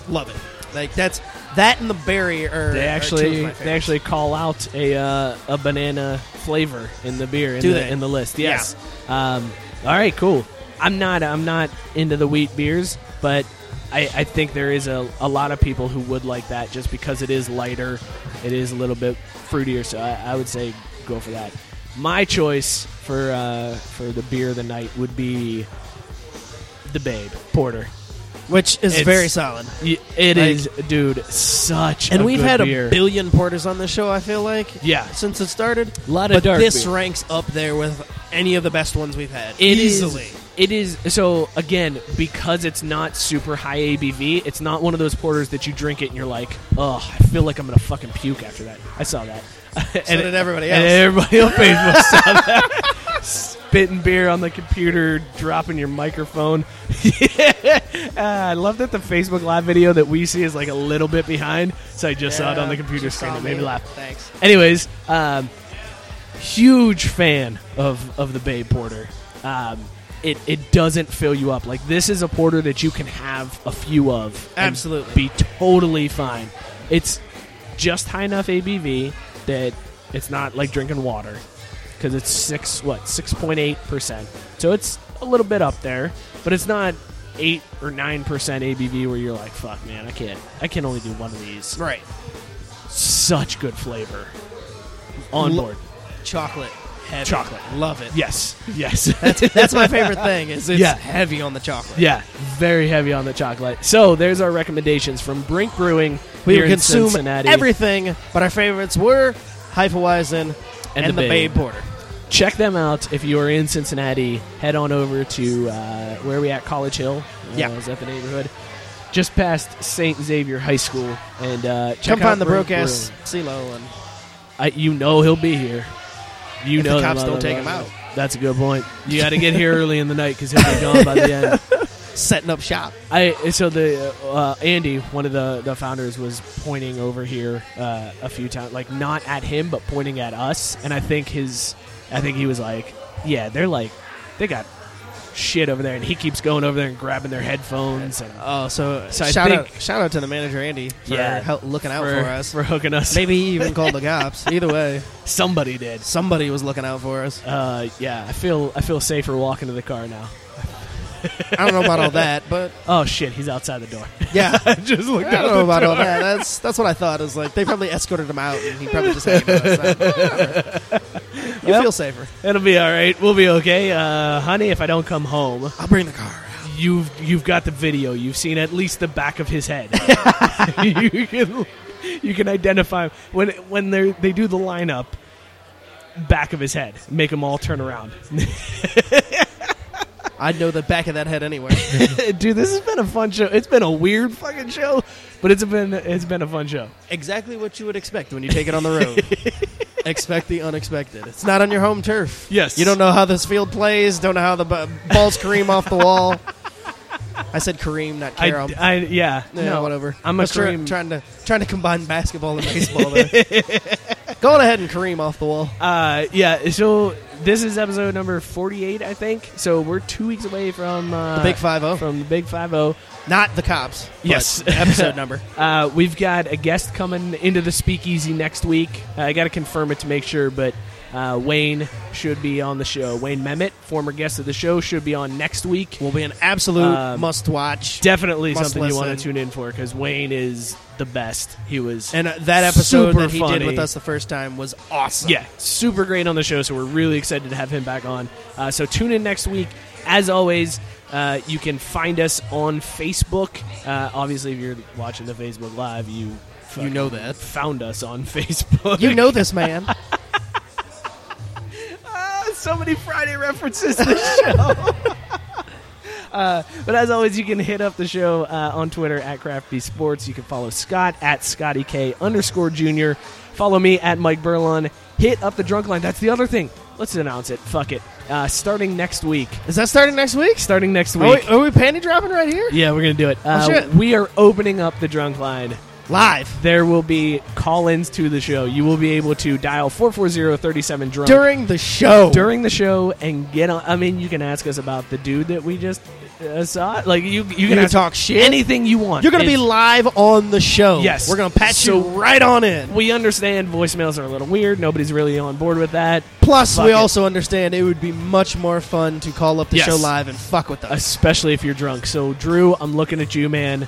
Speaker 2: Love it. Like that's that and the berry are
Speaker 1: They
Speaker 2: are two of
Speaker 1: actually
Speaker 2: my
Speaker 1: they
Speaker 2: favorites.
Speaker 1: actually call out a uh, a banana flavor in the beer in
Speaker 2: Do
Speaker 1: the
Speaker 2: they?
Speaker 1: in the list.
Speaker 2: Yeah.
Speaker 1: Yes. Um, all right, cool. I'm not I'm not into the wheat beers, but I, I think there is a, a lot of people who would like that just because it is lighter, it is a little bit fruitier. So I, I would say go for that. My choice for uh, for the beer of the night would be the Babe Porter.
Speaker 2: which is
Speaker 1: it's-
Speaker 2: very solid.
Speaker 1: Y- It
Speaker 2: Like-
Speaker 1: is, dude, such
Speaker 2: And
Speaker 1: a
Speaker 2: we've
Speaker 1: good
Speaker 2: had
Speaker 1: beer.
Speaker 2: a billion porters on this show. I feel like
Speaker 1: Yeah.
Speaker 2: since it started,
Speaker 1: Lot of
Speaker 2: but
Speaker 1: dark
Speaker 2: this
Speaker 1: beer.
Speaker 2: ranks up there with any of the best ones we've had.
Speaker 1: It is.
Speaker 2: easily.
Speaker 1: It is so again because it's not super high ABV. It's not one of those porters that you drink it and you're like, oh, I feel like I'm gonna fucking puke after that. I saw that. and
Speaker 2: did everybody
Speaker 1: And
Speaker 2: else.
Speaker 1: everybody on Facebook saw that. Spitting beer on the computer, dropping your microphone. yeah. Uh, I love that the Facebook Live video that we see is like a little bit behind. So I just saw it on the
Speaker 2: Yeah,
Speaker 1: computer
Speaker 2: she
Speaker 1: screen.
Speaker 2: saw
Speaker 1: It made me
Speaker 2: me.
Speaker 1: laugh.
Speaker 2: Thanks.
Speaker 1: Anyways, um, huge fan of of the Bay Porter. Um, it it doesn't fill you up. Like this is a porter that you can have a few of. and
Speaker 2: Absolutely.
Speaker 1: be totally fine. It's just high enough ABV that it's not like drinking water because it's six what six point eight percent. So it's a little bit up there, but it's not eight or nine percent ABV where you're like, fuck, man, I can't. I can only do one of these.
Speaker 2: Right,
Speaker 1: Such good flavor. On
Speaker 2: Lo-
Speaker 1: board.
Speaker 2: chocolate, heavy.
Speaker 1: Chocolate.
Speaker 2: love it.
Speaker 1: Yes. Yes.
Speaker 2: That's my favorite thing. Is it's
Speaker 1: Yeah.
Speaker 2: heavy on the chocolate.
Speaker 1: yeah. Very heavy on the chocolate. So there's our recommendations from Brink Brewing.
Speaker 2: We
Speaker 1: here
Speaker 2: would
Speaker 1: in
Speaker 2: consume
Speaker 1: Cincinnati.
Speaker 2: everything, but our favorites were Hypewisen
Speaker 1: And
Speaker 2: and,
Speaker 1: the
Speaker 2: the,
Speaker 1: Babe.
Speaker 2: Babe Porter.
Speaker 1: Check them out if you are in Cincinnati. Head on over to uh, where are we at College Hill. Uh,
Speaker 2: Yeah.
Speaker 1: is that the neighborhood? Just past St. Xavier High School, and uh, check
Speaker 2: Come
Speaker 1: out
Speaker 2: find the
Speaker 1: Brink
Speaker 2: broke ass
Speaker 1: Brewing.
Speaker 2: CeeLo and
Speaker 1: I, you know he'll be here. You
Speaker 2: If the
Speaker 1: know
Speaker 2: cops
Speaker 1: they'll-
Speaker 2: don't take
Speaker 1: they'll-
Speaker 2: him out.
Speaker 1: That's a good point. You got to get here early in the night because he'll be gone by the end.
Speaker 2: setting up shop.
Speaker 1: I so the uh, Andy, one of the the founders, was pointing over here uh, a few times, like not at him, but pointing at us. And I think his, I think he was like, yeah, they're like, they got shit over there, and he keeps going over there and grabbing their headphones and
Speaker 2: Oh, so,
Speaker 1: So I
Speaker 2: shout
Speaker 1: think-
Speaker 2: out shout out to the manager Andy for
Speaker 1: Yeah.
Speaker 2: help looking out for, us.
Speaker 1: for hooking us.
Speaker 2: Maybe he even called the cops. Either way,
Speaker 1: somebody did.
Speaker 2: somebody was looking out for us.
Speaker 1: Uh, yeah, I feel I feel safer walking to the car now.
Speaker 2: I don't know about all that, but
Speaker 1: Oh shit, he's outside the door.
Speaker 2: yeah, I
Speaker 1: Just looked
Speaker 2: don't know about all that. That's that's what I thought. Is like they probably escorted him out, and he probably just hanging outside. You
Speaker 1: Yep.
Speaker 2: feel safer.
Speaker 1: It'll be all right. We'll be okay, uh, honey. If I don't come home,
Speaker 2: I'll bring the car.
Speaker 1: you've you've got the video. You've seen at least the back of his head. you can you can identify him. when when they they do the lineup. Back of his head, make them all turn around.
Speaker 2: I know the back of that head anyway.
Speaker 1: Dude, this has been a fun show. It's been a weird fucking show, but it's been it's been a fun show.
Speaker 2: exactly what you would expect when you take it on the road. expect the unexpected. It's not on your home turf.
Speaker 1: Yes.
Speaker 2: You don't know how this field plays, don't know how the bu- balls careem off the wall. I said Kareem, not
Speaker 1: I,
Speaker 2: Carol.
Speaker 1: I yeah,
Speaker 2: yeah,
Speaker 1: no,
Speaker 2: whatever.
Speaker 1: I'm a
Speaker 2: I was try-
Speaker 1: Kareem.
Speaker 2: trying to trying to combine basketball and baseball there. Go on ahead and Kareem off the wall.
Speaker 1: Uh, yeah. So this is episode number forty-eight, I think. So we're two weeks away from uh,
Speaker 2: The Big Five O.
Speaker 1: From the big five zero.
Speaker 2: Not the cops. but
Speaker 1: Yes.
Speaker 2: episode number.
Speaker 1: Uh, we've got a guest coming into the speakeasy next week. Uh, I got to confirm it to make sure, but uh, Wayne should be on the show. Wayne Memmett, former guest of the show, should be on next week.
Speaker 2: Will be an absolute
Speaker 1: Um,
Speaker 2: must watch.
Speaker 1: Definitely
Speaker 2: must
Speaker 1: something you want to
Speaker 2: listen.
Speaker 1: tune in for because Wayne is the best. He was
Speaker 2: And uh, that episode
Speaker 1: super
Speaker 2: that he
Speaker 1: funny.
Speaker 2: did with us the first time was awesome.
Speaker 1: Yeah, super great on the show, so we're really excited to have him back on. Uh, so tune in next week. As always, uh, you can find us on Facebook. Uh, obviously, if you're watching the Facebook Live, you
Speaker 2: You know that.
Speaker 1: found us on Facebook.
Speaker 2: You know this man.
Speaker 1: so many Friday references to the show. Uh, but as always, you can hit up the show uh, on Twitter at Crafty Sports. You can follow Scott at Scotty K underscore Junior. Follow me at Mike Burlon. Hit up the drunk line. That's the other thing. Let's announce it. Fuck it. Uh, starting next week.
Speaker 2: Is that starting next week?
Speaker 1: Starting next
Speaker 2: Are we,
Speaker 1: week.
Speaker 2: are we panty dropping right here?
Speaker 1: Yeah, we're gonna do it. Uh,
Speaker 2: Oh, shit.
Speaker 1: We are opening up the drunk line.
Speaker 2: Live.
Speaker 1: There will be call-ins to the show. You will be able to dial 440-37 drunk
Speaker 2: During the show.
Speaker 1: during the show and get on. I mean, you can ask us about the dude that we just uh, saw. Like you, you can
Speaker 2: gonna
Speaker 1: ask
Speaker 2: talk shit?
Speaker 1: anything you want.
Speaker 2: You're going to be
Speaker 1: It's-
Speaker 2: live on the show.
Speaker 1: Yes.
Speaker 2: We're going to patch
Speaker 1: So-
Speaker 2: you right on in.
Speaker 1: We understand voicemails are a little weird. Nobody's really on board with that,
Speaker 2: Plus,
Speaker 1: Fuck
Speaker 2: we
Speaker 1: it.
Speaker 2: also understand it would be much more fun to call up the
Speaker 1: Yes.
Speaker 2: show live and fuck with us.
Speaker 1: especially if you're drunk. So, Drew, I'm looking at you, man.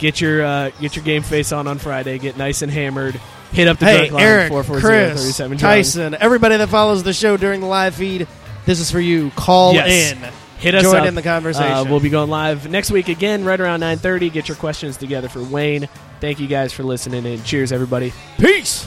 Speaker 1: Get your uh, get your game face on on Friday. Get nice and hammered. Hit up the
Speaker 2: hey,
Speaker 1: drunk line
Speaker 2: Eric,
Speaker 1: 440
Speaker 2: Chris,
Speaker 1: 37 drunk.
Speaker 2: Tyson, everybody that follows the show during the live feed, this is for you. Call
Speaker 1: Yes.
Speaker 2: in.
Speaker 1: Hit us
Speaker 2: Join
Speaker 1: up.
Speaker 2: in the conversation.
Speaker 1: Uh, we'll be going live next week again, right around 9:30. Get your questions together for Wayne. Thank you guys for listening and cheers, everybody.
Speaker 2: Peace.